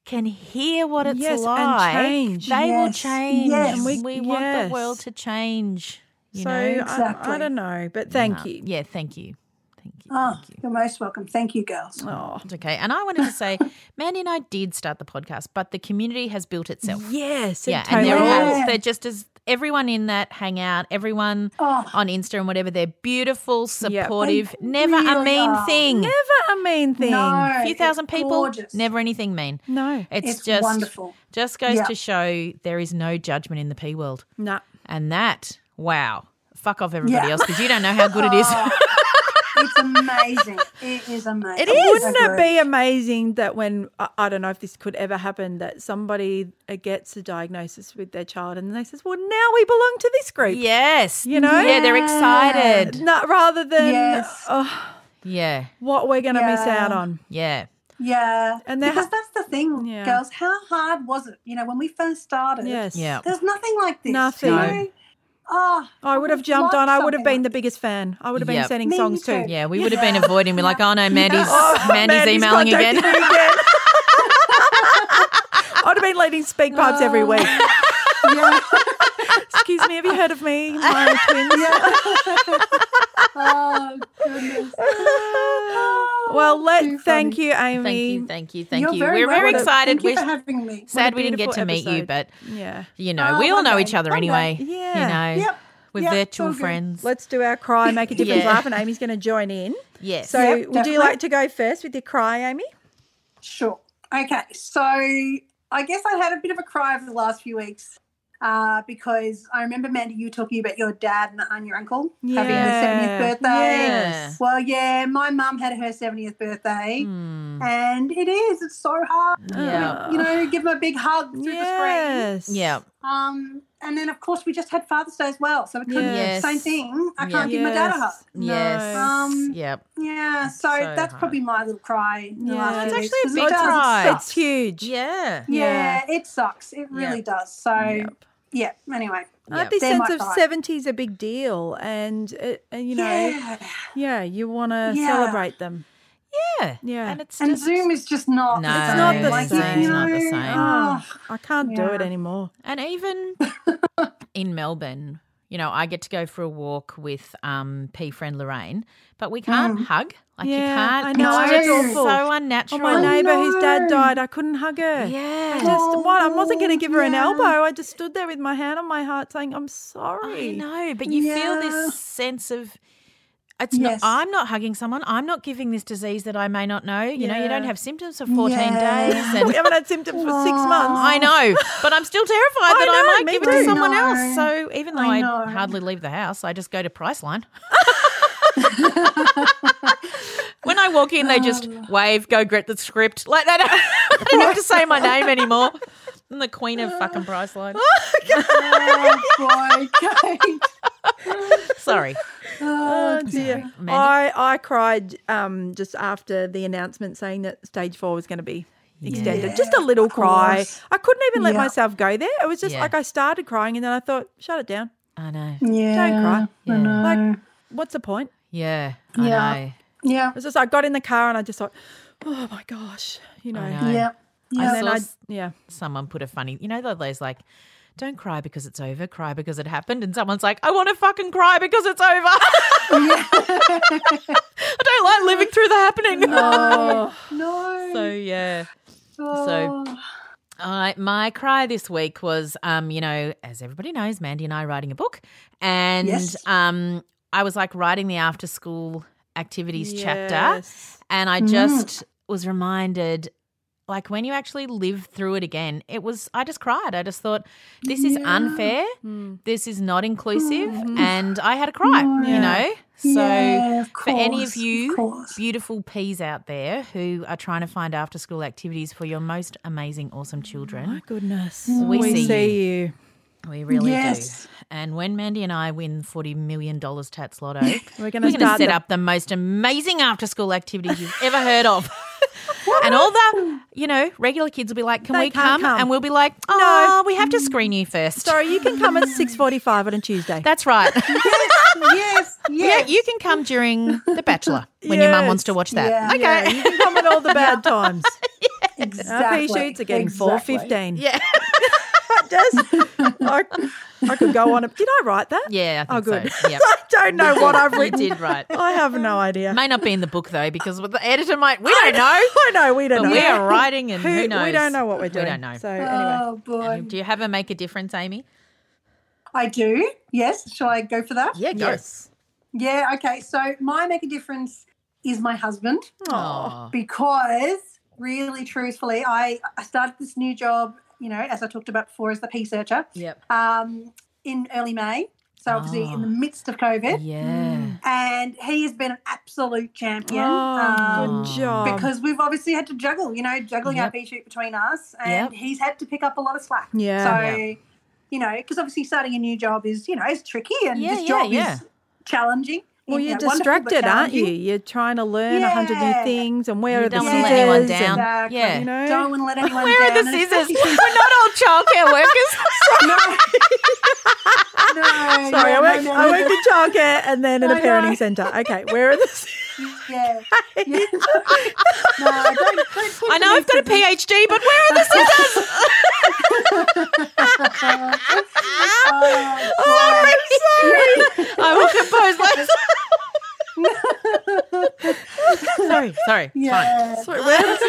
S5: can hear what it's
S4: Yes, and
S5: like,
S4: change.
S5: they will
S6: Yes,
S5: change.
S6: yes.
S5: And we,
S4: And we-
S5: want
S4: yes.
S5: the world to change. You
S4: so
S5: know?
S4: I, I
S6: Exactly.
S4: don't know, but thank
S5: Uh,
S4: you.
S5: Yeah, thank you. Thank you.
S6: Oh,
S5: Thank you.
S6: you're most welcome. Thank you, girls.
S4: Oh,
S5: It's okay. And I wanted to say, Mandy and I did start the podcast, but the community has built itself.
S4: yes, it
S5: Yeah, and they're
S4: totally
S6: Yeah.
S5: all they're just as everyone in that hangout, everyone
S6: Oh.
S5: on Insta and whatever, they're beautiful,
S4: They
S5: supportive, never a
S6: really
S5: mean
S6: are.
S5: thing.
S4: never a mean thing.
S6: No,
S5: A few
S6: it's
S5: thousand people,
S6: gorgeous.
S5: never anything mean.
S4: No.
S5: It's,
S6: It's
S5: just
S6: wonderful.
S5: Just goes
S6: Yeah.
S5: to show there is no judgment in the P world,
S4: No.
S5: and that wow, fuck off everybody
S6: Yeah.
S5: else because you don't know how good it is.
S6: It's amazing. it is amazing.
S4: Wouldn't it be amazing that when I, I don't know if this could ever happen that somebody uh, gets a diagnosis with their child and they says, "Well, now we belong to this group."
S5: yes,
S4: You know?
S5: yeah, they're excited.
S4: Not rather than
S6: Yes.
S4: "Oh,
S5: Yeah,
S4: what we're going to miss
S6: Yeah.
S4: out on.
S5: yeah,
S6: Yeah.
S4: And they're
S6: because
S4: ha-
S6: that's the thing,
S4: Yeah.
S6: girls. How hard was it? You know, when we first started.
S4: Yes.
S5: yeah.
S6: There's nothing like this.
S4: Nothing.
S6: You
S4: No.
S6: know? Oh,
S4: I would have jumped on.
S6: loved
S4: I would have
S6: something
S4: been the
S6: like
S4: biggest fan. I would have been
S5: Yep.
S4: sending
S6: Me
S4: songs too.
S6: too.
S5: Yeah, we would have been avoiding. We're like, oh no, Mandy's
S4: Oh,
S5: Mandy's,
S4: Mandy's
S5: emailing again.
S4: contacted me again. I'd have been leading speak pipes every week. Excuse me, have you heard of me? My twins.
S6: Oh, goodness.
S4: Well,
S6: too
S4: let thank
S6: funny.
S4: you, Amy.
S5: Thank you, thank you, thank
S6: You're
S5: you.
S6: very
S5: We're very
S6: welcome.
S5: excited.
S6: Thank you
S5: We're
S6: for having me.
S5: sad
S4: What a
S5: we didn't get
S4: beautiful
S5: to meet you,
S4: episode.
S5: but
S4: Yeah.
S5: you know,
S6: Oh,
S5: we all
S6: one
S5: know
S6: day,
S5: each other
S6: one day.
S5: anyway.
S4: Yeah.
S5: You know,
S6: Yep,
S5: we're
S6: yep, it's
S5: virtual
S6: all good.
S5: friends.
S4: Let's do our cry, make a difference
S5: Yeah.
S4: laugh, and Amy's going to join in.
S5: yes.
S4: So,
S6: Yep,
S4: would
S6: definitely.
S4: you like to go first with your cry, Amy?
S6: Sure. Okay. So I guess I had a bit of a cry over the last few weeks uh, because I remember, Mandy, you talking about your dad and, and your uncle having
S4: Yeah.
S6: their 70th birthday.
S5: Yeah.
S6: Well, yeah, my mum had her 70th birthday.
S5: Hmm.
S6: And it is. It's so hard.
S5: Yeah.
S6: You know, give them a big hug through the screen.
S4: yes.
S5: yeah.
S6: Um, and then, of course, we just had Father's Day as well. So it kind
S5: Yes.
S6: of same thing. I
S5: Yeah.
S6: can't give my dad a hug.
S5: Yes.
S6: Um,
S5: Yep.
S6: Yeah. So,
S5: So
S6: that's
S5: hard.
S6: probably my little cry. In the
S4: Yeah.
S6: last
S4: That's
S6: few weeks,
S5: actually a
S6: 'cause it
S5: big
S6: does, it
S5: cry.
S4: It's,
S6: sucks.
S4: it's huge.
S5: Yeah.
S6: Yeah, it sucks. It really does. So,
S4: Yep.
S6: yeah, anyway.
S4: I'd
S5: Yep.
S4: be
S6: They're my
S4: sense of
S6: cry.
S4: 70 is a big deal, and, uh, and you know, yeah,
S6: yeah.
S4: you want to
S6: Yeah.
S4: celebrate them.
S5: Yeah.
S4: Yeah.
S5: And it's
S6: And
S5: just,
S6: Zoom is just not.
S5: No,
S6: the
S4: it's not
S6: same.
S4: the
S6: Like,
S4: same, it's
S6: You know,
S5: not the same.
S6: oh,
S4: Oh, I can't do it
S6: Yeah.
S4: anymore.
S5: and even in Melbourne, you know, I get to go for a walk with um P friend Lorraine, but we can't hug. Like you
S4: Mm. Yeah,
S5: can't.
S4: I know,
S5: It's
S6: it's
S5: just
S4: awful.
S5: so unnatural.
S4: Oh, my neighbour whose dad
S6: no.
S4: died, I couldn't hug her.
S5: Yeah.
S4: I just what I wasn't going to give her an
S6: Yeah.
S4: elbow. I just stood there with my hand on my heart, saying, "I'm
S5: I
S4: sorry."
S5: know, but you feel
S6: Yeah.
S5: this sense of it's
S6: Yes.
S5: not I'm not hugging someone. I'm not giving this disease that I may not know. You know, you don't
S4: Yeah.
S5: have symptoms for 14
S6: Yeah.
S5: days
S4: we
S5: and
S4: haven't had symptoms for six months.
S5: I know, but I'm still terrified that
S4: Oh. know,
S5: I might
S4: me
S5: give it
S4: too.
S5: to someone
S6: No.
S5: else. So even though
S6: I
S5: I,
S6: know.
S5: hardly leave the house, I just go to Priceline. when I walk in, they just wave, go get the script. Like they don't, I don't have to say my name anymore. I'm the queen of fucking Priceline.
S6: oh, boy, Kate.
S5: Sorry.
S4: Oh dear!
S5: Mandy?
S4: I I cried um, just after the announcement saying that stage four was going to be extended. just a little cry.
S6: course.
S4: I couldn't even let
S6: Yeah.
S4: myself go there. It was just
S5: Yeah.
S4: like I started crying and then I thought, "Shut it down.
S5: I know.
S6: Yeah.
S4: Don't cry.
S5: Yeah.
S4: Like, what's the point?"
S5: Yeah. I
S6: Yeah.
S5: know.
S6: Yeah.
S4: It was just I got in the car and I just thought, "Oh my gosh," you know.
S5: know.
S6: Yeah.
S5: I
S6: Yeah.
S4: And then
S5: saw
S4: I
S5: s-
S4: yeah.
S5: someone put a funny, you know, tho- those like, don't cry because it's over, cry because it happened. And someone's like, I want to fucking cry because it's over. I don't like living through the happening.
S4: Oh,
S6: No.
S5: So, yeah.
S6: Oh.
S5: so- I my cry this week was, um, you know, as everybody knows, Mandy and I are writing a book, and
S6: Yes.
S5: um, I was like writing the after school activities chapter,
S4: yes.
S5: and I just was reminded. Like when you actually live through it again, it was, I just cried. I just thought, this is unfair.
S4: Hmm.
S5: This is not inclusive. And I had a cry, you know? So,
S6: Yeah, of
S5: for any of
S6: course,
S5: you
S6: of course.
S5: beautiful peas out there who are trying to find after school activities for your most amazing, awesome children,
S4: Goodness.
S5: We see
S4: see you.
S5: we really
S6: Yes.
S5: do. And when Mandy and I win $40 million Tats Lotto, we're
S4: We're
S5: going
S4: gonna
S5: to
S4: start
S5: set
S4: the-
S5: up the most amazing after school activities you've ever heard of. And all the, you know, regular kids will be like, "Can
S4: They
S5: we
S4: can't
S5: come?
S4: come.
S5: And we'll be like, "Oh, we have to screen you first.
S4: Sorry, you can come at six forty-five on a Tuesday.
S5: That's right.
S6: yes.
S5: yeah,
S6: Yes.
S5: you can come during The Bachelor when your mum wants to
S4: Yes.
S5: watch that.
S6: Yeah.
S5: Okay.
S4: Yeah, you can come at all the bad times.
S6: exactly.
S4: RP shoots are getting four
S6: Exactly.
S4: fifteen.
S5: Yeah.
S4: I, I could go on. A, did I write that?
S5: Yeah, I
S4: Oh,
S5: think
S4: good.
S5: so. Yep.
S4: I don't know what I've
S5: you
S4: written.
S5: did right.
S4: I have no idea.
S5: May not be in the book though, because the editor might. We don't know.
S4: I know we don't
S5: But
S4: know.
S5: we are writing, and
S4: Who-
S5: who, knows?
S4: We don't know what we're doing.
S5: We don't know.
S4: So um, anyway,
S6: Oh, boy.
S5: Do you have a make a difference, Amy?
S6: I do. Yes. Shall I go for that?
S5: Yeah, go.
S4: yes.
S6: Yeah. Okay. So, my make a difference is my husband.
S5: Oh,
S6: because really truthfully I, I started this new job you know as i talked about before as the pea searcher
S5: yep.
S6: um, in early may so obviously in the midst of covid
S5: Ah.
S4: Mm.
S5: Yeah.
S6: and he has been an absolute champion
S4: Oh,
S6: um,
S4: good job.
S6: because we've obviously had to juggle you know juggling our
S5: Yep.
S6: pea shoot between us
S5: Yep.
S6: and he's had to pick up a lot of slack
S4: Yeah.
S6: so you know because obviously starting a new job is you know it's tricky and
S5: Yeah,
S6: this
S5: yeah,
S6: job
S5: yeah.
S6: is challenging
S4: well,
S6: You
S4: you're
S6: know, wonderful but
S4: distracted, aren't you?
S6: challenging.
S4: You're trying to learn a hundred new
S6: Yeah.
S4: things, and where
S5: You
S4: are the
S5: don't
S4: scissors?
S5: wanna let anyone
S4: and-
S5: down.
S6: Exactly.
S5: Yeah.
S4: You know?
S6: Don't want to let anyone
S5: Where
S6: down.
S5: are the
S6: And it's-
S5: scissors? We're not all childcare workers.
S6: No. no.
S4: Sorry,
S6: yeah,
S4: I work,
S6: no, no,
S4: I work in childcare and then in a
S6: I
S4: parenting
S6: know.
S4: centre. Okay, where are the?
S6: Yeah. yeah. no, don't, don't push
S5: I know
S6: me
S5: I've got a
S6: to the-
S5: PhD, but where are the scissors?
S6: Oh,
S4: Oh,
S5: I will compose. Sorry. Sorry. it's fine.
S6: Yeah.
S4: Sorry, we have,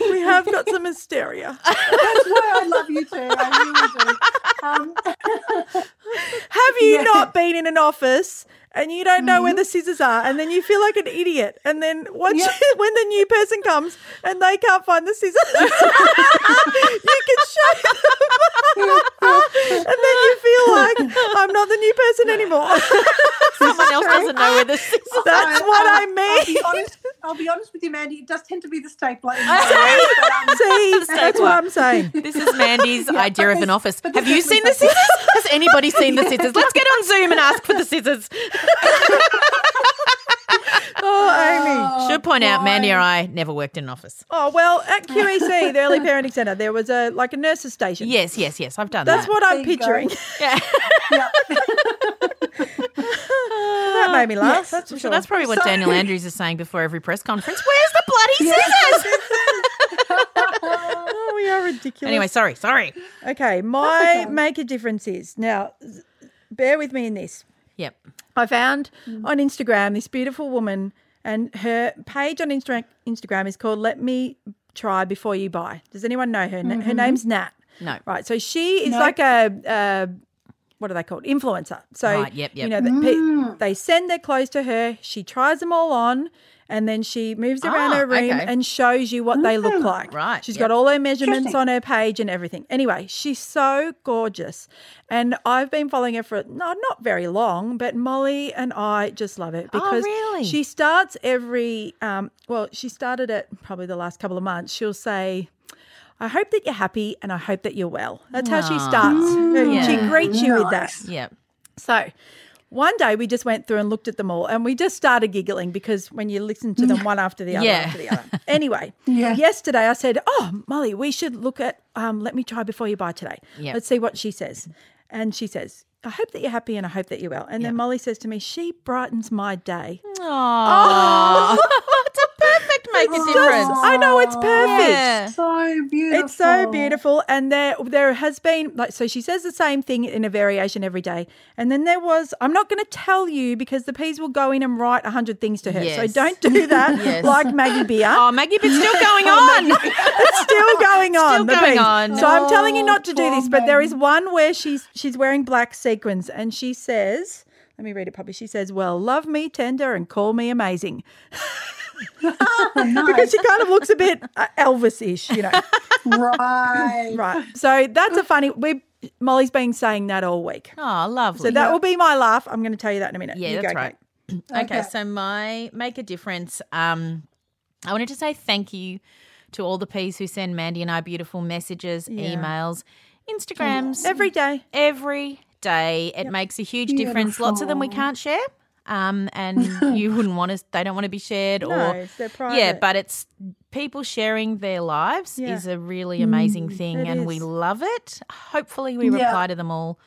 S4: we have got some hysteria.
S6: That's why I love you too. I really do. Um,
S4: Have you
S6: Yeah. Mm-hmm.
S4: not been in an office and you don't know where the scissors are, and then you feel like an idiot, and then once
S6: Yep.
S4: you- when the new person comes and they can't find the scissors, you can show them, and then you feel like I'm not the new person anymore.
S5: Someone else doesn't know where this is.
S4: That's
S6: I-
S4: what I
S6: I'll- I'll
S4: mean.
S6: be, honest, I'll be honest with you, Mandy. It does tend to be the stapler. in the world, but, um,
S4: See, that's what I'm saying.
S5: This is Mandy's idea of an office.
S6: but
S5: Have
S6: this
S5: you
S6: is
S5: seen the scissors? Has anybody seen the scissors? Let's get on Zoom and ask for the scissors.
S4: Oh, Amy.
S5: Should point out, Mandy or I never worked in an office.
S4: Oh well, at QEC, the early parenting centre, there was a like a nurses station.
S5: Yes, yes, yes. I've done
S4: That's
S5: that.
S4: what I'm
S6: There you go.
S4: picturing.
S5: Yeah.
S4: that made me laugh. That's for
S5: So
S4: sure.
S5: that's probably what Daniel Andrews is saying before every press conference. Where's the bloody scissors?
S4: oh, we are ridiculous.
S5: Anyway, sorry, sorry.
S4: okay, my make a difference is now. z- Bear with me in this.
S5: Yep. Mm.
S4: I found on Instagram this beautiful woman, and her page on Instra- Instagram is called "Let Me Try Before You Buy." Does anyone know her? Na- Her name's Nat.
S5: Mm-hmm. No.
S4: Right. So she is like a. Uh, what are they called? Influencer. So
S5: Right, yep, Mm. yep.
S4: you know the pe- they send their clothes to her. She tries them all on, and then she moves around
S5: Ah,
S4: her room
S5: okay. Oh,
S4: and shows you what they look like.
S5: Right,
S4: She's
S5: yep.
S4: got all her measurements on her page and everything. Anyway, she's so gorgeous, and I've been following her for no, not very long, but Molly and I just love it because
S5: Oh, really?
S4: she starts every. Um, well, she started it probably the last couple of months. She'll say. I hope that you're happy and I hope that you're well. That's how she starts. She
S5: yeah.
S4: greets you with that.
S5: Yep.
S4: So one day we just went through and looked at them all and we just started giggling because when you listen to them one after the other
S5: Yeah.
S4: after the other. Anyway, yesterday I said, Oh, Molly, we should look at um, let me try before you buy today.
S5: Yep.
S4: Let's see what she says. And she says, I hope that you're happy and I hope that you're well. And then Molly says to me, She brightens my day.
S5: Aww. it's a perfect make a difference.
S4: I know it's perfect.
S5: Yeah.
S6: so beautiful.
S4: It's so beautiful, and there there has been like so she says the same thing in a variation every day, and then there was I'm not going to tell you because the peas will go in and write a hundred things to her, so
S5: Yes.
S4: don't do that
S5: Yes.
S4: like Maggie Beer.
S5: Oh, Maggie, but still going on.
S4: it's still going on. the
S5: Oh, going
S4: piece.
S5: on.
S4: So I'm telling you
S6: Oh,
S4: not to do
S6: poor
S4: this, but there is one where she's she's wearing black sequins and she says, let me read it properly. She says, "Well, love me tender and call me amazing."
S6: Oh,
S4: Because she kind of looks a bit uh, Elvis-ish, you know.
S6: Right.
S4: Right. So that's a funny. We Molly's been saying that all week.
S5: Oh, lovely.
S4: So that will be my laugh. I'm going to tell you that in a minute.
S5: Yeah,
S4: You go,
S5: that's right.
S4: Kate.
S5: okay, so my make a difference. Um, I wanted to say thank you to all the peas who send Mandy and I beautiful messages, emails, Instagrams
S4: Every day.
S5: every day. It makes a huge difference. Lots of them we can't share. Um, and you wouldn't want to. They don't want to be shared.
S4: No,
S5: or
S4: it's their
S5: yeah,
S4: private.
S5: but it's people sharing their lives
S4: Yeah. Mm,
S5: is a really amazing thing,
S4: it
S5: and we
S4: is.
S5: love it. Hopefully, we
S6: Yeah.
S5: reply to them all.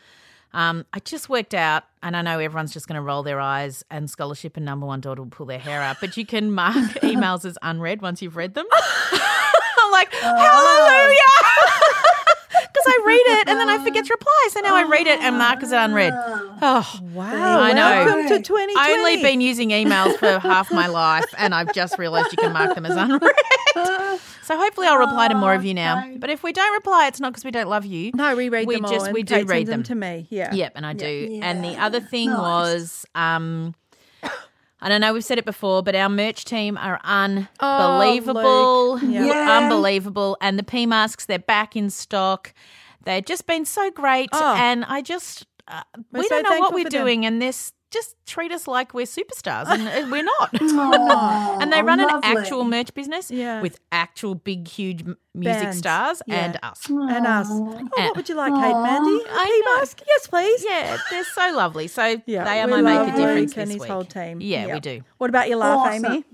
S5: Um, I just worked out, and I know everyone's just going to roll their eyes, and scholarship and number one daughter will pull their hair out. But you can mark emails as unread once you've read them. I'm like,
S4: Oh.
S5: hallelujah! Because I read it and then I forget to reply. So now I read it and mark as unread.
S4: Ah.
S5: Oh,
S4: Wow.
S5: I know.
S4: Welcome to 2020.
S5: I've only been using emails for half my life, and I've just realised you can mark them as unread. So hopefully, I'll reply to more of you now. But if we don't reply, it's not because we don't love you.
S4: No, we read
S5: we
S4: them all.
S5: just
S4: and
S5: we do
S4: Kate
S5: read
S4: sends
S5: them.
S4: to me. Yeah.
S5: Yep, and I do. And the other thing was, um, and I know we've said it before, but our merch team are unbelievable,
S4: Oh, Luke. Yeah.
S6: Yeah.
S5: unbelievable. And the P masks, they're back in stock. They've just been so great,
S4: Oh.
S5: and I just uh,
S4: We're
S5: we
S4: so
S5: don't know what
S4: thankful
S5: we're
S4: for them.
S5: doing, and this just treat us like we're superstars, and uh, we're not.
S6: Aw,
S5: And they run an
S6: lovely.
S5: actual merch business
S4: Oh, Yeah.
S5: with actual big, huge m- music
S4: Bands.
S5: stars
S4: Yeah.
S5: and us.
S4: And us. Oh, what would you like, Kate Mandy? A
S5: I know.
S4: pea mask? Yes, please.
S5: Eh. Yeah, they're so lovely. So
S4: Yeah,
S5: they are
S4: we
S5: my make
S4: love
S5: a difference
S4: Luke and
S5: this
S4: his
S5: week.
S4: whole team.
S5: Yeah, we
S4: Yep.
S5: do.
S4: What about your laugh,
S6: Awesome.
S4: Amy?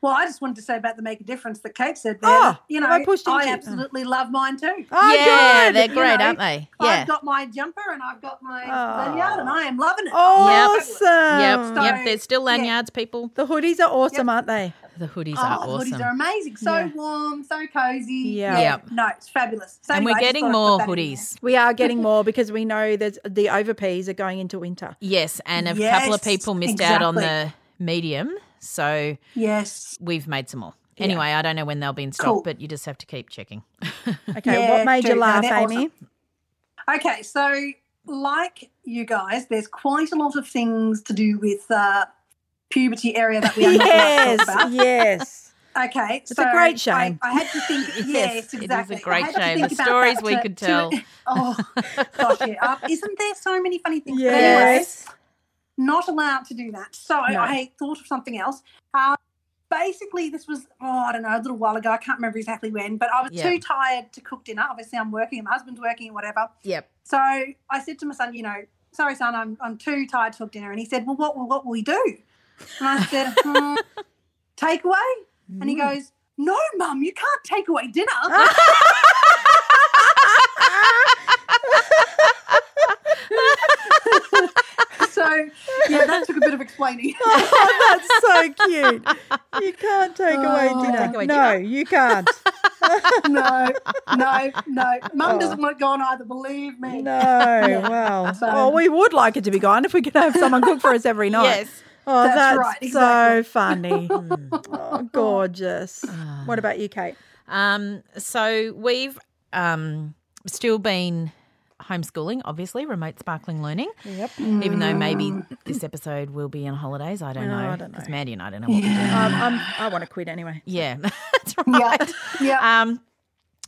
S6: Well, I just wanted to say about the make a difference that Kate said there.
S4: Oh,
S6: that, you know,
S4: have I
S6: I,
S4: pushed into you?
S6: absolutely love mine too.
S4: Oh,
S5: yeah,
S4: good.
S5: they're
S6: You
S5: great,
S6: know,
S5: aren't they? Yeah.
S6: I've got my jumper and I've got my
S4: Oh.
S6: lanyard and I am loving it.
S4: Awesome.
S5: Yep,
S6: So,
S5: yep. There's still
S6: yeah.
S5: lanyards, people. Ah,
S4: The hoodies are awesome, aren't they?
S5: The hoodies
S6: Oh,
S5: are
S6: the
S5: awesome.
S6: hoodies are amazing. So
S4: Yeah.
S6: warm, so cozy.
S4: Yeah.
S5: Yep.
S6: No, it's fabulous. So
S5: and
S6: anyway,
S5: we're
S6: I just
S5: getting
S6: thought I'd
S5: more
S6: put that in
S5: hoodies.
S4: We are getting more because we know that the overpeas are going into winter.
S5: Yes, and a couple of
S6: Yes,
S5: people missed out on the medium. So
S6: Yes.
S5: we've made some more. Anyway, I don't know when they'll be in stock,
S6: Cool.
S5: but you just have to keep checking.
S4: Okay,
S6: Yeah,
S4: what made you
S6: true. No,
S4: laugh,
S6: they're awesome.
S4: Amy?
S6: Okay, so like you guys, there's quite a lot of things to do with uh, puberty area that we are
S4: Yes,
S6: not allowed to talk about.
S4: yes.
S6: Okay,
S4: It's a
S6: so
S4: great
S6: I-
S4: shame.
S6: I, had to think. Yes,
S5: it is a
S6: exactly. I
S5: great
S6: had to
S5: shame.
S6: think
S5: The
S6: about
S5: stories
S6: that
S5: we
S6: to-
S5: could
S6: to-
S5: tell.
S6: oh, gosh, yeah. Uh, isn't there so many funny things? But anyway,
S4: Yes.
S6: not allowed to do that. So
S4: No.
S6: I thought of something else. Um, basically, this was, oh, I don't know, a little while ago. I can't remember exactly when, but I was
S5: Yeah.
S6: too tired to cook dinner. Obviously, I'm working, my husband's working, whatever.
S5: Yep.
S6: So I said to my son, you know, sorry, son, I'm, I'm too tired to cook dinner. And he said, well, what will, what will we do? And I said, hmm, takeaway? And he
S5: Mm.
S6: goes, no, mum, you can't take away dinner. so, yeah, that took a bit of explaining.
S4: Oh, that's so cute. You can't take
S6: Oh.
S4: away dinner.
S5: Take away
S4: no, you can't.
S6: no, no, no. Mum doesn't want it gone either, believe me.
S4: Oh. No, wow.
S6: So-
S4: Oh, we would like it to be gone if we could have someone cook for us every night.
S5: Yes.
S4: Oh, that's,
S6: That's right,
S4: so funny.
S5: Hmm.
S4: oh, gorgeous.
S5: Ah.
S4: what about you, Kate?
S5: Um, so we've um, still been homeschooling, obviously, remote sparkling learning.
S4: Yep.
S5: Even though maybe this episode will be on holidays, I don't
S4: No, I
S5: know.
S4: don't know.
S5: Because Maddie and I don't know what we're doing.
S4: Um, I'm, I want to quit anyway.
S5: Yeah, that's
S6: Yeah,
S5: right.
S6: yeah.
S5: Um,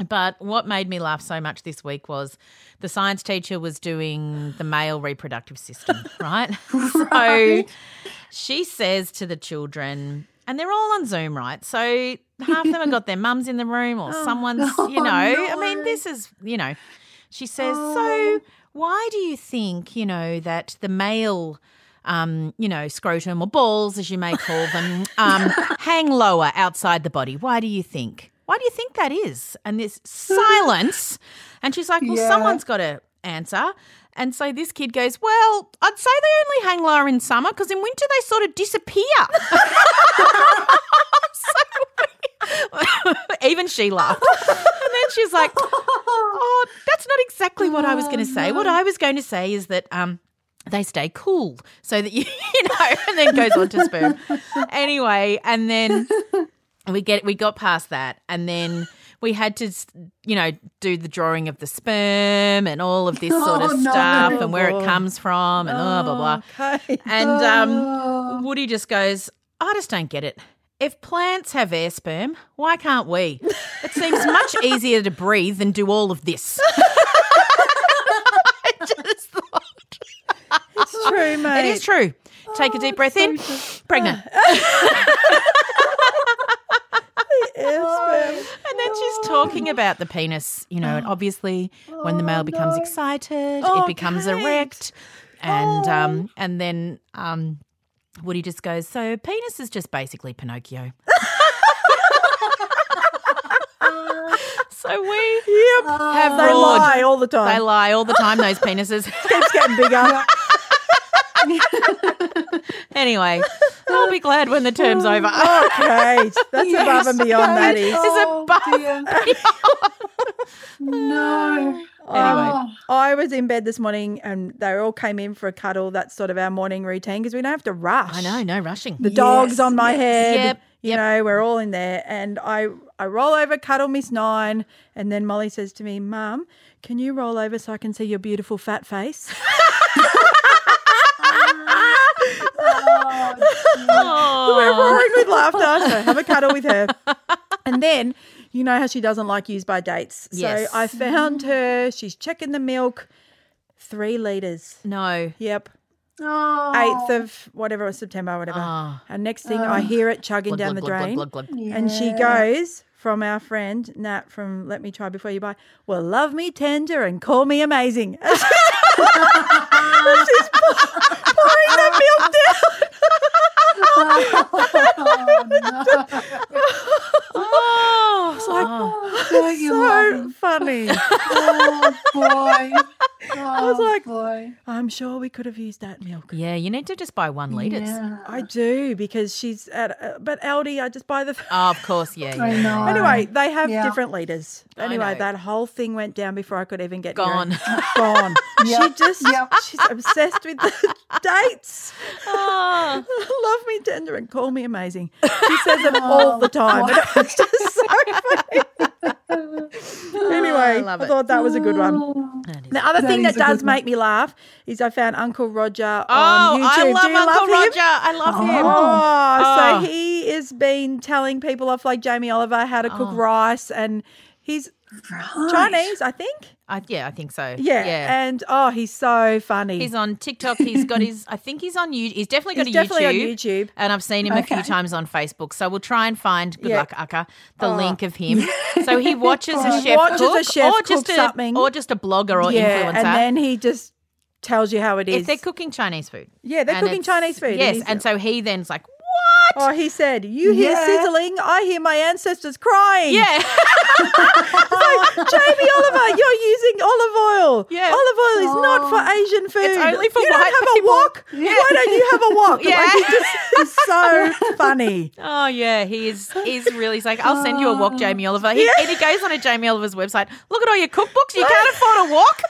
S5: but what made me laugh so much this week was the science teacher was doing the male reproductive system, right? So she says to the children, and they're all on Zoom, right? So half of them have got their mums in the room or someone's, you know. I mean, this is, you know, she says, so why do you think, you know, that the male um, you know, scrotum or balls, as you may call them, um, hang lower outside the body. Why do you think? Why do you think that is? And there's silence. And she's like, well, someone's got to answer. And so this kid goes, well, I'd say they only hang lower in summer because in winter they sort of disappear. So- Even she laughed. And then she's like, oh, that's not exactly what I was
S6: Oh,
S5: going to say. What I was going to say is that um, they stay cool so that you, you know, and then goes on to sperm. Anyway, and then we get we got past that, and then we had to, you know, do the drawing of the sperm and all of this sort of
S6: Oh, no.
S5: stuff and where it comes from and blah blah blah.
S4: Kate.
S5: And um, Woody just goes, I just don't get it. If plants have air sperm, why can't we? It seems much easier to breathe than do all of this. I just thought,
S4: It's true, mate.
S5: it is true. Take a deep breath in, pregnant.
S4: Yes, babe.
S5: And then she's talking about the penis, you know, and obviously when the male becomes excited, it becomes erect. And um and then um Woody just goes, So penis is just basically Pinocchio. so we have
S4: They
S5: roared.
S4: lie all the
S5: They
S4: time.
S5: lie all the time, those penises.
S4: Keeps getting bigger.
S5: anyway, I'll be glad when the term's over.
S4: Oh, Kate, that's above and beyond that is.
S6: oh, dear. no.
S5: anyway.
S6: Oh,
S4: Um, I was in bed this morning and they all came in for a cuddle. That's sort of our morning routine because we don't have to rush.
S5: I know, no rushing.
S4: The dog's on my head.
S5: Yep,
S4: You know, we're all in there. And I, I roll over, cuddle Miss Nine. And then Molly says to me, Mum, can you roll over so I can see your beautiful fat face?
S6: Oh,
S4: We're roaring with laughter. So have a cuddle with her. And then you know how she doesn't like used by dates. So
S5: Yes.
S4: I found her. She's checking the milk. Three litres.
S5: no.
S4: Yep.
S6: oh.
S4: 8th of whatever, or September, whatever.
S5: Ah.
S4: And next thing I hear it chugging down the drain.
S5: glug, glug, glug.
S4: And she goes from our friend Nat from Let Me Try Before You Buy, well, love me tender and call me amazing. And she's pour- pouring the milk down.
S5: Oh, it's like,
S6: Don't you love
S4: So funny.
S6: Oh boy. Oh
S4: like-
S6: boy.
S4: I'm sure we could have used that milk.
S5: Yeah, you need to just buy one litre.
S4: I do because she's at, uh, but Aldi, I just buy the.
S5: Oh, of course, yeah. yeah.
S6: I know.
S4: Anyway, they have
S6: Yeah.
S4: different leaders.
S5: I
S4: Anyway,
S5: know.
S4: that whole thing went down before I could even get here.
S5: Gone.
S4: Gone.
S6: Yep.
S4: She just,
S6: Yep.
S4: she's obsessed with the dates.
S5: Oh.
S4: Love me tender and call me amazing. She says it
S6: Oh,
S4: all the time. And it's just so funny. anyway, I,
S5: love it.
S4: thought that was a good one. The other thing that
S6: is a good
S4: does
S6: one.
S4: make me laugh is I found Uncle Roger
S5: Oh,
S4: on YouTube.
S5: I
S4: Do
S5: love
S4: you
S5: Uncle
S4: love him?
S5: Roger. I love him.
S4: Oh,
S5: Oh.
S4: so he has been telling people off like Jamie Oliver how to cook
S5: Oh.
S4: rice and he's Chinese, I think.
S5: I, yeah, I think so.
S4: Yeah. And oh, he's so funny.
S5: He's on TikTok. He's got his. I think he's on YouTube. He's definitely got
S4: He's
S5: a
S4: definitely on
S5: YouTube.
S4: YouTube.
S5: And I've seen him a few times on Facebook. So we'll try and find. Good
S4: Yeah.
S5: luck, Akka. The link of him. So he watches a
S4: He
S5: chef
S4: watches a
S5: cook,
S4: chef
S5: or just
S4: cook
S5: a,
S4: something.
S5: or just a blogger or
S4: yeah,
S5: influencer.
S4: and then he just tells you how it is.
S5: if they're cooking Chinese food.
S4: Yeah, they're
S5: And
S4: cooking
S5: it's-
S4: Chinese food.
S5: Yes,
S4: It is-
S5: and so he then's like, what?
S4: oh, he said, "You hear
S6: Yeah.
S4: sizzling, I hear my ancestors crying." Oh,
S5: Yeah.
S4: Jamie Oliver, you're using olive oil.
S5: Yeah.
S4: Olive oil is not for Asian food.
S5: only for
S4: you
S5: white
S4: don't have
S5: people.
S4: a wok. Why don't you have a wok?
S5: Yeah.
S4: Like, it's just it's so funny.
S5: Oh yeah, he is. He's really. He's like, I'll send you a
S4: Oh.
S5: walk, Jamie Oliver. He, And he goes on a Jamie Oliver's website. Look at all your cookbooks. You can't afford a walk.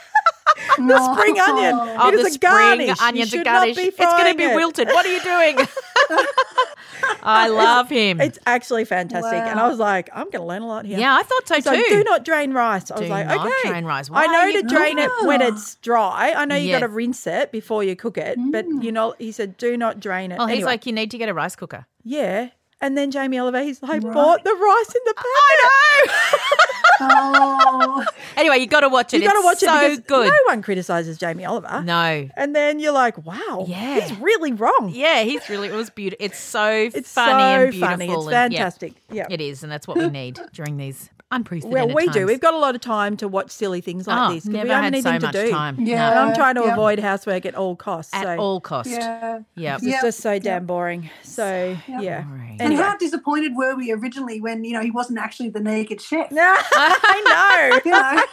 S4: The spring onion.
S5: Oh,
S4: it
S5: the
S4: is a
S5: spring
S4: garnish. You
S5: onions are
S4: should
S5: garnish.
S4: Not be
S5: it's going
S4: frying
S5: to be
S4: it.
S5: wilted. What are you doing? I love him.
S4: It's actually fantastic. And I was like, I'm going to learn a lot here.
S5: yeah, I thought so,
S4: So
S5: too.
S4: do not drain rice. I was
S5: Do
S4: like,
S5: not
S4: okay.
S5: drain rice. Why
S4: I
S5: are
S4: know
S5: you Ah.
S4: to drain it
S6: cooking
S4: when
S6: it?
S4: it's dry. I know you
S5: Yeah.
S4: got to rinse it before you cook it, but you know, he said, do not drain it.
S5: well, Mm. Oh, he's
S4: Anyway,
S5: like, you need to get a rice cooker.
S4: yeah. And then Jamie Oliver, he's like, bought the rice in the packet. I know.
S6: Oh,
S5: Anyway, you got to watch it.
S4: you got to watch
S5: it's so
S4: it because
S5: good.
S4: no one criticizes Jamie Oliver.
S5: No.
S4: And then you're like, wow,
S5: Yeah.
S4: he's really wrong.
S5: Yeah, he's really. It was beautiful. It's so
S4: It's
S5: funny
S4: so
S5: and beautiful.
S4: funny. It's
S5: and- yeah,
S4: fantastic. Yeah.
S5: it is, and that's what we need during these
S4: Well,
S5: unprecedented
S4: we do.
S5: times.
S4: We've got a lot of time to watch silly things like
S5: oh,
S4: this. 'cause
S5: never
S4: we don't have
S5: had so
S4: anything
S5: much
S4: to do.
S5: time.
S6: Yeah.
S4: And I'm trying to
S6: Yeah.
S4: avoid housework at all costs.
S5: No. at
S4: so
S5: all cost.
S6: yeah.
S5: Yep.
S4: It's
S6: Yep.
S4: just so damn boring. So, yeah.
S5: boring.
S6: And
S4: Anyway.
S6: how disappointed were we originally when you know he wasn't actually the naked chef? You know,
S4: I know.
S6: I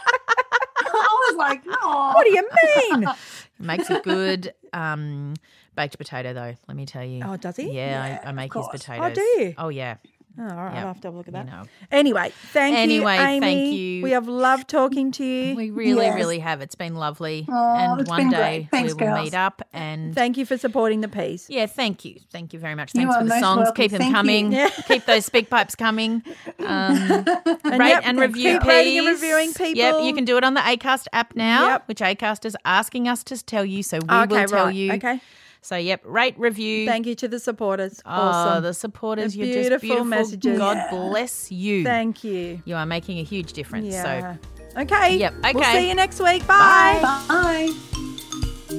S6: was like, no.
S4: What do you mean? Oh,
S5: Makes a good um, baked potato, though. Let me tell you.
S4: Oh, does he?
S5: Yeah, I, I make his
S6: course.
S5: potatoes.
S4: do you?
S5: Oh, yeah.
S4: Oh, all right,
S5: Yep.
S4: I'll have to have a look at
S5: You
S4: that.
S5: know.
S4: Anyway, thank
S5: Anyway,
S4: you, Amy.
S5: thank you.
S4: We have loved talking to you.
S5: We really,
S6: Yes.
S5: really have. It's been lovely,
S6: Oh,
S5: and
S6: it's
S5: one
S6: been great.
S5: day
S6: Thanks,
S5: we will
S6: girls.
S5: meet up. And
S4: thank you for supporting the peas.
S5: yeah, thank you, thank you very much.
S6: You
S5: Thanks
S6: are
S5: for the
S6: most
S5: songs.
S6: welcome.
S5: Keep them
S6: Thank you.
S5: coming.
S4: Yeah.
S5: Keep those speak pipes coming. Um,
S4: And
S5: rate
S4: yep,
S5: and review,
S4: keep rating and
S5: please.
S4: reviewing people.
S5: Yep, you can do it on the Acast app now,
S4: Yep.
S5: which Acast is asking us to tell you. So we
S4: Okay,
S5: will tell
S4: right.
S5: you.
S4: Okay.
S5: So yep, rate, review.
S4: Thank you to the supporters.
S5: Oh,
S4: awesome.
S5: the supporters,
S4: The
S5: you're just
S4: beautiful
S5: beautiful.
S4: messages.
S5: God
S4: Yeah.
S5: bless you.
S4: Thank you.
S5: you are making a huge difference.
S4: Yeah.
S5: So
S4: okay.
S5: Yep,
S4: We'll
S5: okay.
S4: see you next week. Bye.
S6: Bye.